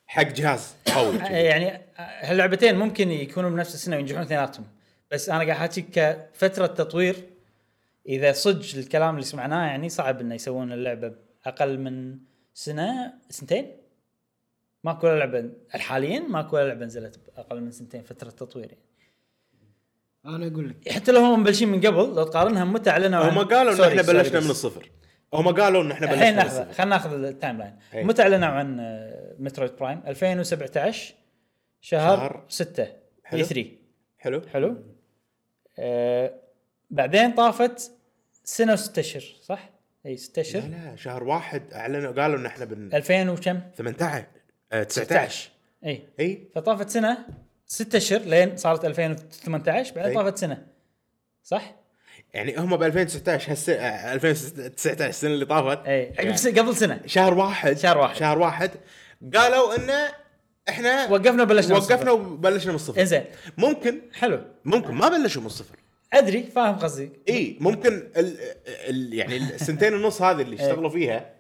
Speaker 3: حق جهاز قوي
Speaker 1: إيه. يعني هاللعبتين ممكن يكونوا بنفس السنه وينجحون اثنيناتهم بس انا قاعد احكي كفتره تطوير اذا صدق الكلام اللي سمعناه يعني صعب انه يسوون اللعبه اقل من سنه سنتين ماكو ولا لعبه حاليا ماكو ولا لعبه نزلت اقل من سنتين فتره تطوير يعني
Speaker 2: انا اقول لك
Speaker 1: حتى لو هم مبلشين من قبل لو تقارنها متى اعلنوا عن-
Speaker 3: هم قالوا ان
Speaker 1: سوري،
Speaker 3: احنا
Speaker 1: سوري
Speaker 3: بلشنا
Speaker 1: بس.
Speaker 3: من الصفر هم قالوا ان احنا بلشنا
Speaker 1: الحين
Speaker 3: من
Speaker 1: لحظه
Speaker 3: الصفر
Speaker 1: خلينا ناخذ التايم لاين
Speaker 3: إيه.
Speaker 1: متى اعلنوا عن آه، مترويد برايم 2017 شهر,
Speaker 3: شهر.
Speaker 1: 6
Speaker 3: حلو.
Speaker 1: اي 3
Speaker 3: حلو
Speaker 1: حلو آه بعدين طافت سنه وست اشهر صح؟ إيه، اي ست
Speaker 3: لا
Speaker 1: اشهر
Speaker 3: لا شهر واحد اعلنوا قالوا ان احنا بن
Speaker 1: 2000 وكم؟
Speaker 3: 18 آه، 19
Speaker 1: اي
Speaker 3: اي
Speaker 1: فطافت سنه ست اشهر لين صارت 2018 بعدين
Speaker 3: إي.
Speaker 1: طافت سنه صح؟
Speaker 3: يعني هم ب 2019 هالسنه آه، 2019 السنه اللي طافت
Speaker 1: اي
Speaker 3: يعني
Speaker 1: عقب س- إيه، قبل سنه
Speaker 3: شهر واحد
Speaker 1: شهر واحد.
Speaker 3: شهر واحد قالوا انه احنا
Speaker 1: وقفنا وبلشنا من
Speaker 3: وقفنا
Speaker 1: الصفر.
Speaker 3: وبلشنا من الصفر
Speaker 1: انزين
Speaker 3: ممكن
Speaker 1: حلو
Speaker 3: ممكن ما بلشوا من الصفر
Speaker 1: ادري فاهم قصدي
Speaker 3: اي ممكن ال ال يعني السنتين ونص هذه اللي اشتغلوا فيها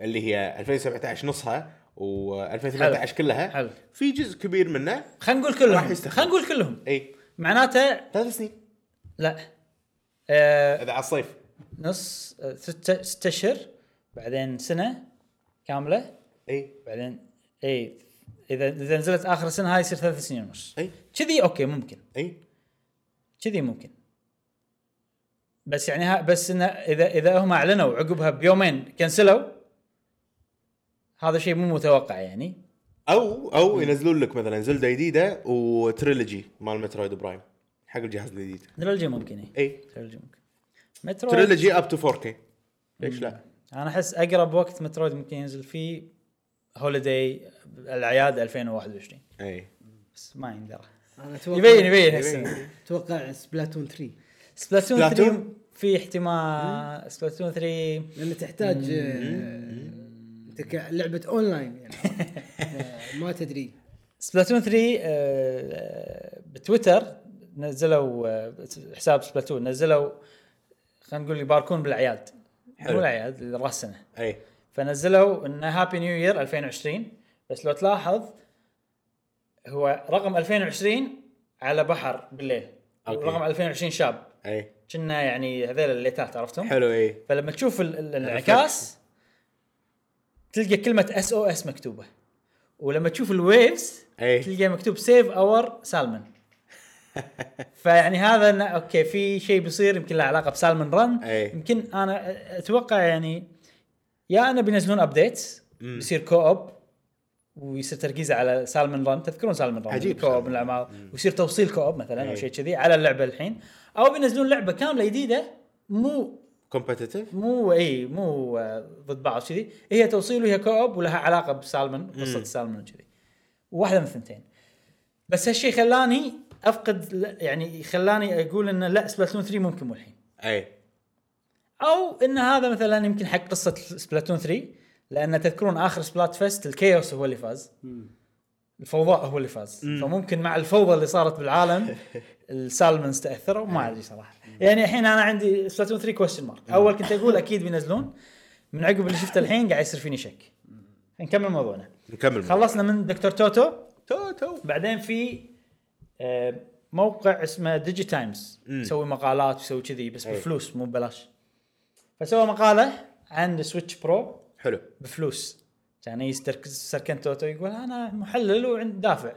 Speaker 3: اللي هي 2017 نصها و2018 كلها
Speaker 1: حلو.
Speaker 3: في جزء كبير منه
Speaker 1: خلينا نقول
Speaker 3: راح
Speaker 1: كلهم
Speaker 3: يستخدم.
Speaker 1: خلينا نقول كلهم
Speaker 3: اي
Speaker 1: معناته
Speaker 3: ثلاث سنين
Speaker 1: لا آه
Speaker 3: هذا على الصيف
Speaker 1: نص آه، ستة ستة اشهر بعدين سنه كامله
Speaker 3: اي
Speaker 1: بعدين اي اذا اذا نزلت اخر سنه هاي يصير ثلاث سنين ونص
Speaker 3: اي
Speaker 1: كذي اوكي ممكن
Speaker 3: اي
Speaker 1: كذي ممكن بس يعني ها بس انه اذا اذا هم اعلنوا عقبها بيومين كنسلوا هذا شيء مو متوقع يعني
Speaker 3: او او ينزلون لك مثلا زلده جديده وتريلوجي مال مترويد برايم حق الجهاز الجديد
Speaker 1: تريلوجي ممكن اي
Speaker 3: اي
Speaker 1: تريلوجي ممكن مترويد
Speaker 3: تريلوجي اب تو 4 كي ليش لا؟
Speaker 1: انا احس اقرب وقت مترويد ممكن ينزل فيه هوليداي الاعياد 2021
Speaker 3: اي
Speaker 1: بس ما يندرى
Speaker 2: انا اتوقع
Speaker 1: يبين يبين هسه
Speaker 2: اتوقع سبلاتون 3
Speaker 1: سبلاتون 3
Speaker 3: سبلاتون؟
Speaker 1: في احتمال سبلاتون 3
Speaker 2: لان تحتاج آه، انت ك- لعبه اونلاين يعني آه، ما تدري
Speaker 1: سبلاتون 3 آه، بتويتر نزلوا آه، حساب سبلاتون نزلوا خلينا نقول يباركون بالاعياد
Speaker 3: حلو.
Speaker 1: مو الاعياد راس السنه
Speaker 3: اي
Speaker 1: فنزلوا ان هابي نيو يير 2020 بس لو تلاحظ هو رقم 2020 على بحر بالليل
Speaker 3: أوكي.
Speaker 1: رقم 2020 شاب
Speaker 3: اي
Speaker 1: كنا يعني هذيل الليتات عرفتهم
Speaker 3: حلو اي
Speaker 1: فلما تشوف ال- ال- الانعكاس تلقى كلمه اس او اس مكتوبه ولما تشوف الويفز
Speaker 3: اي
Speaker 1: تلقى مكتوب سيف اور سالمون فيعني هذا إنه اوكي في شيء بيصير يمكن له علاقه بسالمون رن
Speaker 3: أي.
Speaker 1: يمكن انا أ- اتوقع يعني يا انه بينزلون ابديت بيصير كو اوب ويصير تركيزه على سالمون رن تذكرون سالمون رن
Speaker 3: عجيب
Speaker 1: كو اوب
Speaker 3: سالمون
Speaker 1: من الاعمال ويصير توصيل كو اوب مثلا او
Speaker 3: أي.
Speaker 1: شيء كذي على اللعبه الحين او بينزلون لعبه كامله جديده مو
Speaker 3: كومبتتف
Speaker 1: مو اي مو آه، ضد بعض كذي هي توصيل وهي كوب ولها علاقه بسالمون قصه سالمون وكذي واحده من الثنتين بس هالشيء خلاني افقد ل- يعني خلاني اقول انه لا سبلاتون 3 ممكن مو الحين
Speaker 3: اي
Speaker 1: او ان هذا مثلا يمكن حق قصه سبلاتون 3 لان تذكرون اخر سبلات فيست الكيوس هو اللي فاز الفوضى هو اللي فاز فممكن مع الفوضى اللي صارت بالعالم السالمنز تاثروا ما ادري صراحه يعني الحين انا عندي سبلاتون 3 كويستشن مارك اول كنت اقول اكيد بينزلون من عقب اللي شفته الحين قاعد يصير فيني شك نكمل موضوعنا
Speaker 3: نكمل
Speaker 1: خلصنا من دكتور توتو
Speaker 3: تو تو
Speaker 1: بعدين في آه، موقع اسمه ديجي تايمز يسوي مقالات يسوي كذي بس
Speaker 3: أي.
Speaker 1: بفلوس مو ببلاش فسوى مقاله عن سويتش برو
Speaker 3: حلو
Speaker 1: بفلوس كان يسترك- سركن توتو يقول انا محلل وعندي دافع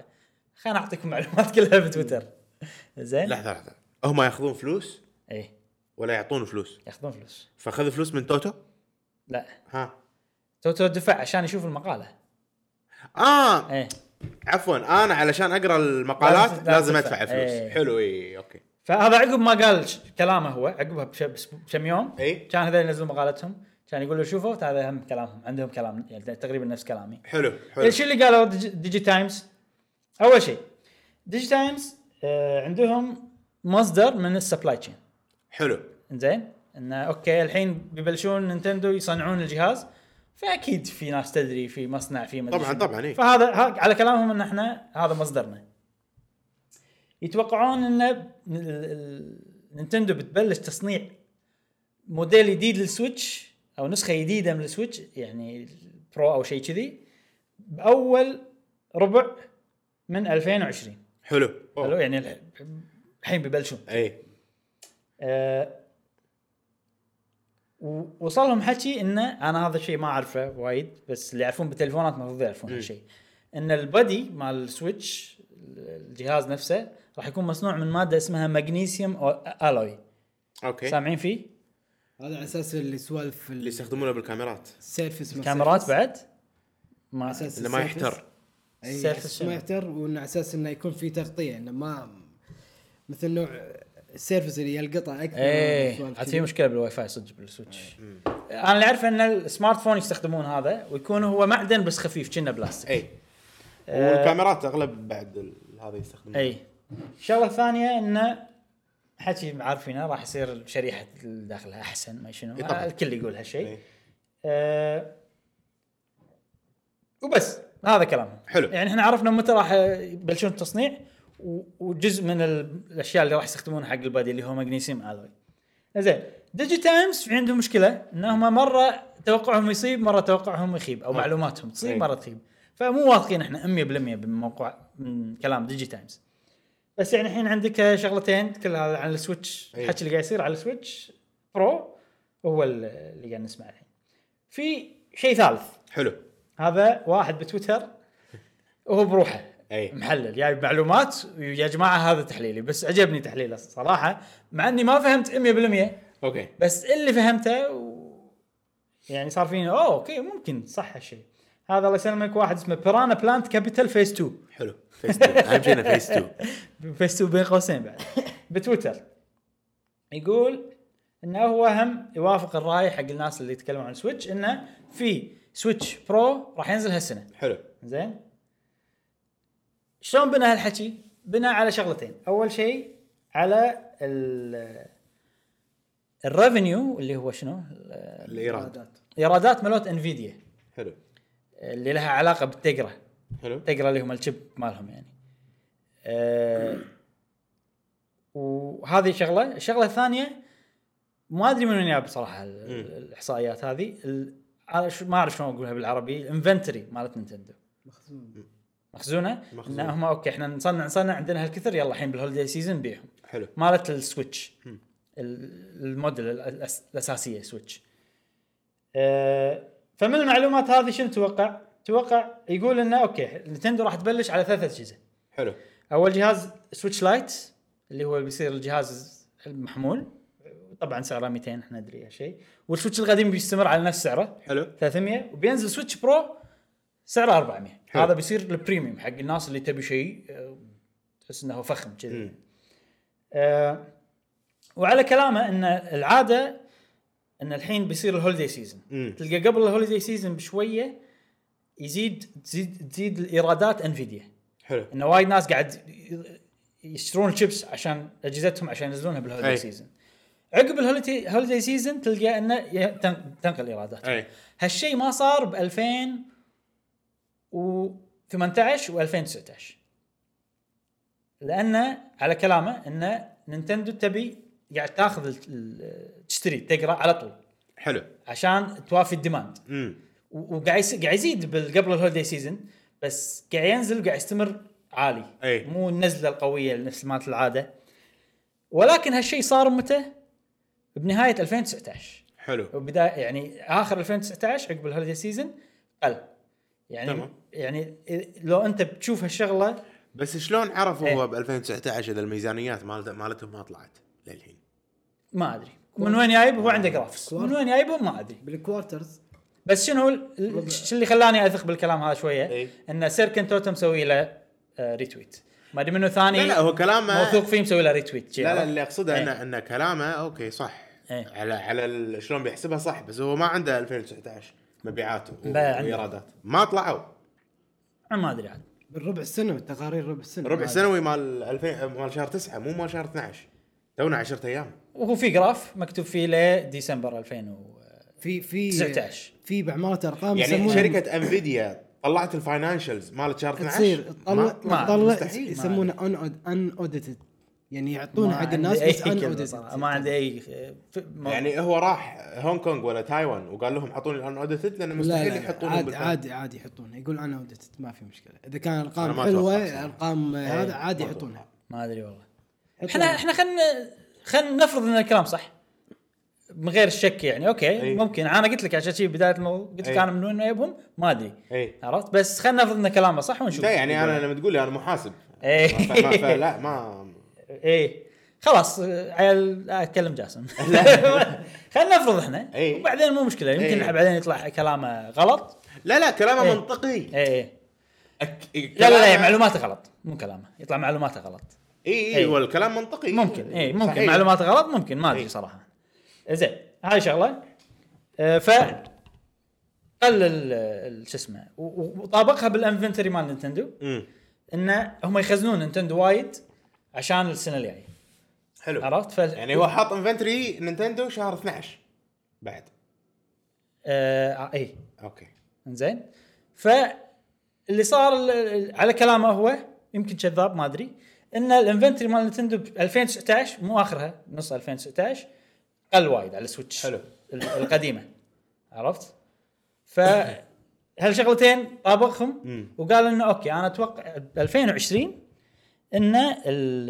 Speaker 1: خليني اعطيكم معلومات كلها بتويتر زين
Speaker 3: لحظه لحظه هم ياخذون فلوس
Speaker 1: اي
Speaker 3: ولا يعطون فلوس
Speaker 1: ياخذون فلوس
Speaker 3: فاخذ فلوس من توتو
Speaker 1: لا
Speaker 3: ها
Speaker 1: توتو دفع عشان يشوف المقاله
Speaker 3: اه
Speaker 1: ايه
Speaker 3: عفوا انا علشان اقرا المقالات
Speaker 1: لازم-
Speaker 3: لازم
Speaker 1: لازم
Speaker 3: ادفع
Speaker 1: تدفع.
Speaker 3: فلوس
Speaker 1: إيه.
Speaker 3: حلو اي اوكي
Speaker 1: فهذا عقب ما قال ش- كلامه هو عقبها بش- بس- بكم يوم
Speaker 3: إي.
Speaker 1: كان هذول ينزلوا مقالتهم كان يقول له شوفوا طيب هذا هم كلامهم عندهم كلام يعني تقريبا نفس كلامي
Speaker 3: حلو حلو
Speaker 1: الشيء اللي قالوا ديجي, ديجي تايمز اول شيء ديجي تايمز آه عندهم مصدر من السبلاي تشين
Speaker 3: حلو
Speaker 1: زين انه اوكي الحين بيبلشون نينتندو يصنعون الجهاز فاكيد في ناس تدري في مصنع في مدري
Speaker 3: طبعاً-
Speaker 1: شنو.
Speaker 3: طبعاً، إيه.
Speaker 1: فهذا ها- على كلامهم ان احنا هذا مصدرنا يتوقعون ان ال- ال- نينتندو بتبلش تصنيع موديل جديد للسويتش او نسخه جديده من السويتش يعني برو او شيء كذي باول ربع من 2020
Speaker 3: حلو
Speaker 1: حلو
Speaker 3: أوه.
Speaker 1: يعني الح- الحين ببلشون
Speaker 3: اي
Speaker 1: أه و- وصلهم حكي انه انا هذا الشيء ما اعرفه وايد بس اللي يعرفون بالتليفونات المفروض يعرفون هالشيء ان البادي مال السويتش الجهاز نفسه راح يكون مصنوع من ماده اسمها مغنيسيوم او الوي
Speaker 3: اوكي
Speaker 1: سامعين فيه
Speaker 2: هذا على اساس اللي سوالف
Speaker 3: اللي يستخدمونه بالكاميرات
Speaker 2: السيرفس ما
Speaker 1: كاميرات
Speaker 2: surface.
Speaker 1: بعد ما
Speaker 2: على أساس
Speaker 3: انه ما
Speaker 2: الsurface.
Speaker 3: يحتر
Speaker 2: اي
Speaker 1: السيرفس
Speaker 2: بس
Speaker 1: شنو؟
Speaker 2: ما يحتر وعلى اساس انه يكون في تغطيه انه ما مثل نوع السيرفس اللي يلقطه اكثر
Speaker 1: ايه
Speaker 2: سوالف
Speaker 1: عاد
Speaker 2: كذي.
Speaker 1: في مشكله بالواي فاي صدق بالسويتش انا اللي اعرفه ان السمارت فون يستخدمون هذا ويكون هو معدن بس خفيف كنا بلاستيك
Speaker 3: اي والكاميرات اغلب بعد ال- هذا يستخدمونه
Speaker 1: اي الشغله الثانيه انه حكي عارفينه راح يصير شريحه داخلها احسن ما شنو
Speaker 3: إي طبعاً.
Speaker 1: الكل يقول هالشيء
Speaker 3: إي.
Speaker 1: أه وبس هذا كلامهم
Speaker 3: حلو.
Speaker 1: يعني احنا عرفنا متى راح يبلشون التصنيع و- وجزء من ال- الاشياء اللي راح يستخدمونها حق البادي اللي هو مغنيسيوم الوي زين ديجي تايمز في عندهم مشكله انهم مره توقعهم يصيب مره توقعهم يخيب او معلوماتهم تصيب
Speaker 3: إي.
Speaker 1: مره تخيب فمو واثقين احنا 100% من موقع من كلام ديجي تايمز بس يعني الحين عندك شغلتين كل هذا عن السويتش
Speaker 3: إي.
Speaker 1: الحكي اللي قاعد يصير على السويتش برو هو اللي قاعد نسمعه الحين في شيء ثالث
Speaker 3: حلو
Speaker 1: هذا واحد بتويتر وهو بروحه
Speaker 3: أي.
Speaker 1: محلل جايب يعني معلومات يا جماعه هذا تحليلي بس عجبني تحليله صراحه مع اني ما فهمت 100%
Speaker 3: اوكي
Speaker 1: بس اللي فهمته و... يعني صار فيني اوه اوكي ممكن صح هالشيء هذا الله يسلمك واحد اسمه بيرانا بلانت كابيتال فيس 2
Speaker 3: حلو فيس 2 اهم شيء انه فيس 2
Speaker 1: فيس 2 بين قوسين بعد بتويتر يقول انه هو هم يوافق الراي حق الناس اللي يتكلمون عن سويتش انه في سويتش برو راح ينزل هالسنه
Speaker 3: حلو
Speaker 1: زين شلون بنى هالحكي؟ بنى على شغلتين، اول شيء على ال الريفنيو اللي هو شنو؟ ال-
Speaker 3: الايراد
Speaker 2: عادات.
Speaker 1: ايرادات مالت انفيديا
Speaker 3: حلو
Speaker 1: اللي لها علاقه بالتقره،
Speaker 3: حلو
Speaker 1: التقره اللي هم الشيب مالهم يعني. أه وهذه شغله، الشغله الثانيه ما ادري من وين جاب بصراحه ال- الاحصائيات هذه، ال- أنا شو- ما اعرف شلون اقولها بالعربي، الانفنتري مالت نينتندو.
Speaker 2: مخزون.
Speaker 1: مخزونه
Speaker 3: مخزونة.
Speaker 1: انهم اوكي احنا نصنع نصنع عندنا هالكثر يلا الحين بالهوليدي سيزون نبيعهم
Speaker 3: حلو
Speaker 1: مالت السويتش ال- الموديل ال- الأس- الاساسيه سويتش أه فمن المعلومات هذه شنو توقع؟ توقع يقول انه اوكي نتندو راح تبلش على ثلاث اجهزه
Speaker 3: حلو
Speaker 1: اول جهاز سويتش لايت اللي هو بيصير الجهاز المحمول طبعا سعره 200 احنا ندري هالشيء والسويتش القديم بيستمر على نفس سعره
Speaker 3: حلو
Speaker 1: 300 وبينزل سويتش برو سعره 400
Speaker 3: حلو.
Speaker 1: حلو. هذا بيصير البريميوم حق الناس اللي تبي شيء آه، تحس انه فخم كذي
Speaker 3: مم.
Speaker 1: آه وعلى كلامه ان العاده ان الحين بيصير الهوليدي سيزون
Speaker 3: مم.
Speaker 1: تلقى قبل الهوليدي سيزون بشويه يزيد تزيد تزيد الايرادات انفيديا
Speaker 3: حلو
Speaker 1: ان وايد ناس قاعد ي- يشترون شيبس عشان اجهزتهم عشان ينزلونها بالهوليدي
Speaker 3: أي.
Speaker 1: سيزون عقب الهوليدي هوليدي سيزون تلقى انه ي- تن- تنقل الايرادات
Speaker 3: اي
Speaker 1: هالشيء ما صار ب 2018 و 2019 لانه على كلامه ان نينتندو تبي قاعد تاخذ ال- ال- تشتري تقرا على طول
Speaker 3: حلو
Speaker 1: عشان توافي الديماند
Speaker 3: امم
Speaker 1: و- وقاعد يس- قاعد يزيد بال- قبل الهوليدي سيزون بس قاعد ينزل وقاعد يستمر عالي
Speaker 3: أي.
Speaker 1: مو النزله القويه نفس مالت العاده ولكن هالشيء صار متى؟ بنهايه 2019
Speaker 3: حلو
Speaker 1: وبدايه يعني اخر 2019 عقب الهوليدي سيزون قل يعني
Speaker 3: تمام.
Speaker 1: تمام. يعني إ- لو انت بتشوف هالشغله
Speaker 3: بس شلون عرفوا
Speaker 1: إيه.
Speaker 3: هو ب 2019 اذا الميزانيات مالت مالتهم ما طلعت للحين
Speaker 1: ما ادري من وين جايب هو عنده جرافكس من وين جايبهم ما ادري
Speaker 2: بالكوارترز
Speaker 1: بس شنو ال- ال- شو اللي خلاني اثق بالكلام هذا شويه
Speaker 3: إيه.
Speaker 1: ان سيركن توتو مسوي له آه، ريتويت ما ادري منو ثاني
Speaker 3: لا لا هو كلامه
Speaker 1: يعني موثوق فيه مسوي له ريتويت شي
Speaker 3: لا لا
Speaker 1: عرفت؟
Speaker 3: اللي اقصده
Speaker 1: إيه.
Speaker 3: انه انه كلامه اوكي صح
Speaker 1: إيه.
Speaker 3: على على ال- شلون بيحسبها صح بس هو ما عنده 2019 مبيعات و-
Speaker 1: لا، عنده.
Speaker 3: وايرادات ما طلعوا
Speaker 1: ما ادري عاد
Speaker 2: بالربع سنه تقارير ربع سنه
Speaker 3: ربع سنوي مال 2000 مال شهر 9 مو مال شهر 12 تونا 10 ايام
Speaker 1: وهو في جراف مكتوب فيه لديسمبر 2000 و...
Speaker 2: في في
Speaker 1: 19.
Speaker 2: في بعمارة ارقام
Speaker 3: يعني
Speaker 2: يسمونها-
Speaker 3: شركه انفيديا طلعت الفاينانشلز مالت شهر 12
Speaker 2: تصير
Speaker 3: ما-
Speaker 2: تطلع
Speaker 1: ما-
Speaker 2: تطلع
Speaker 1: مستحيل.
Speaker 2: يسمونه ان ان اوديتد يعني يعطونه
Speaker 1: ما
Speaker 2: حق
Speaker 1: عندي
Speaker 2: الناس
Speaker 1: أي
Speaker 2: بس ان
Speaker 1: كلمة صراحة، ما
Speaker 2: اوديتد
Speaker 1: عندي اي آه، ف- مو-
Speaker 3: يعني هو راح هونغ كونغ ولا تايوان وقال لهم حطوني الان اوديتد لان مستحيل يحطونه
Speaker 2: عادي
Speaker 3: بالفاينل.
Speaker 2: عادي عادي يحطونه يقول انا اوديتد ما في مشكله اذا كان
Speaker 3: أنا
Speaker 2: ارقام
Speaker 3: ما
Speaker 2: حلوه
Speaker 3: أتوقع صراحة.
Speaker 1: إيه.
Speaker 2: ارقام هذا عادي
Speaker 3: ما
Speaker 2: يحطونها
Speaker 1: ما ادري والله
Speaker 3: يعني.
Speaker 1: احنا احنا خلينا خلينا نفرض ان الكلام صح من غير الشك يعني اوكي
Speaker 3: أي.
Speaker 1: أي. ممكن انا قلت لك عشان شي بدايه الموضوع قلت لك
Speaker 3: أي.
Speaker 1: انا من وين جايبهم ما ادري
Speaker 3: اي
Speaker 1: عرفت بس خلينا نفرض ان كلامه صح ونشوف
Speaker 3: لا إيه. يعني انا لما تقول لي انا محاسب
Speaker 1: إيه.
Speaker 3: ف- ما- فلا ما
Speaker 1: ايه خلاص آه، عيال آه، اتكلم جاسم خلينا نفرض احنا
Speaker 3: إيه.
Speaker 1: وبعدين مو مشكله يمكن
Speaker 3: إيه.
Speaker 1: بعدين يطلع كلامه غلط
Speaker 3: لا لا كلامه
Speaker 1: إيه.
Speaker 3: منطقي
Speaker 1: ايه
Speaker 3: أك...
Speaker 1: لا لا لا معلوماته غلط مو كلامه يطلع معلوماته غلط
Speaker 3: اي اي
Speaker 1: إيه.
Speaker 3: والكلام منطقي
Speaker 1: ممكن اي ممكن
Speaker 3: صحيح.
Speaker 1: معلومات غلط ممكن ما
Speaker 3: إيه.
Speaker 1: ادري صراحه زين هاي شغله آه، ف قلل آه، شو اسمه و- و- وطابقها بالانفنتوري مال نينتندو
Speaker 3: أمم.
Speaker 1: انه هم يخزنون نينتندو وايد عشان السنه الجايه
Speaker 3: حلو
Speaker 1: عرفت ف
Speaker 3: يعني هو حاط انفنتري نينتندو شهر 12 بعد
Speaker 1: آه اي
Speaker 3: اوكي
Speaker 1: زين فاللي صار ال- ال- على كلامه هو يمكن كذاب ما ادري ان الانفنتري مال نتندو ب 2019 مو اخرها نص 2019 قل وايد على السويتش
Speaker 3: حلو.
Speaker 1: ال- القديمه عرفت؟ ف هالشغلتين طابقهم
Speaker 3: مم.
Speaker 1: وقال انه اوكي انا اتوقع ب 2020 ان ال-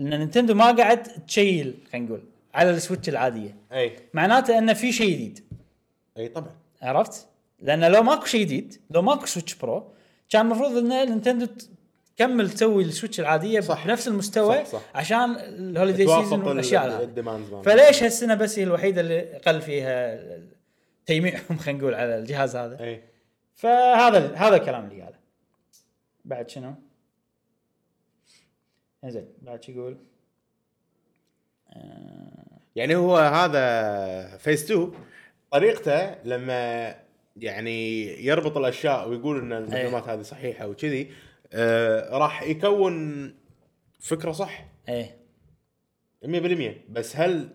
Speaker 1: ان نينتندو ما قاعد تشيل خلينا نقول على السويتش العاديه
Speaker 3: اي
Speaker 1: معناته انه في شيء جديد
Speaker 3: اي طبعا
Speaker 1: عرفت؟ لان لو ماكو شيء جديد لو ماكو سويتش برو كان المفروض ان نينتندو تكمل تسوي السويتش العاديه
Speaker 3: صح.
Speaker 1: صح بنفس المستوى
Speaker 3: صح، صح.
Speaker 1: عشان الهوليدي سيزون
Speaker 3: توافق
Speaker 1: والاشياء العادية.
Speaker 3: الديماندز مالها.
Speaker 1: فليش هالسنه بس هي الوحيده اللي قل فيها تيميعهم خلينا نقول على الجهاز هذا
Speaker 3: اي
Speaker 1: فهذا هذا الكلام اللي قاله بعد شنو؟ زين بعد شو يقول؟
Speaker 3: يعني هو هذا فيس 2 طريقته لما يعني يربط الاشياء ويقول ان المعلومات هذه صحيحه وكذي آه راح يكون فكره صح
Speaker 1: ايه
Speaker 3: 100% بس هل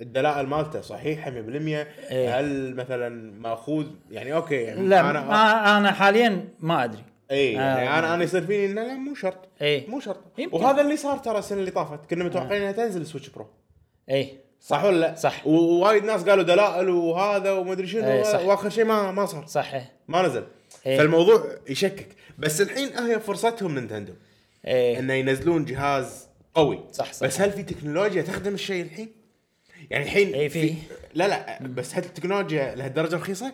Speaker 3: الدلائل مالته صحيحه 100%
Speaker 1: إيه.
Speaker 3: هل مثلا ماخوذ يعني اوكي يعني
Speaker 1: لا
Speaker 3: انا
Speaker 1: ما انا حاليا ما ادري
Speaker 3: اي يعني
Speaker 1: آه.
Speaker 3: انا انا يصير فيني انه لا مو شرط
Speaker 1: إيه.
Speaker 3: مو شرط
Speaker 1: يمكن.
Speaker 3: وهذا اللي صار ترى السنه اللي طافت كنا متوقعين انها تنزل سويتش برو
Speaker 1: ايه
Speaker 3: صح ولا لا؟
Speaker 1: صح.
Speaker 3: ووايد ناس قالوا دلائل وهذا وما ادري شنو
Speaker 1: إيه، صح.
Speaker 3: واخر شيء ما ما صار
Speaker 1: صح ايه
Speaker 3: ما نزل
Speaker 1: إيه.
Speaker 3: فالموضوع يشكك بس الحين هي فرصتهم نينتندو
Speaker 1: ايه
Speaker 3: انه ينزلون جهاز قوي
Speaker 1: صح، صح.
Speaker 3: بس هل في تكنولوجيا تخدم الشيء الحين؟ يعني الحين
Speaker 1: إيه، في.
Speaker 3: لا لا بس هل التكنولوجيا لهالدرجه رخيصه؟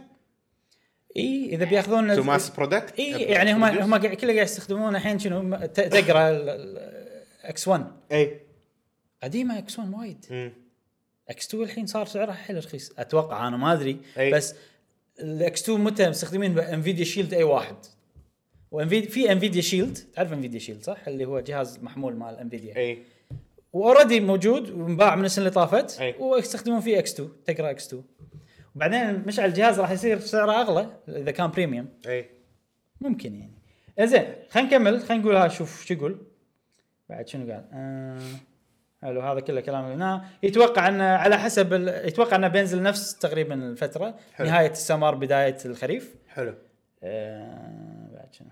Speaker 1: اي اذا بياخذون
Speaker 3: تو ماس برودكت
Speaker 1: اي يعني هم هم قاعد- كله قاعد يستخدمون الحين شنو م- ت- تقرا اكس 1
Speaker 3: اي
Speaker 1: قديمه اكس 1 وايد
Speaker 3: إيه، مم.
Speaker 1: اكس 2 الحين صار سعرها حيل رخيص اتوقع انا ما ادري
Speaker 3: أي.
Speaker 1: بس الاكس 2 متى مستخدمين انفيديا شيلد اي واحد وانفيديا في انفيديا شيلد تعرف انفيديا شيلد صح اللي هو جهاز محمول مال انفيديا
Speaker 3: اي
Speaker 1: واوريدي موجود وانباع من السنه اللي طافت
Speaker 3: أي.
Speaker 1: ويستخدمون فيه اكس 2 تقرا اكس 2 وبعدين مشعل الجهاز راح يصير سعره اغلى اذا كان بريميوم
Speaker 3: اي
Speaker 1: ممكن يعني زين خلينا نكمل خلينا نقول ها شوف شو يقول بعد شنو قال آه حلو هذا كله كلام اللي هنا يتوقع انه على حسب ال... يتوقع انه بينزل نفس تقريبا الفتره
Speaker 3: حلو.
Speaker 1: حلو. نهايه السمر بدايه الخريف
Speaker 3: حلو
Speaker 1: آه بعد شنو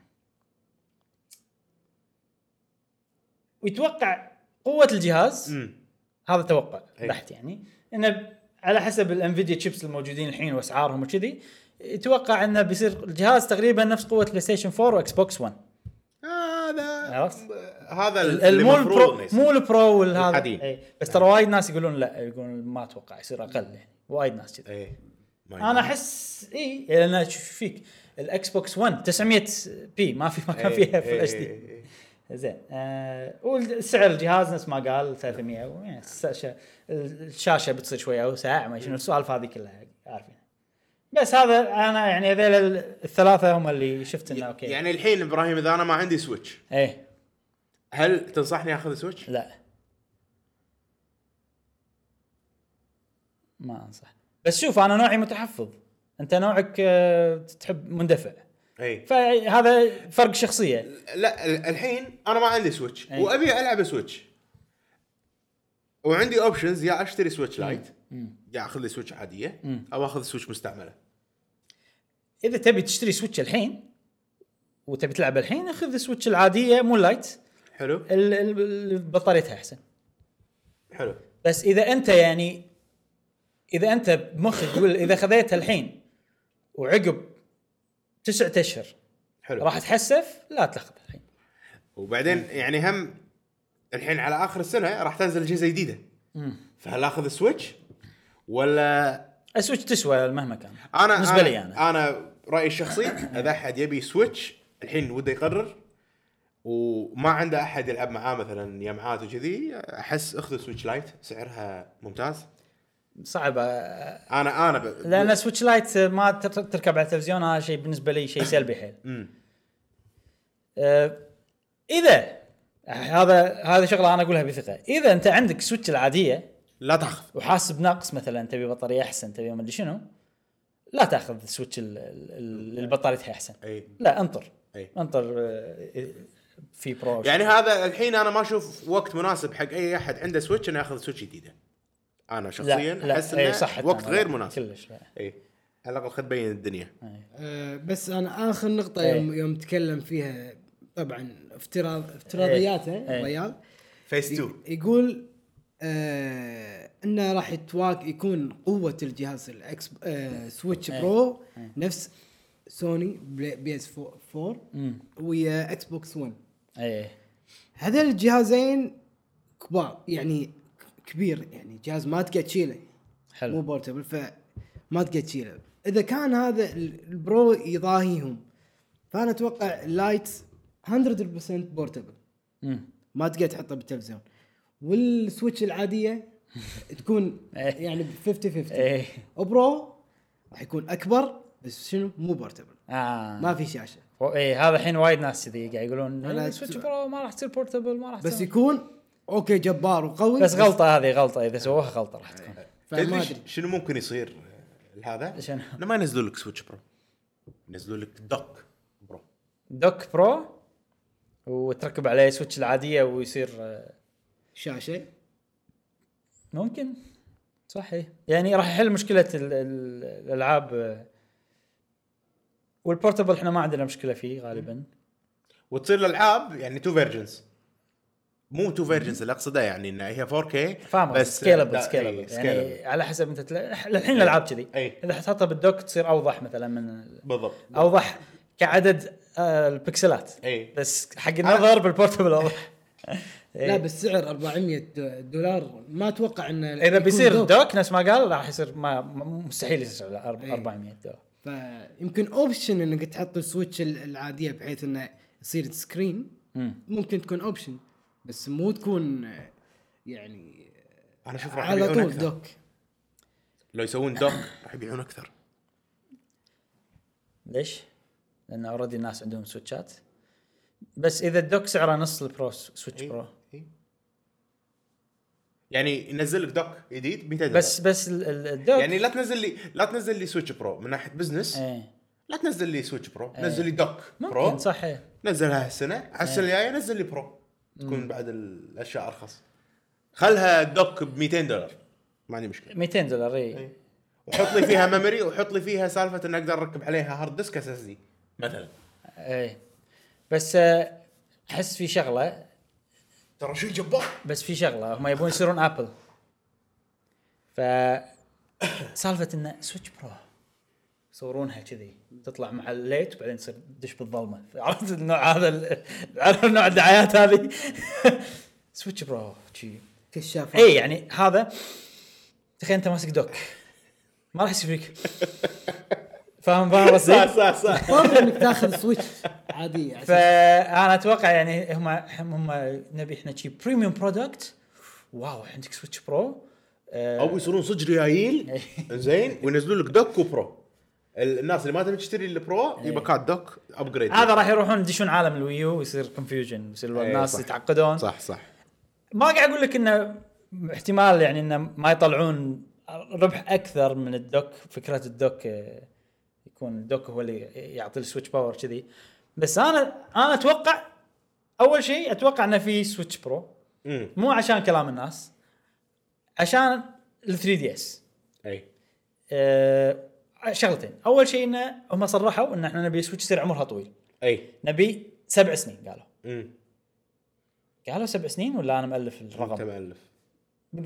Speaker 1: ويتوقع قوه الجهاز
Speaker 3: امم
Speaker 1: هذا توقع
Speaker 3: أي.
Speaker 1: بحت يعني انه على حسب الانفيديا تشيبس الموجودين الحين واسعارهم وكذي يتوقع انه بيصير الجهاز تقريبا نفس قوه بلاي ستيشن 4 واكس بوكس 1
Speaker 3: هذا
Speaker 1: عرفت؟
Speaker 3: هذا اللي
Speaker 1: مو البرو
Speaker 3: المفروض
Speaker 1: مو البرو والهذا
Speaker 3: القديم.
Speaker 1: اي إيه. بس ترى وايد ناس يقولون لا يقولون ما اتوقع يصير اقل يعني وايد ناس كذا
Speaker 3: اي أيوة.
Speaker 1: انا احس اي لان شوف فيك الاكس بوكس 1 900 بي ما في ما
Speaker 3: إيه،
Speaker 1: كان فيها في الاتش دي زين آه والسعر الجهاز نفس ما قال 300 و- يعني الشاشه الشاشه بتصير شويه اوسع ما شنو السوالف هذه كلها عارفين بس هذا انا يعني هذول ال- الثلاثه هم اللي شفت انه اوكي يعني
Speaker 3: يعني الحين ابراهيم اذا انا ما عندي سويتش
Speaker 1: ايه
Speaker 3: هل تنصحني اخذ سويتش؟
Speaker 1: لا ما انصح بس شوف انا نوعي متحفظ انت نوعك آه، تحب مندفع
Speaker 3: اي
Speaker 1: فهذا فرق شخصيه
Speaker 3: لا ال- الحين انا ما عندي سويتش
Speaker 1: أي.
Speaker 3: وابي العب سويتش وعندي اوبشنز يا اشتري سويتش لايت يا اخذ لي سويتش عاديه او اخذ سويتش مستعمله
Speaker 1: اذا تبي تشتري سويتش الحين وتبي تلعب الحين خذ السويتش العاديه مو لايت
Speaker 3: حلو
Speaker 1: ال- ال- ال- بطاريتها احسن
Speaker 3: حلو
Speaker 1: بس اذا انت يعني اذا انت بمخك تقول اذا خذيتها الحين وعقب تسعة اشهر
Speaker 3: حلو
Speaker 1: راح تحسف لا تاخذها الحين
Speaker 3: وبعدين يعني هم الحين على اخر السنه راح تنزل اجهزه جديده فهل اخذ سويتش ولا
Speaker 1: السويتش تسوى مهما كان
Speaker 3: انا
Speaker 1: بالنسبه لي انا
Speaker 3: انا, أنا رايي الشخصي اذا احد يبي سويتش الحين وده يقرر وما عنده احد يلعب معاه مثلا يمعات وكذي احس اخذ سويتش لايت سعرها ممتاز
Speaker 1: صعب
Speaker 3: انا انا ب...
Speaker 1: لان سويتش لايت ما تر- تركب على التلفزيون هذا شيء بالنسبه لي شيء سلبي حيل
Speaker 3: مم.
Speaker 1: آه، اذا هذا هذا شغله انا اقولها بثقه اذا انت عندك سويتش العاديه
Speaker 3: لا تاخذ
Speaker 1: وحاسس بنقص مثلا تبي بطاريه احسن تبي ما ادري شنو لا تاخذ سويتش ال- ال- ال- البطاريتها احسن
Speaker 3: اي
Speaker 1: لا انطر
Speaker 3: أي.
Speaker 1: انطر آه، في برو
Speaker 3: يعني هذا الحين انا ما اشوف وقت مناسب حق اي احد عنده سويتش انه ياخذ سويتش جديده انا شخصيا احس
Speaker 1: أي،
Speaker 3: انه
Speaker 1: إيه، صح
Speaker 3: وقت
Speaker 1: تمام،
Speaker 3: غير
Speaker 1: لا،
Speaker 3: مناسب
Speaker 1: كلش لا
Speaker 3: اي على الاقل خد بين الدنيا
Speaker 2: آه، بس انا اخر نقطه
Speaker 1: إيه.
Speaker 2: يوم يوم تكلم فيها طبعا افتراض افتراضياته
Speaker 1: إيه.
Speaker 2: الريال
Speaker 3: فيس
Speaker 2: ي-
Speaker 3: 2
Speaker 2: يقول آه انه راح يتواك يكون قوه الجهاز الاكس آه سويتش
Speaker 1: إيه.
Speaker 2: برو نفس سوني بلاي- بي اس 4
Speaker 1: مم.
Speaker 2: ويا اكس بوكس 1
Speaker 1: اي
Speaker 2: هذول الجهازين كبار يعني كبير يعني جهاز ما تقدر تشيله مو
Speaker 1: حلو
Speaker 2: بورتبل فما تقدر تشيله اذا كان هذا ال- البرو يضاهيهم فانا اتوقع اللايت 100% بورتبل
Speaker 1: مم.
Speaker 2: ما تقدر تحطه بالتلفزيون والسويتش العاديه تكون يعني 50 50
Speaker 1: اي
Speaker 2: وبرو راح يكون اكبر بس شنو مو بورتبل
Speaker 1: آه.
Speaker 2: ما في شاشه
Speaker 1: اي إيه، هذا الحين وايد ناس كذي قاعد يقولون
Speaker 2: أنا
Speaker 1: إيه، سويتش
Speaker 2: أت-
Speaker 1: برو ما راح تصير بورتبل ما راح
Speaker 2: بس
Speaker 1: تصير
Speaker 2: يكون اوكي جبار وقوي
Speaker 1: بس غلطه هذه غلطه اذا سووها غلطه راح تكون
Speaker 2: فما
Speaker 3: تدري
Speaker 2: ادري
Speaker 3: ش- شنو ممكن يصير هذا؟
Speaker 1: شنو؟
Speaker 3: انه ما ينزلوا لك سويتش برو ينزلوا لك دوك برو
Speaker 1: دوك برو وتركب عليه سويتش العاديه ويصير آه،
Speaker 2: شاشه
Speaker 1: ممكن صحيح يعني راح يحل مشكله ال- ال- الالعاب آه، والبورتبل احنا ما عندنا مشكله فيه غالبا
Speaker 3: وتصير الالعاب يعني تو فيرجنز مو تو فيرجنز اللي اقصده يعني انها هي 4K
Speaker 1: فاهم
Speaker 3: بس
Speaker 1: سكيلبل
Speaker 3: لا،
Speaker 1: سكيلبل
Speaker 3: إي، scalable. إيه.
Speaker 1: يعني على حسب انت تلا... الحين الالعاب كذي
Speaker 3: أي.
Speaker 1: اذا حطيتها بالدوك تصير اوضح مثلا من ال-
Speaker 3: بالضبط
Speaker 1: اوضح كعدد آه، البكسلات
Speaker 3: أي.
Speaker 1: بس حق النظر بالبورتبل اوضح إيه.
Speaker 2: لا بس سعر 400 دولار ما اتوقع انه
Speaker 1: اذا
Speaker 2: يكون
Speaker 1: بيصير
Speaker 2: دوك.
Speaker 1: دوك نفس ما قال راح يصير ما ما- مستحيل يصير على أرب-
Speaker 2: أي.
Speaker 1: 400 دولار
Speaker 2: فيمكن اوبشن انك تحط السويتش ال- العاديه بحيث انه يصير سكرين
Speaker 1: مم.
Speaker 2: ممكن تكون اوبشن بس مو تكون آه، يعني
Speaker 3: انا اشوف راح
Speaker 2: على
Speaker 3: يبيعون
Speaker 2: طول
Speaker 3: اكثر
Speaker 2: دوك
Speaker 3: لو يسوون دوك راح يبيعون اكثر
Speaker 1: ليش؟ لان اوريدي الناس عندهم سويتشات بس اذا الدوك سعره نص البرو س- سويتش
Speaker 3: إي،
Speaker 2: إيه.
Speaker 1: برو
Speaker 3: إي. إيه، يعني ينزل لك دوك جديد 200 دولار
Speaker 1: بس بس ال- ال- الدوك
Speaker 3: يعني لا تنزل لي لا تنزل لي سويتش برو من ناحيه بزنس
Speaker 1: ايه
Speaker 3: لا تنزل لي سويتش برو نزل لي دوك برو
Speaker 1: ممكن صح إيه.
Speaker 3: نزلها هالسنه على السنه الجايه نزل لي برو تكون بعد الاشياء ارخص خلها دوك ب 200 دولار ما عندي مشكله
Speaker 1: 200 دولار إيه. اي
Speaker 3: إي.
Speaker 2: إيه.
Speaker 3: وحط لي فيها ميموري وحط لي فيها سالفه ان اقدر اركب عليها هارد ديسك اس اس دي مثلا
Speaker 1: اي إيه. بس آه، احس في شغله
Speaker 3: ترى شيء جبار
Speaker 1: بس في شغله هم يبون يصيرون ابل ف سالفه انه سويتش برو يصورونها كذي تطلع مع الليت وبعدين تصير تدش بالظلمه عرفت النوع هذا ال- عرفت نوع الدعايات هذه سويتش برو شي
Speaker 2: كشاف
Speaker 1: اي يعني هذا تخيل انت ماسك دوك ما راح يصير فيك فاهم فاهم قصدي؟
Speaker 3: صح صح صح
Speaker 2: فرض انك تاخذ سويتش عاديه عشان
Speaker 1: فانا اتوقع يعني هم هم نبي احنا شي بريميوم برودكت واو عندك سويتش برو آه،
Speaker 3: او يصيرون صدق ريايل زين وينزلوا لك دوك وبرو ال- الناس اللي ما تبي تشتري البرو يبقى كات دوك ابجريد
Speaker 1: هذا راح يروحون يدشون عالم الويو ويصير كونفيوجن يصير
Speaker 3: إيه،
Speaker 1: الناس
Speaker 3: صح.
Speaker 1: يتعقدون
Speaker 3: صح صح
Speaker 1: ما قاعد اقول لك انه احتمال يعني انه ما يطلعون ربح اكثر من الدوك فكره الدوك آه، يكون الدوك هو اللي يعطي السويتش باور كذي بس انا انا اتوقع اول شيء اتوقع انه في سويتش برو
Speaker 3: امم
Speaker 1: مو عشان كلام الناس عشان ال 3 دي اس
Speaker 3: اي
Speaker 1: أه شغلتين اول شيء انه هم صرحوا ان احنا نبي سويتش يصير عمرها طويل
Speaker 3: اي
Speaker 1: نبي سبع سنين قالوا
Speaker 3: امم
Speaker 1: قالوا سبع سنين ولا انا مالف الرقم
Speaker 3: مؤلف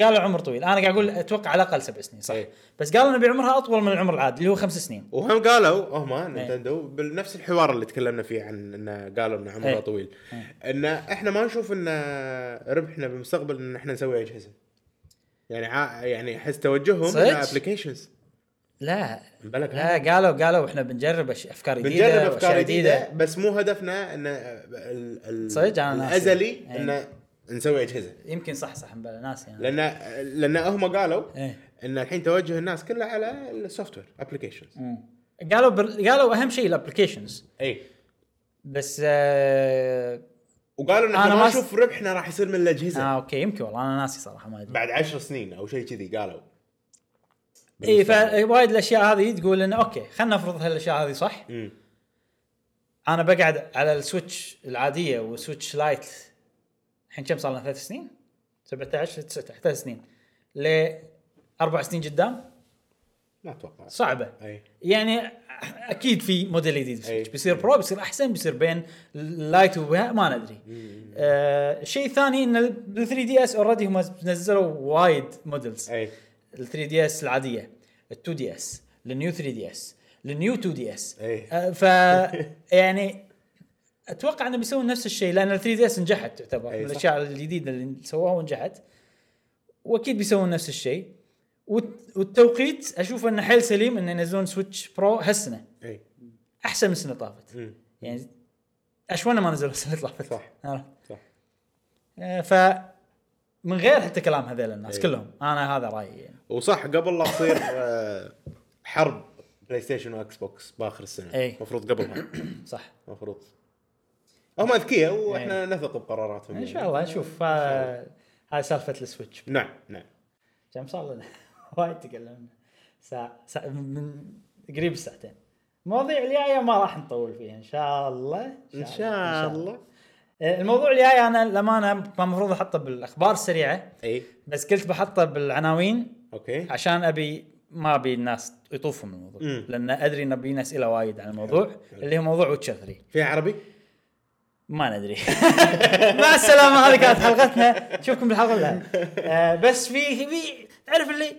Speaker 1: قالوا عمر طويل انا قاعد اقول اتوقع على الاقل سبع سنين صح
Speaker 3: إيه.
Speaker 1: بس قالوا ان بعمرها اطول من العمر العادي اللي هو خمس سنين
Speaker 3: وهم قالوا
Speaker 1: إيه.
Speaker 3: هم نينتندو بنفس الحوار اللي تكلمنا فيه عن انه قالوا انه عمره
Speaker 1: إيه.
Speaker 3: طويل ان احنا ما نشوف ان ربحنا بالمستقبل ان احنا نسوي اجهزه يعني ع... يعني احس توجههم
Speaker 1: صدق؟
Speaker 3: ابلكيشنز
Speaker 1: لا
Speaker 3: بلا
Speaker 1: لا قالوا قالوا احنا بنجرب أش- افكار جديده
Speaker 3: بنجرب
Speaker 1: وأشياء
Speaker 3: افكار جديده بس مو هدفنا ان ال- ال-
Speaker 1: صدق أنا ناسي.
Speaker 3: الازلي
Speaker 1: إيه.
Speaker 3: ان نسوي اجهزه
Speaker 1: يمكن صح صح بلا ناس يعني
Speaker 3: لان لان هم قالوا
Speaker 1: ايه
Speaker 3: ان الحين توجه الناس كلها على السوفت وير ابلكيشنز
Speaker 1: مم. قالوا بر... قالوا اهم شيء الابلكيشنز
Speaker 3: اي
Speaker 1: بس آه...
Speaker 3: وقالوا ان
Speaker 1: أنا
Speaker 3: احنا
Speaker 1: ما
Speaker 3: ما
Speaker 1: س-
Speaker 3: نشوف ربحنا راح يصير من الاجهزه
Speaker 1: اه اوكي يمكن والله انا ناسي صراحه ما ادري
Speaker 3: بعد عشر سنين او شيء كذي قالوا
Speaker 1: اي
Speaker 3: بالمستقبل.
Speaker 1: إيه، فوايد الاشياء هذه تقول انه اوكي خلينا نفرض هالاشياء هذه صح
Speaker 3: مم.
Speaker 1: انا بقعد على السويتش العاديه وسويتش لايت الحين كم صار لنا ثلاث سنين؟ 17 19 ثلاث سنين ل اربع سنين قدام
Speaker 3: ما اتوقع
Speaker 1: صعبه
Speaker 3: اي
Speaker 1: يعني اكيد في موديل جديد بالسويتش
Speaker 3: أي.
Speaker 1: بيصير برو بيصير احسن بيصير بين اللايت وها ما ندري آه الشيء الثاني ان ال 3 دي اس اوريدي هم نزلوا وايد موديلز
Speaker 3: اي
Speaker 1: ال 3 دي اس العاديه ال 2 دي اس النيو 3 دي اس النيو 2 دي اس
Speaker 3: إيه.
Speaker 1: ف يعني اتوقع انه بيسوون نفس الشيء لان ال 3 دي اس نجحت تعتبر
Speaker 3: إيه،
Speaker 1: من
Speaker 3: صح.
Speaker 1: الاشياء الجديده اللي سووها ونجحت واكيد بيسوون نفس الشيء والت- والتوقيت اشوف انه حيل سليم انه ينزلون سويتش برو هالسنه
Speaker 3: اي
Speaker 1: احسن من السنه طافت
Speaker 3: مم.
Speaker 1: يعني اشوانه ما نزلوا السنه طافت
Speaker 3: صح.
Speaker 1: عرفت؟
Speaker 3: صح
Speaker 1: آه، ف من غير حتى كلام هذول الناس
Speaker 3: إيه.
Speaker 1: كلهم انا هذا رايي يعني
Speaker 3: وصح قبل لا تصير آه، حرب بلاي ستيشن واكس بوكس باخر السنه
Speaker 1: إي.
Speaker 3: المفروض قبلها
Speaker 1: صح
Speaker 3: المفروض هم اذكياء واحنا نثق بقراراتهم
Speaker 1: ان
Speaker 3: يعني.
Speaker 1: شاء الله نشوف آه، هاي سالفه السويتش
Speaker 3: نعم نعم
Speaker 1: كم صار لنا؟ وايد تكلمنا ساعة ساعة من قريب ساعتين المواضيع الجايه ما راح نطول فيها ان شاء الله
Speaker 3: ان شاء الله
Speaker 1: آه، الموضوع الجاي انا للامانه كان المفروض احطه بالاخبار السريعه
Speaker 3: اي
Speaker 1: بس قلت بحطه بالعناوين
Speaker 3: اوكي
Speaker 1: عشان ابي ما ابي الناس يطوفهم الموضوع
Speaker 3: مم.
Speaker 1: لان ادري ان بينا اسئله وايد عن الموضوع
Speaker 3: حلو.
Speaker 1: اللي هو موضوع ويتشر 3
Speaker 3: في عربي
Speaker 1: ما ندري مع السلامه هذه كانت حلقتنا نشوفكم بالحلقه اللي بعد. آه بس في في تعرف اللي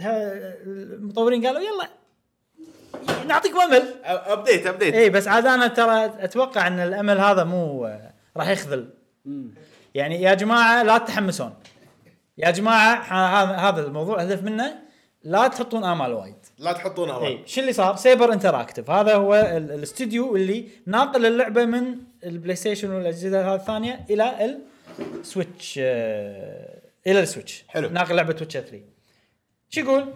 Speaker 1: ها- المطورين قالوا يلا نعطيك امل
Speaker 3: ابديت ابديت
Speaker 1: اي بس عاد انا ترى اتوقع ان الامل هذا مو آه، راح يخذل
Speaker 2: مم.
Speaker 1: يعني يا جماعه لا تتحمسون يا جماعه ه- هذا هذا الموضوع هدف منه لا تحطون امال وايد
Speaker 3: لا تحطون
Speaker 1: اي
Speaker 3: اوراق
Speaker 1: طيب، شو اللي صار؟ سيبر انتراكتيف هذا هو ال- الاستوديو اللي ناقل اللعبه من البلاي ستيشن والاجهزه الثانيه الى السويتش آه، الى السويتش
Speaker 3: حلو.
Speaker 1: ناقل لعبه ويتشر 3 شو يقول؟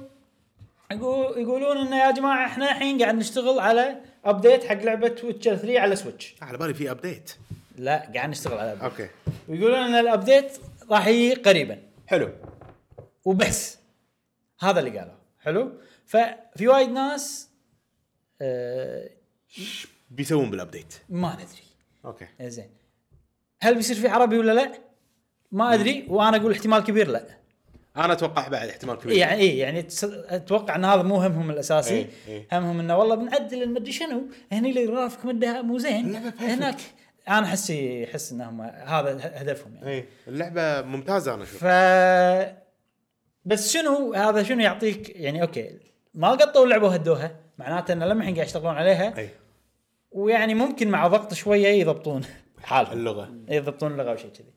Speaker 1: يقول يقولون انه يا جماعه احنا الحين قاعد نشتغل على ابديت حق لعبه ويتشر 3 على سويتش
Speaker 3: آه، على بالي في ابديت
Speaker 1: لا قاعد نشتغل على update.
Speaker 3: اوكي
Speaker 1: ويقولون ان الابديت راح يجي قريبا
Speaker 3: حلو
Speaker 1: وبس هذا اللي قاله حلو ففي وايد ناس آه،
Speaker 3: بيسوون بالابديت
Speaker 1: ما ندري
Speaker 3: اوكي
Speaker 1: زين هل بيصير في عربي ولا لا؟ ما ادري وانا اقول احتمال كبير لا
Speaker 3: انا اتوقع بعد احتمال كبير
Speaker 1: يعني ايه يعني تس- اتوقع ان هذا مو همهم الاساسي
Speaker 3: إيه، إيه.
Speaker 1: همهم انه والله بنعدل المدري شنو هني اللي رافك مدها مو زين
Speaker 3: اللعبة perfect.
Speaker 1: هناك انا احسي احس انهم هذا ه- هدفهم يعني
Speaker 3: اي اللعبه ممتازه انا
Speaker 1: ف
Speaker 3: اشوف
Speaker 1: بس شنو هذا شنو يعطيك يعني اوكي ما قطوا اللعبه وهدوها معناته انه لما الحين قاعد يشتغلون عليها
Speaker 3: اي
Speaker 1: ويعني ممكن مع ضغط شويه يضبطون حالهم
Speaker 3: اللغه
Speaker 1: يضبطون اللغه وشيء كذي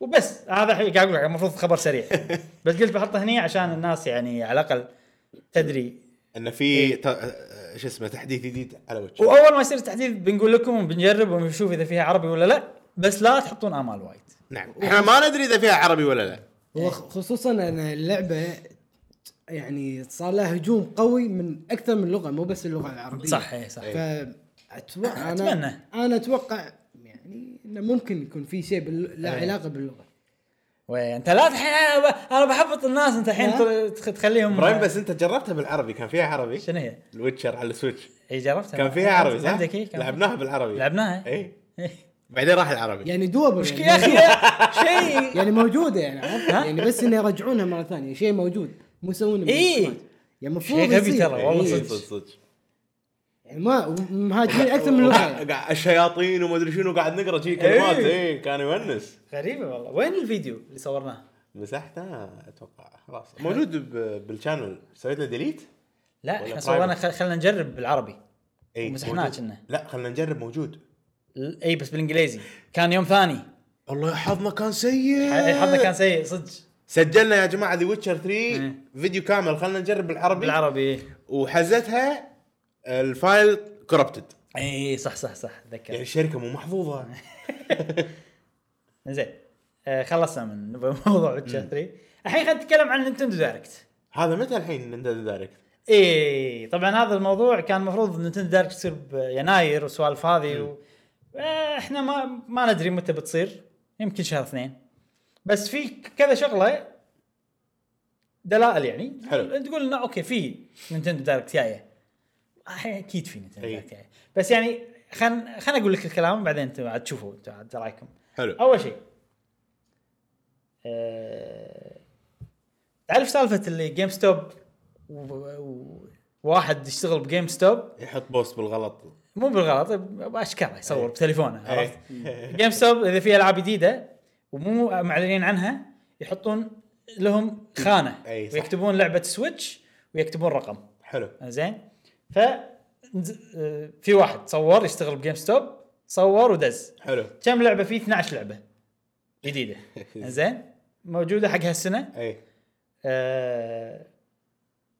Speaker 1: وبس هذا الحين قاعد اقول لك المفروض خبر سريع بس قلت بحطه هنا عشان الناس يعني على الاقل تدري
Speaker 3: ان في ت- آه، شو اسمه تحديث جديد على وجه
Speaker 1: واول ما يصير التحديث بنقول لكم وبنجرب ونشوف اذا فيها عربي ولا لا بس لا تحطون امال وايد
Speaker 3: نعم احنا ما ندري اذا فيها عربي ولا لا
Speaker 2: هو خ- خصوصا ان اللعبه يعني صار لها هجوم قوي من اكثر من لغه مو بس اللغه العربيه
Speaker 1: صح إيه، صح
Speaker 2: فاتوقع
Speaker 1: أتمنى.
Speaker 2: انا انا اتوقع يعني انه ممكن يكون في شيء بال... لا
Speaker 1: إيه.
Speaker 2: علاقه باللغه
Speaker 1: وانت لا تح... انا بحبط الناس انت الحين
Speaker 2: ها؟
Speaker 1: تر- تخ- تخليهم
Speaker 3: ابراهيم بس انت جربتها بالعربي كان فيها عربي
Speaker 1: شنو هي؟
Speaker 3: الويتشر على السويتش
Speaker 1: اي جربتها
Speaker 3: كان فيها عربي صح؟
Speaker 1: عندك إيه؟ كان-
Speaker 3: لعبناها بالعربي
Speaker 1: لعبناها
Speaker 3: اي بعدين راح العربي
Speaker 2: يعني دوبل
Speaker 1: مشكلة يا
Speaker 2: يعني
Speaker 1: اخي يا- شيء
Speaker 2: يعني موجوده يعني عرفت؟
Speaker 1: ها؟
Speaker 2: يعني بس انه يرجعونها مره ثانيه شيء موجود مو يسوونه من
Speaker 1: إيه.
Speaker 2: الإخراج. يعني المفروض
Speaker 1: شيء غبي
Speaker 2: يصير.
Speaker 1: ترى، والله
Speaker 2: إيه.
Speaker 1: صدق.
Speaker 3: صدق
Speaker 2: يعني ما مهاجمين اكثر من لغه
Speaker 3: قاعد الشياطين وما ادري شنو قاعد نقرا شي كلمات
Speaker 1: إيه.
Speaker 3: اي كان يونس
Speaker 1: غريبه والله وين الفيديو اللي صورناه؟
Speaker 3: مسحته اتوقع خلاص موجود ب- بالشانل سويت له ديليت
Speaker 1: لا
Speaker 3: ولا
Speaker 1: احنا
Speaker 3: private.
Speaker 1: صورنا خل- خلنا نجرب بالعربي
Speaker 3: اي
Speaker 1: ومسحناه
Speaker 3: إيه، موجود.
Speaker 1: كنا.
Speaker 3: لا خلينا نجرب موجود
Speaker 1: ال- اي بس بالانجليزي كان يوم ثاني
Speaker 3: والله حظنا كان سيء
Speaker 1: ح- حظنا إيه، كان سيء صدق
Speaker 3: سجلنا يا جماعه ذا ويتشر 3
Speaker 1: إيه.
Speaker 3: فيديو كامل خلينا نجرب بالعربي
Speaker 1: بالعربي
Speaker 3: وحزتها الفايل كربتد
Speaker 1: اي إيه، صح صح صح اتذكر
Speaker 3: يعني الشركه مو محظوظه
Speaker 1: زين آه خلصنا من موضوع ويتشر 3 الحين خلينا نتكلم عن نينتندو دايركت
Speaker 3: هذا متى الحين نينتندو دايركت
Speaker 1: اي طبعا إيه، هذا الموضوع كان المفروض نينتندو دايركت تصير بيناير والسوالف هذه و... آه، احنا ما ما ندري متى بتصير يمكن شهر اثنين بس في ك- كذا شغله دلائل يعني
Speaker 3: حلو.
Speaker 1: تقول انه اوكي في نينتندو دايركت جايه آه، اكيد في نينتندو
Speaker 3: أي.
Speaker 1: دايركت جايه بس يعني خلنا خلنا اقول لك الكلام بعدين انتم عاد تشوفوا انتم عاد رايكم
Speaker 3: حلو
Speaker 1: اول شيء أه... تعرف سالفه اللي جيم ستوب و- وواحد يشتغل بجيم ستوب
Speaker 3: يحط بوست بالغلط
Speaker 1: مو بالغلط باشكاله يصور بتليفونه
Speaker 3: إيه.
Speaker 1: عرفت جيم ستوب اذا في العاب جديده ومو معلنين عنها يحطون لهم خانه
Speaker 3: إي، إيه، صح.
Speaker 1: ويكتبون لعبه سويتش ويكتبون رقم
Speaker 3: حلو
Speaker 1: زين ف نز- آه، في واحد صور يشتغل بجيم ستوب صور ودز
Speaker 3: حلو
Speaker 1: كم لعبه فيه 12 لعبه جديده زين موجوده حق هالسنه
Speaker 3: اي
Speaker 1: آه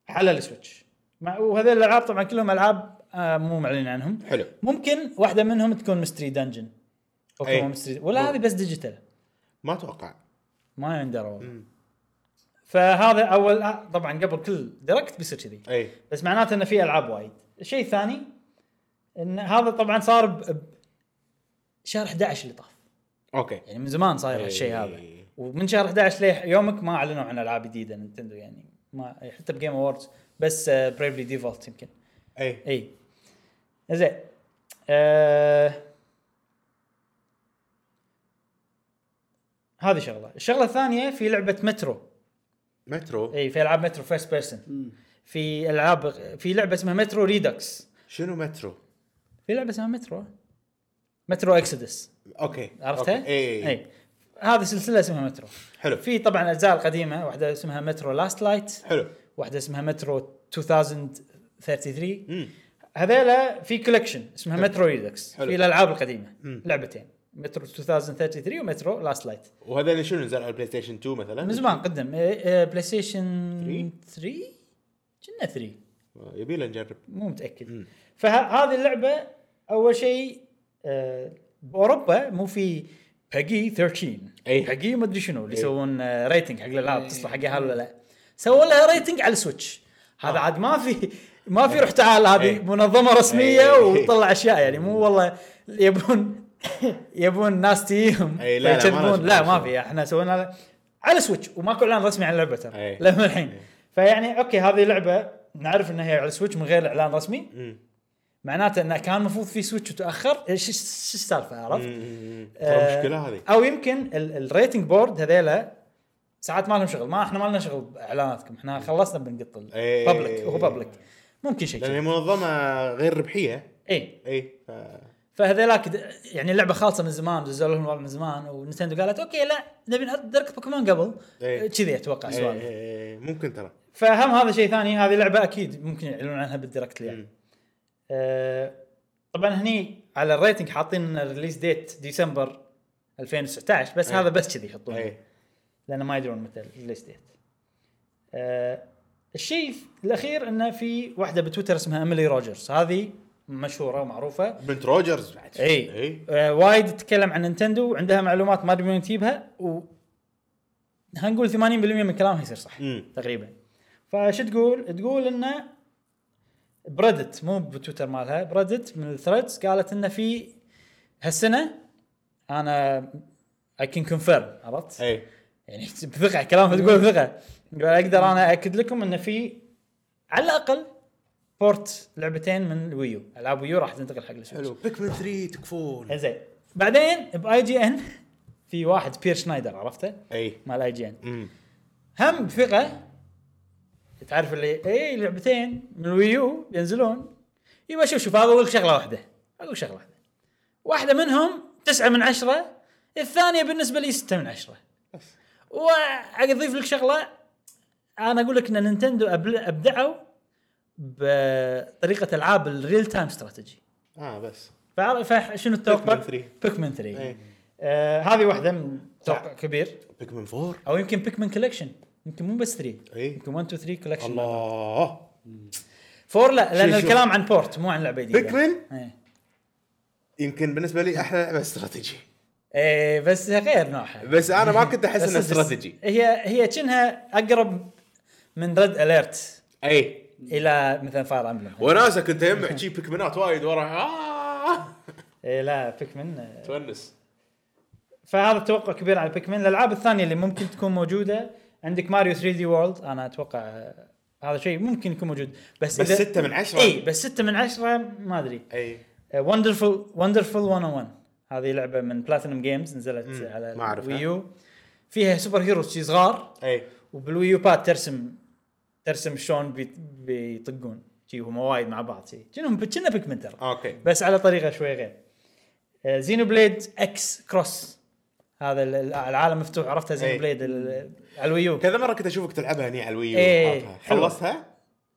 Speaker 1: على السويتش مع- وهذه الالعاب طبعا كلهم العاب آه مو معلنين عنهم
Speaker 3: حلو
Speaker 1: ممكن واحده منهم تكون مستري دنجن
Speaker 3: أي.
Speaker 1: بوكيمون مستري ولا هذه بس ديجيتال
Speaker 3: ما اتوقع
Speaker 1: ما يندرى فهذا اول آه، طبعا قبل كل دايركت بيصير كذي
Speaker 3: اي
Speaker 1: بس معناته انه في العاب وايد الشيء الثاني ان هذا طبعا صار ب- ب- شهر 11 اللي طاف
Speaker 3: اوكي
Speaker 1: يعني من زمان صاير هالشيء
Speaker 3: إيه.
Speaker 1: هذا ومن شهر 11 ليه يومك ما اعلنوا عن العاب جديده نينتندو يعني ما حتى بجيم اووردز بس بريفلي ديفولت يمكن
Speaker 3: اي
Speaker 1: اي زين آه... هذه شغله الشغله الثانيه في لعبه مترو
Speaker 3: مترو
Speaker 1: اي في العاب مترو فيرست بيرسون في العاب في لعبه اسمها مترو ريدكس
Speaker 3: شنو مترو؟
Speaker 1: في لعبه اسمها مترو مترو اكسدس
Speaker 3: اوكي
Speaker 1: عرفتها؟
Speaker 3: اي
Speaker 1: اي هذه سلسله اسمها مترو
Speaker 3: إيه. حلو
Speaker 1: في طبعا اجزاء قديمه واحده اسمها مترو لاست لايت
Speaker 3: حلو
Speaker 1: واحده اسمها مترو 2033
Speaker 3: امم
Speaker 1: هذيلا في كولكشن اسمها مترو ريدكس
Speaker 3: حلو.
Speaker 1: في الالعاب القديمه
Speaker 3: مم.
Speaker 1: لعبتين مترو 2033 ومترو لاست لايت
Speaker 3: وهذا شنو نزل على البلاي ستيشن 2 مثلا؟
Speaker 1: من زمان قدم إيه، إيه، بلاي ستيشن 3 كنا 3
Speaker 3: يبي له نجرب
Speaker 1: مو متاكد
Speaker 3: مم.
Speaker 1: فهذه اللعبه اول شيء آه، باوروبا مو في بيجي 13
Speaker 3: أي.
Speaker 1: بيجي ما ادري شنو اللي
Speaker 3: أي.
Speaker 1: يسوون آه، ريتنج حق الالعاب تصلح حقها ولا لا سووا لها ريتنج على السويتش هذا عاد ما في ما في روح تعال
Speaker 3: آه. أي.
Speaker 1: هذه منظمه رسميه
Speaker 3: أي.
Speaker 1: وتطلع اشياء يعني مو والله يبون يبون ناس تجيهم
Speaker 3: أي، لا، لا، ما
Speaker 1: فيجربون.
Speaker 3: لازم،
Speaker 1: لا
Speaker 3: ما
Speaker 1: ما
Speaker 3: لازم.
Speaker 1: في احنا إيه، سوينا على سويتش وماكو اعلان رسمي عن اللعبه ترى
Speaker 3: أي.
Speaker 1: لما
Speaker 3: إيه.
Speaker 1: الحين فيعني اوكي هذه لعبه نعرف انها هي على سويتش من غير اعلان رسمي
Speaker 3: مم.
Speaker 1: معناته انه كان المفروض في إيه، سويتش وتاخر ايش ايش إيش السالفه عرفت؟
Speaker 3: مم. ترى
Speaker 1: آه،
Speaker 3: المشكله هذه
Speaker 1: او يمكن ال- الريتنج بورد هذيلا ساعات ما لهم شغل ما احنا ما لنا شغل باعلاناتكم احنا خلصنا بنقط
Speaker 3: إيه.
Speaker 1: بابلك هو بابلك ممكن شيء
Speaker 3: لان هي
Speaker 1: كذي.
Speaker 3: منظمه غير ربحيه
Speaker 1: اي
Speaker 3: اي ف...
Speaker 1: فهذيلاك د- يعني اللعبه خالصه من زمان دزوا لهم الوضع من زمان ونتندو قالت اوكي لا نبي نحط درك بوكيمون قبل
Speaker 3: إيه.
Speaker 1: كذي اتوقع
Speaker 3: إي-
Speaker 1: سؤال
Speaker 3: إي- إي، إيه، ممكن ترى
Speaker 1: فهم هذا شيء ثاني هذه لعبه اكيد ممكن يعلنون عنها بالديركت يعني
Speaker 3: مم.
Speaker 1: آه، طبعا هني على الريتنج حاطين الريليز ديت ديسمبر 2019 بس
Speaker 3: أي.
Speaker 1: هذا بس كذي يحطونه
Speaker 3: اي
Speaker 1: لان ما يدرون متى الريليز ديت. آه الشيء الاخير انه في واحده بتويتر اسمها اميلي روجرز هذه مشهوره ومعروفه
Speaker 3: بنت روجرز بعد إيه.
Speaker 1: اي,
Speaker 3: اي
Speaker 1: آه وايد تتكلم عن نينتندو وعندها معلومات ما ادري من وين تجيبها و هنقول 80% من كلامها يصير صح
Speaker 3: مم.
Speaker 1: تقريبا فش تقول؟ تقول انه بريدت مو بتويتر مالها بريدت من الثريدز قالت انه في هالسنه انا اي كان كونفيرم عرفت؟
Speaker 3: اي
Speaker 1: يعني بثقه كلامها تقول بثقه تقول اقدر انا ااكد لكم انه في على الاقل بورت لعبتين من الويو العاب ويو راح تنتقل حق السويتش
Speaker 3: حلو بيكمن 3 تكفون
Speaker 1: زين بعدين باي جي ان في واحد بير شنايدر عرفته
Speaker 3: اي
Speaker 1: مال اي جي ان
Speaker 3: إيه. مم.
Speaker 1: هم بثقه تعرف اللي اي لعبتين من الويو ينزلون يبا شوف شوف هذا اقول لك شغله واحده اقول لك شغله واحده واحده منهم تسعة من عشرة الثانيه بالنسبه لي ستة من عشرة واضيف لك شغله انا اقول لك ان نينتندو أبل- ابدعوا بطريقه العاب الريل تايم استراتيجي
Speaker 3: اه بس
Speaker 1: فعر- فشنو التوقع؟
Speaker 3: Pikmin 3.
Speaker 1: بيكمن
Speaker 3: إيه.
Speaker 1: 3 آه هذه واحده من توقع كبير
Speaker 3: بيكمن 4
Speaker 1: او يمكن بيكمن كولكشن يمكن مو بس 3
Speaker 3: إيه.
Speaker 1: يمكن 1 2 3 كولكشن
Speaker 3: الله
Speaker 1: 4 لا لان
Speaker 3: شو- شو.
Speaker 1: الكلام عن بورت مو عن لعبه جديده
Speaker 3: Pikmin؟
Speaker 1: إيه.
Speaker 3: يمكن بالنسبه لي احلى لعبه استراتيجي
Speaker 1: ايه بس غير نوعها
Speaker 3: بس انا ما كنت احس
Speaker 1: بس-
Speaker 3: انها
Speaker 1: بس-
Speaker 3: استراتيجي
Speaker 1: هي هي كأنها اقرب من ريد اليرت
Speaker 3: اي
Speaker 1: الى مثلا فاير امبلم
Speaker 3: وناسه إيه. كنت اجمع شي بيكمنات وايد ورا آه.
Speaker 1: الى بيكمن
Speaker 3: تونس
Speaker 1: فهذا توقع كبير على بيكمن الالعاب الثانيه اللي ممكن تكون موجوده عندك ماريو 3 دي وورلد انا اتوقع آه، هذا شيء ممكن يكون موجود بس
Speaker 3: بس ستة من عشرة.
Speaker 1: اي بس 6 من 10 ما آه، ادري
Speaker 3: اي
Speaker 1: وندرفul وندرفul 101 هذه لعبه من بلاتينوم جيمز نزلت
Speaker 3: مم،
Speaker 1: على
Speaker 3: ما أعرفها.
Speaker 1: الويو فيها سوبر هيروز شي صغار
Speaker 3: اي
Speaker 1: وبالويو باد ترسم ترسم شلون بي- بيطقون شي هم وايد مع بعض شي كأنهم كنا بيكمن ترى
Speaker 3: اوكي
Speaker 1: بس على طريقه شوي غير آه، زينو بليد اكس كروس هذا ال- ال- العالم مفتوح عرفتها زينو
Speaker 3: إيه.
Speaker 1: بليد على الويو
Speaker 3: كذا مره كنت اشوفك تلعبها هني على الويو
Speaker 1: إيه،
Speaker 3: وحاطها.
Speaker 1: حلوة.
Speaker 3: خلصتها؟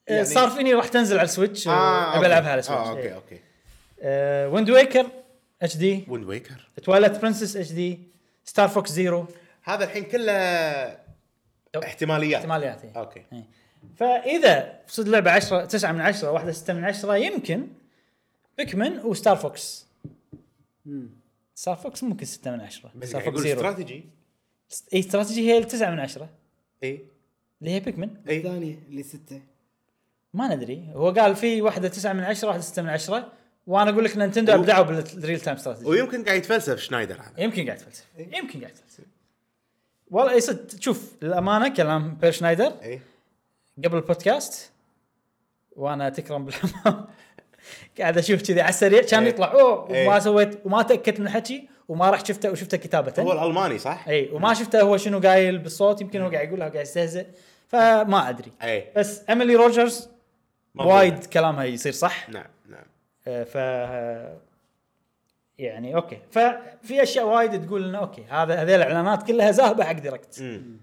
Speaker 1: آه، صار فيني راح تنزل على السويتش آه
Speaker 3: يعني- أوكي.
Speaker 1: بلعبها على السويتش آه،
Speaker 3: اه اوكي اوكي
Speaker 1: ويند ويكر اتش دي
Speaker 3: ويند ويكر
Speaker 1: توالت برنسس اتش دي ستار فوكس زيرو
Speaker 3: هذا الحين كله احتماليات
Speaker 1: احتماليات إيه.
Speaker 3: اوكي
Speaker 1: إيه. فاذا صد لعبه 10 9 من 10 واحده 6 من 10 يمكن بيكمن وستار فوكس ستار فوكس ممكن 6 من 10
Speaker 3: بس
Speaker 1: ستار
Speaker 3: قاعد
Speaker 1: فوكس
Speaker 3: يقول
Speaker 1: زيرو
Speaker 3: استراتيجي
Speaker 1: اي إيه، استراتيجي هي 9 من 10
Speaker 3: اي
Speaker 1: اللي هي بيكمن
Speaker 3: اي
Speaker 2: الثاني اللي سته
Speaker 1: ما ندري هو قال في واحده 9 من 10 واحده 6 من 10 وانا اقول لك نينتندو
Speaker 3: أيوه.
Speaker 1: ابدعوا بالريل تايم استراتيجي
Speaker 3: ويمكن قاعد يتفلسف شنايدر هذا
Speaker 1: يمكن قاعد تفلسف
Speaker 3: أيوه.
Speaker 1: يمكن قاعد تفلسف والله اي صد شوف للامانه كلام بير شنايدر
Speaker 3: اي
Speaker 1: قبل البودكاست وانا تكرم بالحمام قاعد اشوف كذي على السريع كان
Speaker 3: إيه.
Speaker 1: يطلع اوه وما
Speaker 3: إيه.
Speaker 1: سويت وما تاكدت من الحكي وما رحت شفته وشفته
Speaker 3: هو
Speaker 1: كتابه
Speaker 3: الالماني صح؟
Speaker 1: اي وما شفته هو شنو قايل بالصوت يمكن
Speaker 3: إيه.
Speaker 1: هو قاعد يقولها قاعد يستهزئ فما ادري
Speaker 3: اي
Speaker 1: بس ايميلي روجرز
Speaker 3: مظلومة.
Speaker 1: وايد كلامها يصير صح
Speaker 3: نعم نعم
Speaker 1: آه، ف يعني اوكي ففي اشياء وايد تقول انه اوكي هذا هذه الاعلانات كلها ذاهبه حق ديركت
Speaker 3: مم.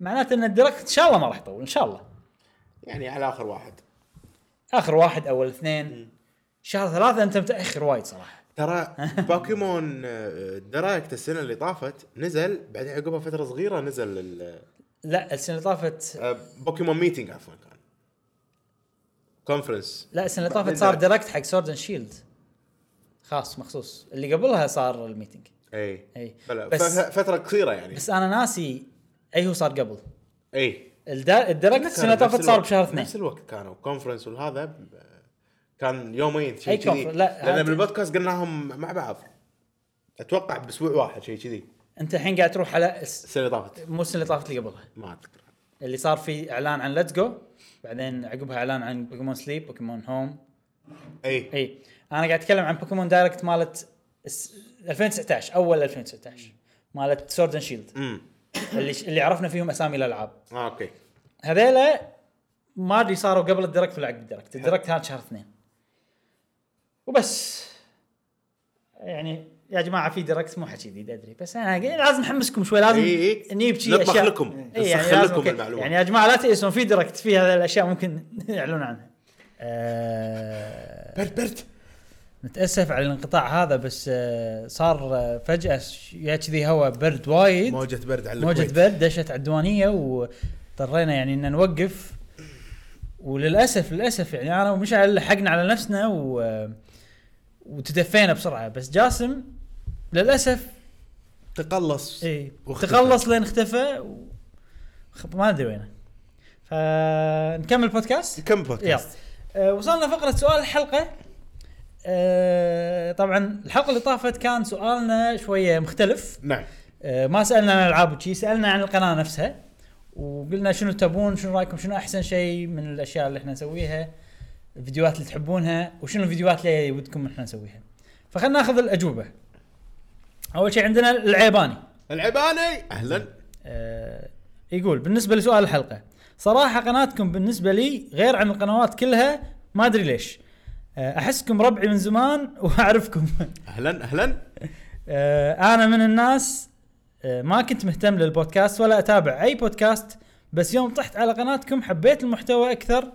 Speaker 1: معناته ان الديركت ان شاء الله ما راح يطول ان شاء الله
Speaker 3: يعني على اخر واحد
Speaker 1: اخر واحد اول اثنين شهر ثلاثة انت متاخر وايد صراحة
Speaker 3: ترى بوكيمون دايركت السنه اللي طافت نزل بعدين عقبها فتره صغيره نزل ال-
Speaker 1: لا السنة اللي طافت
Speaker 3: آه، بوكيمون ميتنج عفوا كان كونفرنس
Speaker 1: لا السنة اللي
Speaker 3: بعدين
Speaker 1: طافت صار
Speaker 3: لا.
Speaker 1: دايركت حق سورد اند شيلد خاص مخصوص اللي قبلها صار الميتنج
Speaker 3: اي
Speaker 1: إي.
Speaker 3: بلا
Speaker 1: بس-
Speaker 3: ف- فتره قصيره يعني
Speaker 1: بس انا ناسي اي هو صار قبل
Speaker 3: اي
Speaker 1: الدا- الدايركت السنة اللي
Speaker 3: كانوا
Speaker 1: طافت
Speaker 3: نفس
Speaker 1: صار
Speaker 3: الوقت-
Speaker 1: بشهر اثنين
Speaker 3: نفس الوقت كانوا كونفرنس والهذا ب- كان يومين شيء
Speaker 1: أي
Speaker 3: كذي
Speaker 1: conference- لا،
Speaker 3: لان
Speaker 1: هذا-
Speaker 3: بالبودكاست قلناهم مع بعض اتوقع باسبوع واحد شيء كذي
Speaker 1: انت الحين قاعد تروح على الس-
Speaker 3: السنه اللي طافت
Speaker 1: مو السنة اللي طافت اللي قبلها
Speaker 3: ما اذكر
Speaker 1: اللي صار في اعلان عن ليتس جو بعدين عقبها اعلان عن بوكيمون سليب بوكيمون هوم
Speaker 3: اي
Speaker 1: اي انا قاعد اتكلم عن بوكيمون دايركت مالت الس- 2019 اول 2019 مالت سورد اند شيلد
Speaker 3: امم
Speaker 1: اللي اللي عرفنا فيهم اسامي الالعاب
Speaker 3: آه، اوكي
Speaker 1: هذيلا ما ادري صاروا قبل الدركت ولا عقب الدركت الدركت هذا شهر اثنين وبس يعني يا جماعه في دركت مو حكي جديد ادري بس انا قاعد- لازم نحمسكم شوي لازم
Speaker 3: إي إي.
Speaker 1: نجيب شي
Speaker 3: نطبخ
Speaker 1: يعني أشياء.
Speaker 3: لكم.
Speaker 1: إي يعني
Speaker 3: نسخن
Speaker 1: لازم
Speaker 3: لكم
Speaker 1: أوكي.
Speaker 3: المعلومات.
Speaker 1: يعني يا جماعه لا تيأسون في دركت في هذه الاشياء ممكن يعلنون عنها آه،
Speaker 3: برد برد
Speaker 1: نتاسف على الانقطاع هذا بس آه، صار آه، فجاه ش- يا كذي هواء برد وايد
Speaker 3: موجه برد على
Speaker 1: موجة
Speaker 3: الكويت.
Speaker 1: برد دشت على الديوانية واضطرينا يعني ان نوقف وللاسف للاسف يعني انا ومشعل لحقنا على نفسنا و... آه، وتدفينا بسرعة بس جاسم للاسف
Speaker 3: تقلص
Speaker 1: اي
Speaker 3: واختفى.
Speaker 1: تخلص لين اختفى و... خ- ما ادري وينه فنكمل بودكاست
Speaker 3: كم
Speaker 1: يلا
Speaker 3: بودكاست؟
Speaker 1: أه وصلنا فقرة سؤال الحلقة أه طبعا الحلقة اللي طافت كان سؤالنا شوية مختلف
Speaker 3: نعم
Speaker 1: آه، ما سالنا عن الالعاب وشي سالنا عن القناه نفسها وقلنا شنو تبون شنو رايكم شنو احسن شيء من الاشياء اللي احنا نسويها الفيديوهات اللي تحبونها وشنو الفيديوهات اللي ودكم احنا نسويها فخلنا ناخذ الاجوبه اول شيء عندنا العيباني
Speaker 3: العباني اهلا
Speaker 1: آه، يقول بالنسبه لسؤال الحلقه صراحه قناتكم بالنسبه لي غير عن القنوات كلها ما ادري ليش آه، احسكم ربعي من زمان واعرفكم
Speaker 3: اهلا اهلا
Speaker 1: آه، انا من الناس آه، ما كنت مهتم للبودكاست ولا اتابع اي بودكاست بس يوم طحت على قناتكم حبيت المحتوى اكثر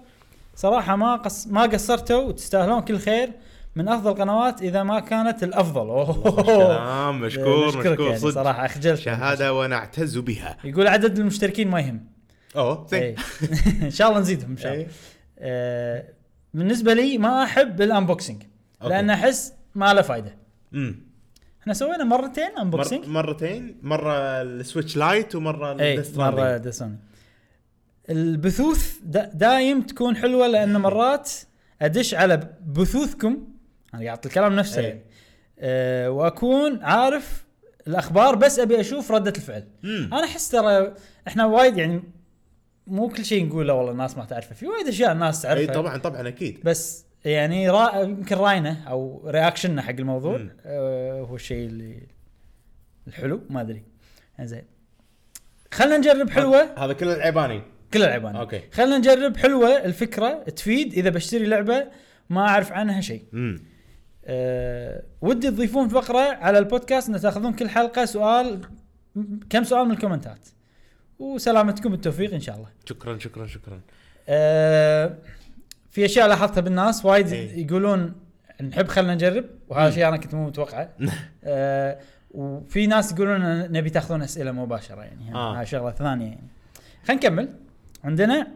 Speaker 1: صراحه ما قص ما قصرتوا وتستاهلون كل خير من افضل قنوات اذا ما كانت الافضل اوه
Speaker 3: كلام مشكور
Speaker 1: نشكرك
Speaker 3: مشكور
Speaker 1: يعني
Speaker 3: صدق
Speaker 1: صراحه اخجلت
Speaker 3: شهاده ونعتز بها
Speaker 1: يقول عدد المشتركين ما يهم
Speaker 3: اوه
Speaker 1: إيه.
Speaker 3: زين
Speaker 1: ان شاء الله نزيدهم ان شاء الله
Speaker 3: إيه.
Speaker 1: آه، بالنسبه لي ما احب الانبوكسنج
Speaker 3: أوكي.
Speaker 1: لان احس ما له فايده
Speaker 3: أمم.
Speaker 1: احنا سوينا مرتين انبوكسنج
Speaker 3: مر... مرتين مره السويتش لايت ومره
Speaker 1: اي
Speaker 3: Death Stranding.
Speaker 1: مره دسون البثوث دا دايم تكون حلوه
Speaker 3: إيه.
Speaker 1: لان مرات ادش على بثوثكم انا قاعد أعطي الكلام نفسه
Speaker 3: إي.
Speaker 1: يعني أه واكون عارف الاخبار بس ابي اشوف رده الفعل
Speaker 3: مم.
Speaker 1: انا احس ترى احنا وايد يعني مو كل شيء نقوله والله الناس ما تعرفه في وايد اشياء الناس تعرفها
Speaker 3: اي طبعا طبعا اكيد
Speaker 1: بس يعني را... يمكن راينا او رياكشننا حق الموضوع
Speaker 3: مم.
Speaker 1: آه هو الشيء اللي الحلو ما ادري زين خلينا نجرب حلوه
Speaker 3: هذا كله العيباني
Speaker 1: كل العيبان
Speaker 3: أوكي.
Speaker 1: خلينا نجرب حلوه الفكره تفيد اذا بشتري لعبه ما اعرف عنها شيء
Speaker 3: امم
Speaker 1: أه ودي تضيفون فقره على البودكاست ان تاخذون كل حلقه سؤال م- كم سؤال من الكومنتات وسلامتكم بالتوفيق ان شاء الله
Speaker 3: شكرا شكرا شكرا
Speaker 1: آه، في اشياء لاحظتها بالناس وايد
Speaker 3: إي.
Speaker 1: يقولون نحب خلينا نجرب وهذا
Speaker 3: إيه.
Speaker 1: شيء انا كنت مو متوقعه آه، وفي ناس يقولون نبي تاخذون اسئله مباشره يعني
Speaker 3: آه.
Speaker 1: هذا شغله ثانيه يعني خلينا نكمل عندنا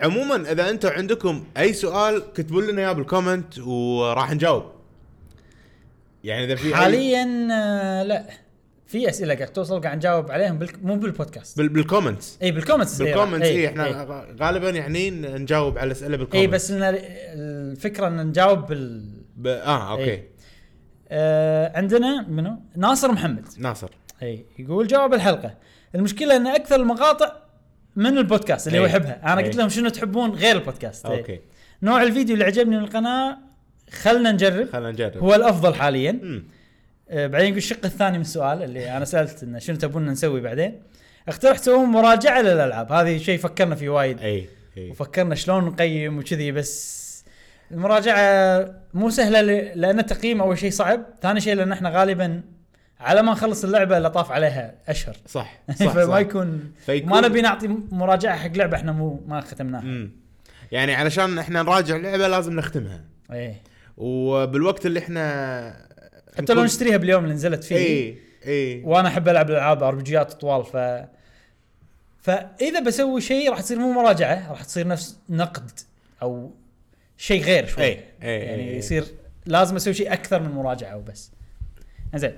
Speaker 3: عموما اذا انتم عندكم اي سؤال كتبوا لنا اياه بالكومنت وراح نجاوب يعني اذا في أي-
Speaker 1: حاليا آه، لا في اسئله قاعد توصل قاعد نجاوب عليهم بالك... مو بالبودكاست إيه،
Speaker 3: بال... إيه، بالكومنتس
Speaker 1: اي بالكومنتس
Speaker 3: بالكومنتس
Speaker 1: إي،
Speaker 3: اي احنا
Speaker 1: اي
Speaker 3: غالبا يعني ن- نجاوب على الاسئله بالكومنتس
Speaker 1: إي، إيه. بس إن الفكره ان نجاوب بال
Speaker 3: ب... اه اوكي
Speaker 1: إي. آه عندنا منو ناصر محمد
Speaker 3: ناصر
Speaker 1: اي يقول جواب الحلقه المشكله ان اكثر المقاطع من البودكاست اللي هو
Speaker 3: إي.
Speaker 1: يحبها انا
Speaker 3: إي.
Speaker 1: قلت لهم شنو تحبون غير البودكاست إي.
Speaker 3: اوكي
Speaker 1: نوع الفيديو اللي عجبني من القناه خلنا نجرب
Speaker 3: خلينا نجرب
Speaker 1: هو الافضل حاليا
Speaker 3: امم
Speaker 1: آه، بعدين يقول الشق الثاني من السؤال اللي انا سالت انه شنو تبون نسوي بعدين اقترح تسوون مراجعه للالعاب هذه شيء فكرنا فيه وايد
Speaker 3: اي اي
Speaker 1: وفكرنا شلون نقيم وكذي بس المراجعه مو سهله ل- لان التقييم اول شيء صعب ثاني شيء لان احنا غالبا على ما نخلص اللعبه اللي طاف عليها اشهر
Speaker 3: صح صح
Speaker 1: فما
Speaker 3: صح.
Speaker 1: يكون
Speaker 3: فيكون-
Speaker 1: إيه، ما نبي نعطي مراجعه حق لعبه احنا مو ما ختمناها
Speaker 3: امم يعني علشان احنا نراجع لعبه لازم نختمها إيه.
Speaker 1: ايه
Speaker 3: وبالوقت اللي احنا
Speaker 1: حتى لو نشتريها باليوم اللي نزلت فيه
Speaker 3: اي اي
Speaker 1: وانا احب العب العاب ار بي جيات طوال ف فاذا بسوي شيء راح تصير مو مراجعه راح تصير نفس نقد او شيء غير شوي
Speaker 3: إي، إي، إي،
Speaker 1: يعني
Speaker 3: إي.
Speaker 1: يصير لازم اسوي شيء اكثر من مراجعه وبس زين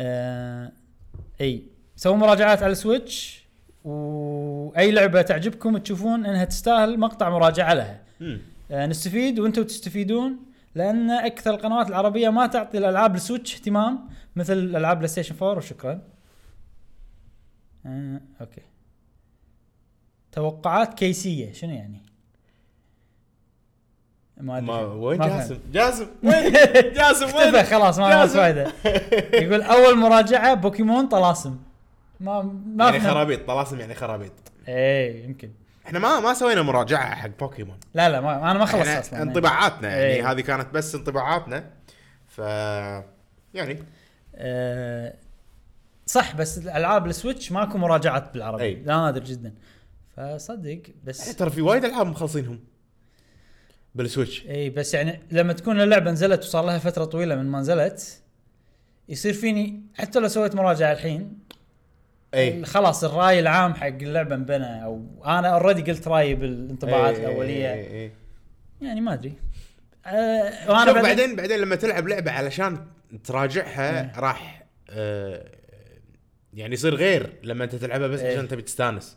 Speaker 1: آه... اي سووا مراجعات على السويتش واي لعبه تعجبكم تشوفون انها تستاهل مقطع مراجعه لها
Speaker 3: مم.
Speaker 1: آه، نستفيد وانتم تستفيدون لان اكثر القنوات العربيه ما تعطي الالعاب السويتش اهتمام مثل العاب بلاي ستيشن 4 وشكرا. آه، اوكي. توقعات كيسيه شنو يعني؟ ما ادري
Speaker 3: ما
Speaker 1: شنو.
Speaker 3: وين
Speaker 1: ما
Speaker 3: جاسم؟
Speaker 1: فهمت.
Speaker 3: جاسم وين جاسم
Speaker 1: اختفى
Speaker 3: وين؟
Speaker 1: خلاص ما ما
Speaker 3: جاسم.
Speaker 1: فايده. يقول اول مراجعه بوكيمون طلاسم. ما ما
Speaker 3: يعني
Speaker 1: فهمت.
Speaker 3: خرابيط طلاسم يعني خرابيط
Speaker 1: ايه يمكن.
Speaker 3: احنا ما ما سوينا مراجعه حق بوكيمون
Speaker 1: لا لا ما انا ما خلصت
Speaker 3: إحنا
Speaker 1: اصلا.
Speaker 3: انطباعاتنا يعني
Speaker 1: إيه.
Speaker 3: هذه كانت بس انطباعاتنا ف يعني
Speaker 1: آه، صح بس الالعاب السويتش ماكو مراجعات بالعربي
Speaker 3: أي.
Speaker 1: نادر جدا فصدق
Speaker 3: إحنا
Speaker 1: بس
Speaker 3: ترى في وايد العاب مخلصينهم بالسويتش
Speaker 1: اي بس يعني لما تكون اللعبه نزلت وصار لها فتره طويله من ما نزلت يصير فيني حتى لو سويت مراجعه الحين
Speaker 3: اي
Speaker 1: خلاص الراي العام حق اللعبه انبنى او انا اوريدي قلت رايي بالانطباعات
Speaker 3: إي، إي،
Speaker 1: الاوليه
Speaker 3: إي، إي.
Speaker 1: يعني ما ادري أه وانا
Speaker 3: شوف
Speaker 1: بعدين,
Speaker 3: بعدين بعدين لما تلعب لعبه علشان تراجعها راح آه، يعني يصير غير لما انت تلعبها بس
Speaker 1: إيه.
Speaker 3: عشان تبي تستانس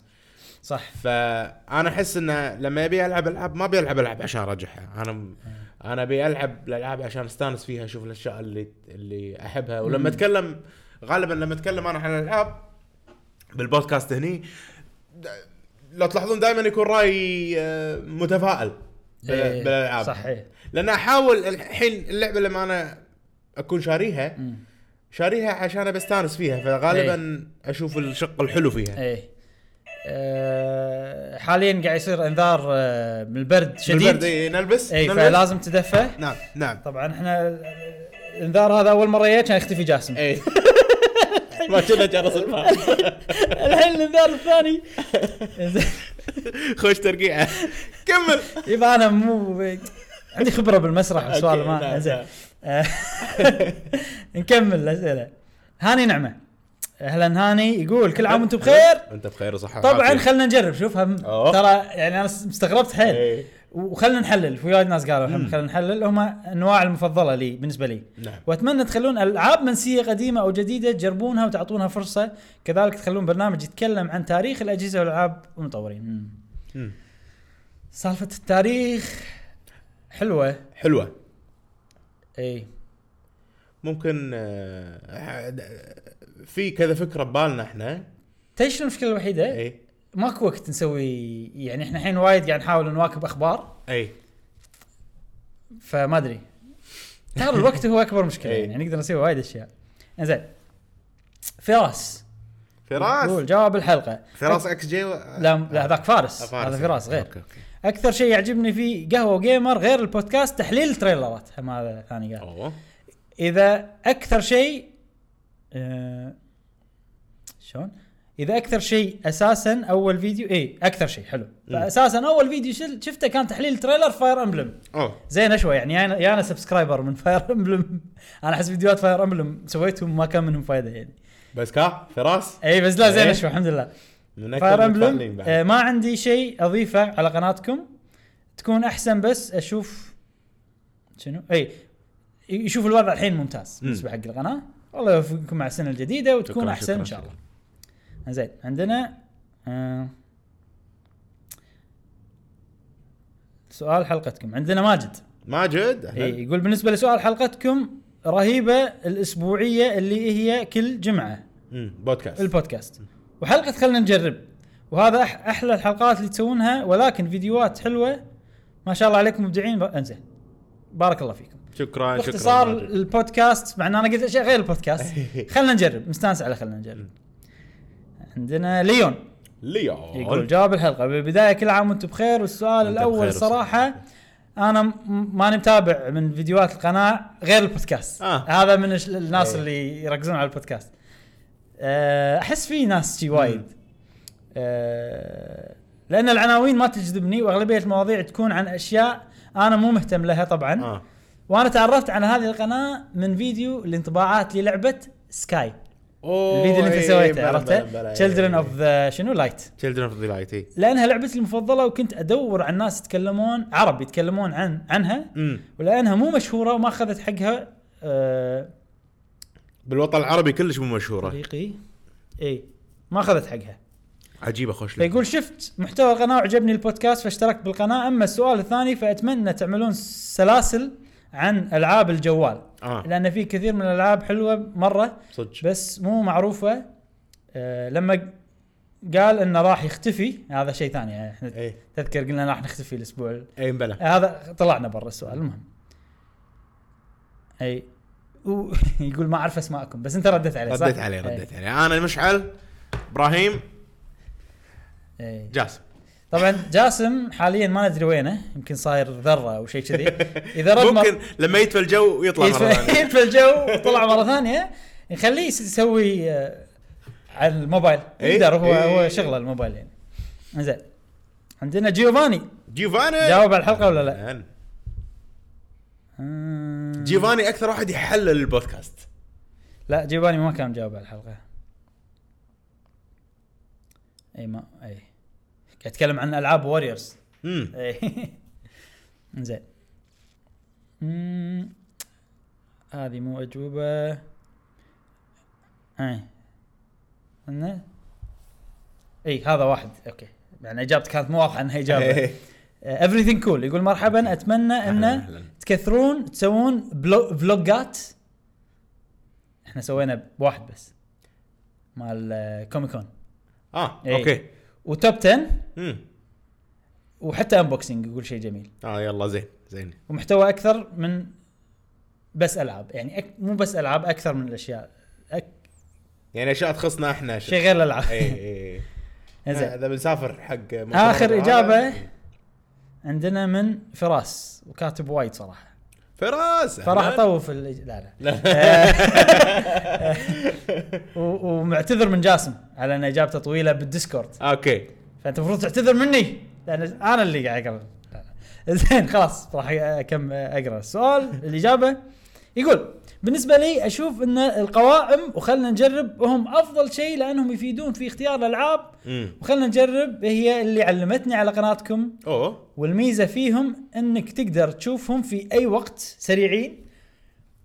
Speaker 1: صح
Speaker 3: فانا احس انه لما ابي العب العاب ما ابي العب العاب عشان اراجعها انا انا ابي العب الالعاب عشان استانس فيها اشوف الاشياء اللي اللي احبها ولما اتكلم غالبا لما اتكلم انا عن الالعاب بالبودكاست هني د- لو تلاحظون دائما يكون رايي آه، متفائل بال-
Speaker 1: إيه،
Speaker 3: بالالعاب
Speaker 1: صح إيه.
Speaker 3: لان احاول الحين اللعبه لما انا اكون شاريها
Speaker 1: مم.
Speaker 3: شاريها عشان ابي استانس فيها فغالبا
Speaker 1: إيه.
Speaker 3: اشوف الشق الحلو فيها
Speaker 1: ايه أه حاليا قاعد يصير انذار آه، من البرد
Speaker 3: بالبرد،
Speaker 1: شديد
Speaker 3: إيه، نلبس
Speaker 1: اي
Speaker 3: نلبس.
Speaker 1: فلازم تدفى
Speaker 3: نعم نعم
Speaker 1: طبعا احنا آه، الانذار هذا اول مره جاي كان يختفي جاسم
Speaker 3: اي
Speaker 1: الحين
Speaker 4: ما كنا جرس الماء
Speaker 1: الحين الانذار الثاني زين.
Speaker 3: خوش ترقيعه كمل
Speaker 1: يبا انا مو عندي خبره بالمسرح والسؤال
Speaker 4: أوكي،
Speaker 1: ما
Speaker 4: نعم،
Speaker 1: زين
Speaker 4: نعم.
Speaker 1: آه، نكمل الاسئله هاني نعمه اهلا هاني يقول كل عام وانتم بخير
Speaker 4: انت بخير وصحه
Speaker 1: طبعا خلنا نجرب شوف هم
Speaker 4: أوه.
Speaker 1: ترى يعني انا استغربت حيل
Speaker 4: خير
Speaker 3: إيه،
Speaker 1: وخلنا نحلل في وايد ناس قالوا هم خلنا نحلل هم انواع المفضله لي بالنسبه لي
Speaker 4: نعم
Speaker 1: واتمنى تخلون العاب منسيه قديمه او جديده تجربونها وتعطونها فرصه كذلك تخلون برنامج يتكلم عن تاريخ الاجهزه والالعاب والمطورين مم.
Speaker 4: مم.
Speaker 1: سالفه التاريخ حلوه
Speaker 4: حلوه
Speaker 1: اي
Speaker 4: ممكن آه، في كذا فكره ببالنا احنا
Speaker 1: تدري شنو المشكله الوحيده؟
Speaker 4: اي
Speaker 1: ماكو وقت نسوي يعني احنا الحين وايد قاعد نحاول نواكب اخبار
Speaker 3: إيه.
Speaker 4: اي
Speaker 1: فما ادري ترى الوقت هو اكبر مشكله
Speaker 4: إي.
Speaker 1: يعني نقدر نسوي وايد اشياء زين فراس قول
Speaker 3: فراس
Speaker 1: جواب الحلقه
Speaker 3: فراس اكس جي و...
Speaker 1: لا لا ذاك فارس
Speaker 4: فارس.
Speaker 1: هذا فراس غير
Speaker 4: أوكي، أوكي.
Speaker 1: اكثر شيء يعجبني فيه قهوه جيمر غير البودكاست تحليل تريلرات هم هذا ثاني قال
Speaker 4: اوه
Speaker 1: اذا اكثر شيء آه، شلون اذا اكثر شيء اساسا اول فيديو اي اكثر شيء حلو فاساسا اول فيديو شل- شفته كان تحليل تريلر فاير امبلم
Speaker 3: اوه
Speaker 1: زين شوي يعني يا انا يا انا سبسكرايبر من فاير امبلم انا احس فيديوهات فاير امبلم سويتهم ما كان منهم فائده يعني
Speaker 4: بس كا فراس
Speaker 1: اي بس لا زين
Speaker 4: إيه.
Speaker 1: شوي الحمد لله
Speaker 4: من
Speaker 1: فاير
Speaker 4: اكثر المتفاعلين
Speaker 1: امبلم
Speaker 4: بعد.
Speaker 1: آه، ما عندي شيء اضيفه على قناتكم تكون احسن بس اشوف شنو اي يشوف الوضع الحين ممتاز
Speaker 4: مم.
Speaker 1: بالنسبه حق القناه الله يوفقكم مع السنه الجديده وتكون
Speaker 4: شكراً،
Speaker 1: احسن
Speaker 4: شكراً،
Speaker 1: ان شاء الله
Speaker 4: شكراً.
Speaker 1: زين عندنا آه سؤال حلقتكم عندنا ماجد
Speaker 4: ماجد أهلاً.
Speaker 1: اي يقول بالنسبه لسؤال حلقتكم رهيبه الاسبوعيه اللي هي كل جمعه
Speaker 4: مم، بودكاست
Speaker 1: البودكاست وحلقه خلنا نجرب وهذا أح احلى الحلقات اللي تسوونها ولكن فيديوهات حلوه ما شاء الله عليكم مبدعين ب- انزين بارك الله فيكم
Speaker 4: شكرا شكرا
Speaker 1: باختصار
Speaker 4: ماجد.
Speaker 1: البودكاست مع ان انا قلت اشياء غير البودكاست خلنا نجرب مستانس على خلنا نجرب عندنا ليون
Speaker 4: ليون
Speaker 1: يقول جواب الحلقه بالبدايه كل عام وانتم بخير والسؤال
Speaker 4: وأنت
Speaker 1: الاول
Speaker 4: بخير
Speaker 1: صراحه انا م- ماني متابع من فيديوهات القناه غير البودكاست
Speaker 4: آه.
Speaker 1: هذا من الش- الناس
Speaker 4: إيه.
Speaker 1: اللي يركزون على البودكاست آه، احس في ناس شي وايد آه، لان العناوين ما تجذبني واغلبيه المواضيع تكون عن اشياء انا مو مهتم لها طبعا
Speaker 4: اه
Speaker 1: وانا تعرفت على هذه القناه من فيديو الانطباعات للعبه سكاي
Speaker 4: أوه،
Speaker 1: الفيديو اللي انت
Speaker 4: إيه،
Speaker 1: سويته
Speaker 4: بلى، بلى،
Speaker 1: عرفته
Speaker 4: بلى،
Speaker 1: تشيلدرن
Speaker 4: إيه.
Speaker 1: اوف ذا شنو لايت
Speaker 4: Children of the Light إيه.
Speaker 1: لانها لعبتي المفضله وكنت ادور عن ناس يتكلمون عرب يتكلمون عن عنها
Speaker 4: مم.
Speaker 1: ولانها مو مشهوره وما اخذت حقها آه،
Speaker 4: بالوطن العربي كلش مو مشهوره
Speaker 1: طريقي اي ما اخذت حقها
Speaker 4: عجيبه خوش لك.
Speaker 1: فيقول شفت محتوى القناه وعجبني البودكاست فاشتركت بالقناه اما السؤال الثاني فاتمنى تعملون سلاسل عن العاب الجوال
Speaker 4: آه.
Speaker 1: لان في كثير من الالعاب حلوه مره
Speaker 4: صدق
Speaker 1: بس مو معروفه آه، لما قال انه راح يختفي هذا شيء ثاني يعني احنا
Speaker 4: اي
Speaker 1: تذكر قلنا راح نختفي الاسبوع
Speaker 4: اي مبلى
Speaker 1: هذا طلعنا برا السؤال المهم اي و- يقول ما اعرف اسماءكم بس انت رديت عليه إيه، صح؟
Speaker 4: رديت عليه
Speaker 1: إي.
Speaker 4: رديت عليه انا مشعل ابراهيم
Speaker 1: اي
Speaker 4: جاسم
Speaker 1: طبعا جاسم حاليا ما ندري وينه يمكن صاير ذره او شيء كذي اذا رد مر-
Speaker 4: ممكن لما يدفى الجو يطلع مره
Speaker 1: يدفع
Speaker 4: ثانيه
Speaker 1: يدفع الجو طلع مره ثانيه نخليه يس- يسوي آه، على الموبايل
Speaker 4: إي.
Speaker 1: يقدر هو
Speaker 4: إي.
Speaker 1: هو شغله الموبايل يعني زين عندنا جيوفاني
Speaker 4: جيفاني
Speaker 1: جاوب على الحلقه ولا لا؟
Speaker 4: أهلاً.
Speaker 1: آه،
Speaker 4: جيفاني اكثر واحد يحلل البودكاست
Speaker 1: لا جيباني ما كان مجاوب على الحلقه اي ما اي قاعد يتكلم عن العاب ووريرز
Speaker 4: امم
Speaker 1: اي زين أمم، هذه مو اجوبه اي أنا- اي هذا واحد اوكي يعني اجابته كانت مو واضحه انها اجابه
Speaker 3: إيه.
Speaker 1: everything cool يقول مرحبا اتمنى
Speaker 4: أهلاً،
Speaker 1: انه
Speaker 4: أهلاً.
Speaker 1: تكثرون تسوون بلو- فلوجات احنا سوينا بواحد بس مال آه، كوميكون
Speaker 4: اه
Speaker 3: آه،
Speaker 1: إيه.
Speaker 4: اوكي
Speaker 1: وتوب 10
Speaker 4: امم
Speaker 1: وحتى انبوكسنج يقول شيء جميل
Speaker 3: آه،
Speaker 4: اه يلا زين زين
Speaker 1: ومحتوى اكثر من بس العاب يعني أك... مو بس العاب اكثر من الاشياء أك...
Speaker 4: يعني اشياء تخصنا احنا
Speaker 1: شيء غير الالعاب
Speaker 3: إيه،
Speaker 4: اي
Speaker 1: زين
Speaker 4: اذا بنسافر حق مؤتمر
Speaker 1: اخر
Speaker 4: العالم.
Speaker 1: اجابه عندنا من فراس وكاتب وايد صراحه
Speaker 3: فراس
Speaker 1: فراح
Speaker 3: أهلاً.
Speaker 1: اطوف ال... لا لا و- ومعتذر من جاسم على ان اجابته طويله بالديسكورد
Speaker 3: اوكي
Speaker 1: فانت المفروض تعتذر مني لان انا اللي قاعد اقرا لا، لا. زين خلاص راح اكم اقرا السؤال الاجابه يقول بالنسبه لي اشوف ان القوائم وخلنا نجرب هم افضل شيء لانهم يفيدون في اختيار الالعاب
Speaker 3: امم
Speaker 1: وخلنا نجرب هي اللي علمتني على قناتكم
Speaker 3: اوه
Speaker 1: والميزه فيهم انك تقدر تشوفهم في اي وقت سريعين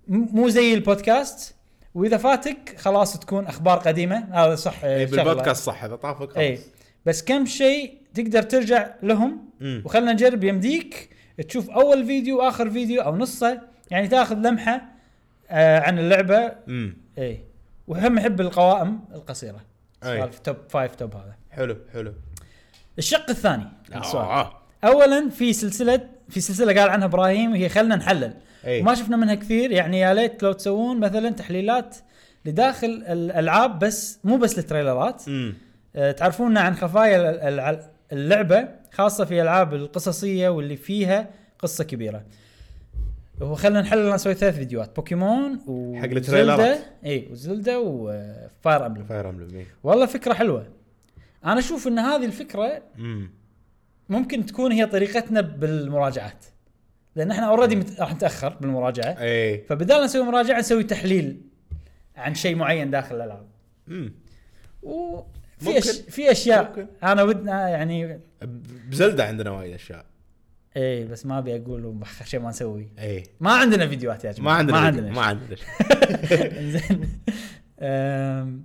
Speaker 1: م- مو زي البودكاست واذا فاتك خلاص تكون اخبار قديمه هذا صح
Speaker 3: اي
Speaker 1: اي
Speaker 3: إيه، بالبودكاست صح اذا طافك
Speaker 1: اي
Speaker 3: خلاص
Speaker 1: بس كم شيء تقدر ترجع لهم
Speaker 3: مم.
Speaker 1: وخلنا نجرب يمديك تشوف اول فيديو اخر فيديو او نصه يعني تاخذ لمحه آه عن اللعبه
Speaker 3: امم
Speaker 1: اي وهم يحب القوائم القصيره
Speaker 3: أي.
Speaker 1: سؤال في توب فايف توب هذا
Speaker 3: حلو حلو
Speaker 1: الشق الثاني السؤال
Speaker 3: آه.
Speaker 1: اولا في سلسله في سلسله قال عنها ابراهيم وهي خلنا نحلل
Speaker 3: أي.
Speaker 1: ما شفنا منها كثير يعني يا ليت لو تسوون مثلا تحليلات لداخل الالعاب بس مو بس التريلرات
Speaker 3: امم
Speaker 1: آه، تعرفونا عن خفايا ال- ال- اللعبه خاصه في الالعاب القصصيه واللي فيها قصه كبيره وخلنا نحلل انا سويت ثلاث فيديوهات بوكيمون و
Speaker 3: حق التريلرات.
Speaker 1: اي وزلدا وفاير امبلم
Speaker 3: فاير إيه. امبلم
Speaker 1: آه، والله فكره حلوه انا اشوف ان هذه الفكره
Speaker 3: امم
Speaker 1: ممكن تكون هي طريقتنا بالمراجعات لان احنا اوريدي مت... راح نتاخر بالمراجعه
Speaker 3: اي
Speaker 1: فبدال لا نسوي مراجعه نسوي تحليل عن شيء معين داخل الالعاب
Speaker 3: امم
Speaker 1: وفي
Speaker 3: ممكن.
Speaker 1: أش... في اشياء
Speaker 3: ممكن.
Speaker 1: انا ودنا يعني
Speaker 3: بزلدة عندنا وايد اشياء
Speaker 1: اي إيه، بس ما ابي اقول ومخ- شيء ما نسوي
Speaker 3: اي
Speaker 1: ما عندنا فيديوهات يا
Speaker 3: إيه. ما
Speaker 1: جماعه
Speaker 3: عندنا
Speaker 1: ما
Speaker 3: فيديو،
Speaker 1: عندنا
Speaker 3: ما عندنا
Speaker 1: زين أم.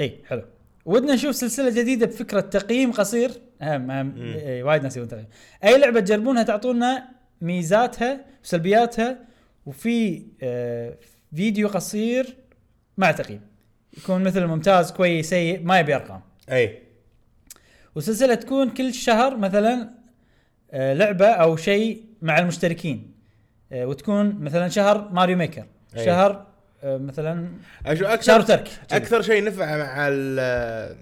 Speaker 1: اي حلو ودنا نشوف سلسله جديده بفكره تقييم قصير اهم اهم
Speaker 3: مم.
Speaker 1: إي، وايد ناس يبون تقييم اي لعبه تجربونها تعطونا ميزاتها وسلبياتها وفي آه فيديو قصير مع تقييم يكون مثل ممتاز كويس سيء ما يبي ارقام
Speaker 3: اي
Speaker 1: وسلسله تكون كل شهر مثلا آه، لعبه او شيء مع المشتركين آه، وتكون مثلا شهر ماريو ميكر
Speaker 3: أي.
Speaker 1: شهر آه، مثلا
Speaker 3: اشو
Speaker 1: شهر
Speaker 3: اكثر
Speaker 1: ترك
Speaker 3: اكثر شيء نفع مع ال-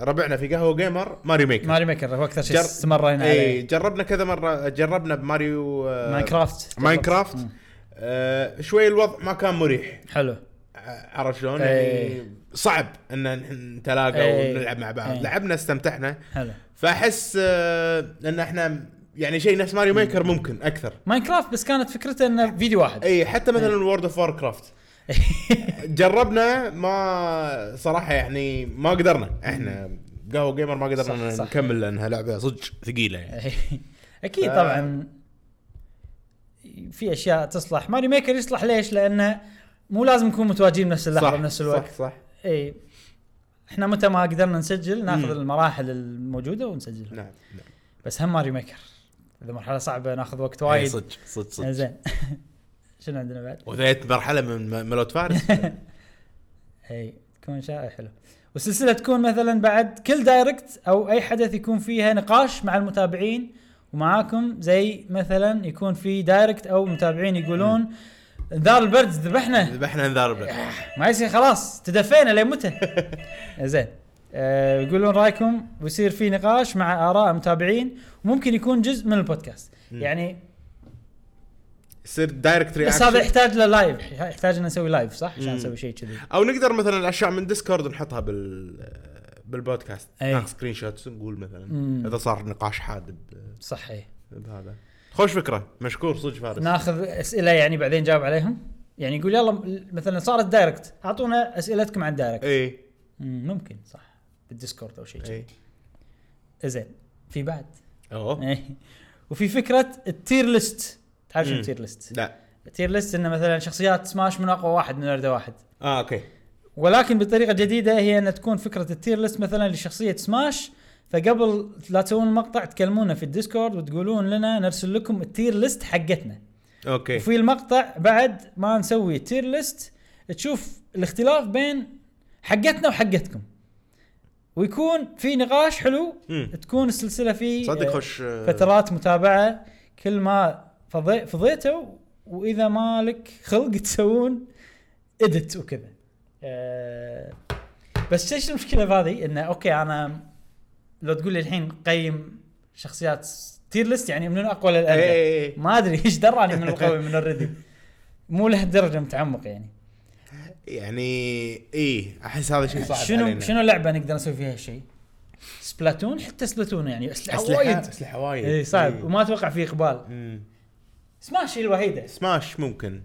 Speaker 3: ربعنا في قهوه جيمر ماريو ميكر
Speaker 1: ماريو ميكر هو اكثر شيء
Speaker 3: جر- إيه.
Speaker 1: استمرينا
Speaker 3: اي
Speaker 1: عليه
Speaker 3: جربنا كذا مره جربنا بماريو آه،
Speaker 1: ماينكرافت
Speaker 3: ماينكرافت
Speaker 1: مم.
Speaker 3: آه شوي الوضع ما كان مريح
Speaker 1: حلو
Speaker 3: ع- عرفت شلون؟
Speaker 1: إيه.
Speaker 3: يعني صعب ان نحن نتلاقى
Speaker 1: إيه.
Speaker 3: ونلعب مع بعض،
Speaker 1: إيه.
Speaker 3: لعبنا استمتعنا
Speaker 1: حلو
Speaker 3: فاحس آه ان احنا يعني شيء نفس ماريو ميكر ممكن اكثر.
Speaker 1: ماينكرافت بس كانت فكرته انه فيديو واحد
Speaker 3: اي حتى مثلا وورد اوف وار كرافت جربنا ما صراحه يعني ما قدرنا احنا قهوه جيمر ما قدرنا
Speaker 1: صح، صح.
Speaker 3: نكمل لانها لعبه صدق ثقيله يعني.
Speaker 1: اكيد
Speaker 3: ف-
Speaker 1: طبعا في اشياء تصلح ماريو ميكر يصلح ليش؟ لانه مو لازم نكون متواجدين بنفس اللحظه بنفس الوقت
Speaker 3: صح صح
Speaker 1: اي احنا إيه. متى ما قدرنا نسجل ناخذ
Speaker 3: مم.
Speaker 1: المراحل الموجوده ونسجلها
Speaker 3: نعم نعم
Speaker 1: بس هم ماري ميكر اذا مرحله صعبه ناخذ وقت
Speaker 3: إيه،
Speaker 1: وايد
Speaker 3: صدق صدق صدق
Speaker 1: زين شنو عندنا بعد؟
Speaker 3: وذيت مرحله من م- ملوت فارس
Speaker 1: اي إيه، تكون شائع حلو والسلسله تكون مثلا بعد كل دايركت او اي حدث يكون فيها نقاش مع المتابعين ومعاكم زي مثلا يكون في دايركت او متابعين يقولون انذار البرد ذبحنا
Speaker 3: ذبحنا نذربه
Speaker 1: ما يصير خلاص تدفينا لين متى زين آه يقولون رايكم ويصير في نقاش مع اراء متابعين وممكن يكون جزء من البودكاست
Speaker 3: مم.
Speaker 1: يعني
Speaker 3: يصير دايركت
Speaker 1: بس هذا
Speaker 3: رياكشن
Speaker 1: يحتاج له لايف يحتاج ان نسوي لايف صح عشان
Speaker 3: مم.
Speaker 1: نسوي شيء كذي
Speaker 3: او نقدر مثلا اشياء من ديسكورد نحطها بال بالبودكاست
Speaker 1: أي.
Speaker 3: ناخذ سكرين شوتس نقول
Speaker 1: إيه. مم.
Speaker 3: مثلا اذا صار نقاش حاد ب-
Speaker 1: صح إيه.
Speaker 3: بهذا خوش فكره مشكور صدق فارس
Speaker 1: ناخذ اسئله يعني بعدين جاوب عليهم يعني يقول يلا م- مثلا صارت دايركت اعطونا اسئلتكم عن دايركت
Speaker 3: اي
Speaker 1: مم، ممكن صح بالديسكورد او شيء كذي
Speaker 3: اي
Speaker 1: زين في بعد
Speaker 3: اوه
Speaker 1: إيه. وفي فكره التير ليست تعرف شنو
Speaker 3: مم.
Speaker 1: التير ليست؟
Speaker 3: لا
Speaker 1: تير ليست انه مثلا شخصيات سماش من اقوى واحد من اردى واحد
Speaker 3: اه اوكي
Speaker 1: ولكن بطريقه جديده هي ان تكون فكره التير ليست مثلا لشخصيه سماش فقبل لا تسوون المقطع تكلمونا في الديسكورد وتقولون لنا نرسل لكم التير ليست حقتنا
Speaker 3: اوكي
Speaker 1: وفي المقطع بعد ما نسوي تير ليست تشوف الاختلاف بين حقتنا وحقتكم ويكون في نقاش حلو
Speaker 3: مم.
Speaker 1: تكون السلسله فيه
Speaker 3: صدق
Speaker 1: آه،
Speaker 3: خوش آه،
Speaker 1: فترات متابعه كل ما فضي فضيتوا واذا ما لك خلق تسوون ادت وكذا أه بس ايش المشكله بهذه انه اوكي انا لو تقول لي الحين قيم شخصيات تير ليست يعني من الاقوى للادنى
Speaker 3: إيه.
Speaker 1: ما ادري ايش دراني من القوي من الردي مو لهالدرجه متعمق يعني
Speaker 3: يعني ايه احس هذا شيء صعب
Speaker 1: شنو
Speaker 3: علينا.
Speaker 1: شنو لعبه نقدر نسوي فيها شيء؟ سبلاتون حتى سبلاتون يعني اسلحه
Speaker 3: اسلحه
Speaker 1: وايد
Speaker 3: اسلحه وايد
Speaker 1: اي صعب
Speaker 3: إيه.
Speaker 1: وما اتوقع فيه اقبال
Speaker 3: مم.
Speaker 1: سماش هي الوحيده
Speaker 3: سماش ممكن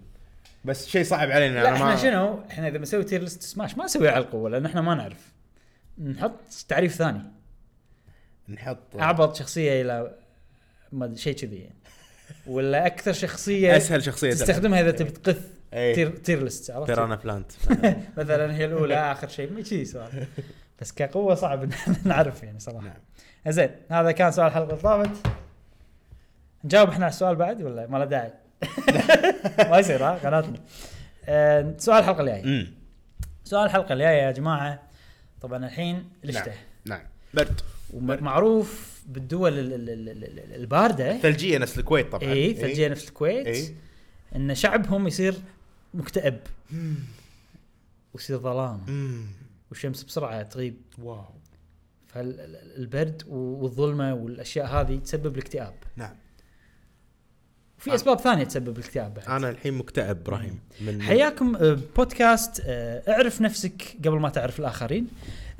Speaker 3: بس شيء صعب علينا
Speaker 1: لا
Speaker 3: انا
Speaker 1: احنا
Speaker 3: يعني ما
Speaker 1: شنو احنا اذا بنسوي تير ليست سماش ما نسويها على القوه لان احنا ما نعرف نحط تعريف ثاني
Speaker 3: نحط
Speaker 1: اعبط شخصيه الى ما ادري شيء كذي يعني ولا اكثر شخصيه
Speaker 3: اسهل شخصيه
Speaker 1: تستخدمها اذا تبي تقث
Speaker 3: إيه.
Speaker 1: تير تير ليست عرفت؟
Speaker 3: ترى انا بلانت
Speaker 1: مثلا هي الاولى اخر شيء ما شيء سؤال بس كقوه صعب إن نعرف يعني صراحه
Speaker 3: نعم.
Speaker 1: زين هذا كان سؤال الحلقه اللي طافت نجاوب احنا على السؤال بعد ولا ما له داعي ما يصير ها قناتنا آه، سؤال الحلقه الجايه
Speaker 3: أمم.
Speaker 1: سؤال الحلقه الجايه يا جماعه طبعا الحين الشتاء
Speaker 3: نعم نعم برد
Speaker 1: ومعروف بالدول ال- ال- ال- ال- ال- إيه، البارده
Speaker 3: ثلجيه نفس الكويت طبعا
Speaker 1: اي ثلجيه نفس الكويت
Speaker 3: إيه.
Speaker 1: ان شعبهم يصير مكتئب ويصير ظلام
Speaker 3: أمم.
Speaker 1: والشمس بسرعه تغيب
Speaker 3: واو
Speaker 1: فالبرد والظلمه والاشياء هذه تسبب الاكتئاب
Speaker 3: نعم آه.
Speaker 1: وفي اسباب ثانيه تسبب الاكتئاب بعد
Speaker 3: انا الحين مكتئب ابراهيم من
Speaker 1: حياكم آه، بودكاست آه، اعرف نفسك قبل ما تعرف الاخرين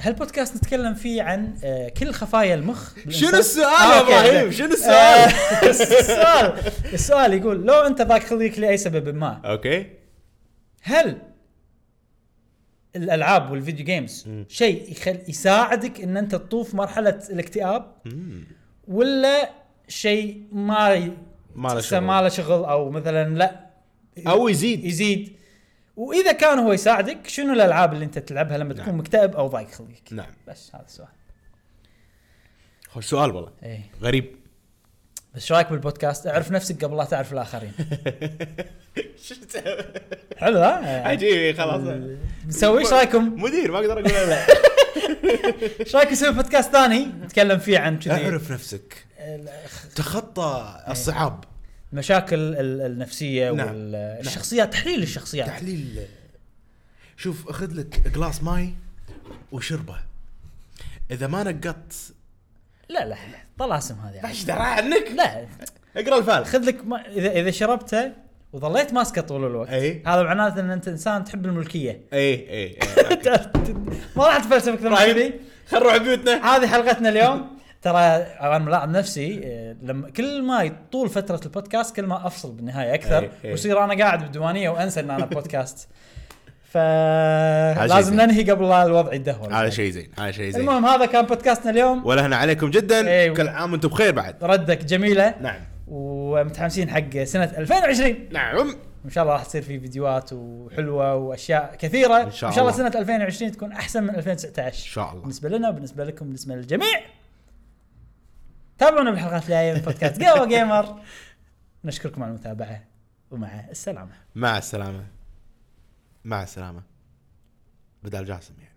Speaker 1: هالبودكاست نتكلم فيه عن آه، كل خفايا المخ
Speaker 3: شنو
Speaker 1: بالإنسان.
Speaker 3: السؤال
Speaker 1: آه،
Speaker 3: يا
Speaker 1: أوكي،
Speaker 3: ابراهيم
Speaker 1: زين.
Speaker 3: شنو السؤال
Speaker 1: آه، السؤال السؤال يقول لو انت ضاق خليك لاي سبب ما
Speaker 3: اوكي
Speaker 1: هل الالعاب والفيديو جيمز شيء يخل يساعدك ان انت تطوف مرحله الاكتئاب ولا شيء ما ي-
Speaker 3: ما له
Speaker 1: تحسه
Speaker 3: شغل.
Speaker 1: ما له شغل او مثلا لا
Speaker 3: او يزيد
Speaker 1: يزيد واذا كان هو يساعدك شنو الالعاب اللي انت تلعبها لما تكون
Speaker 3: نعم.
Speaker 1: مكتئب او ضايق خليك
Speaker 3: نعم
Speaker 1: بس هذا السؤال
Speaker 3: خوش سؤال والله
Speaker 1: ايه
Speaker 3: غريب
Speaker 1: بس شو رايك بالبودكاست اعرف نفسك قبل لا تعرف الاخرين حلو ها
Speaker 3: عجيب خلاص
Speaker 1: نسوي ايش رايكم
Speaker 3: مدير ما اقدر اقول لا
Speaker 1: ايش رايك نسوي بودكاست ثاني نتكلم فيه عن كذي
Speaker 3: اعرف نفسك
Speaker 1: ال-
Speaker 3: تخطى الصعاب
Speaker 1: المشاكل ال- النفسيه
Speaker 3: نعم.
Speaker 1: والشخصيات تحليل الشخصيات
Speaker 3: تحليل شوف اخذ لك جلاس ماي وشربه اذا ما نقطت
Speaker 1: لا لا طلاسم هذه يعني.
Speaker 3: ايش درى عنك؟
Speaker 1: لا
Speaker 3: اقرا الفال
Speaker 1: خذ لك ما اذا اذا شربتها وظليت ماسكه طول الوقت
Speaker 3: أي.
Speaker 1: هذا معناته ان انت انسان تحب الملكيه
Speaker 3: اي اي
Speaker 1: ما راح تفلسف اكثر من كذي
Speaker 3: خلينا إيه، نروح بيوتنا
Speaker 1: هذه حلقتنا اليوم ترى انا ملاحظ نفسي آه، لما كل ما طول فتره البودكاست كل ما افصل بالنهايه اكثر
Speaker 3: إيه، إيه.
Speaker 1: ويصير انا قاعد بالديوانيه وانسى ان انا بودكاست
Speaker 3: هذا شيء
Speaker 1: فلازم
Speaker 3: زين.
Speaker 1: ننهي قبل لا الوضع يدهور
Speaker 3: هذا شيء زين هذا شيء زين
Speaker 1: المهم هذا كان بودكاستنا اليوم
Speaker 3: ولهنا عليكم
Speaker 1: إيه.
Speaker 3: جدا كل عام وانتم بخير بعد
Speaker 1: ردك جميله
Speaker 3: نعم
Speaker 1: ومتحمسين حق سنه 2020
Speaker 3: نعم
Speaker 1: ان شاء الله راح تصير في فيديوهات وحلوه واشياء كثيره
Speaker 3: إن شاء
Speaker 1: ان شاء الله
Speaker 3: الله.
Speaker 1: سنه 2020 تكون احسن من 2019
Speaker 3: إن شاء الله.
Speaker 1: بالنسبه لنا وبالنسبه لكم بالنسبه للجميع تابعونا بالحلقات الجايه من بودكاست قهوه جيمر نشكركم على المتابعه ومع السلامه
Speaker 3: مع السلامه مع السلامه بدال جاسم يعني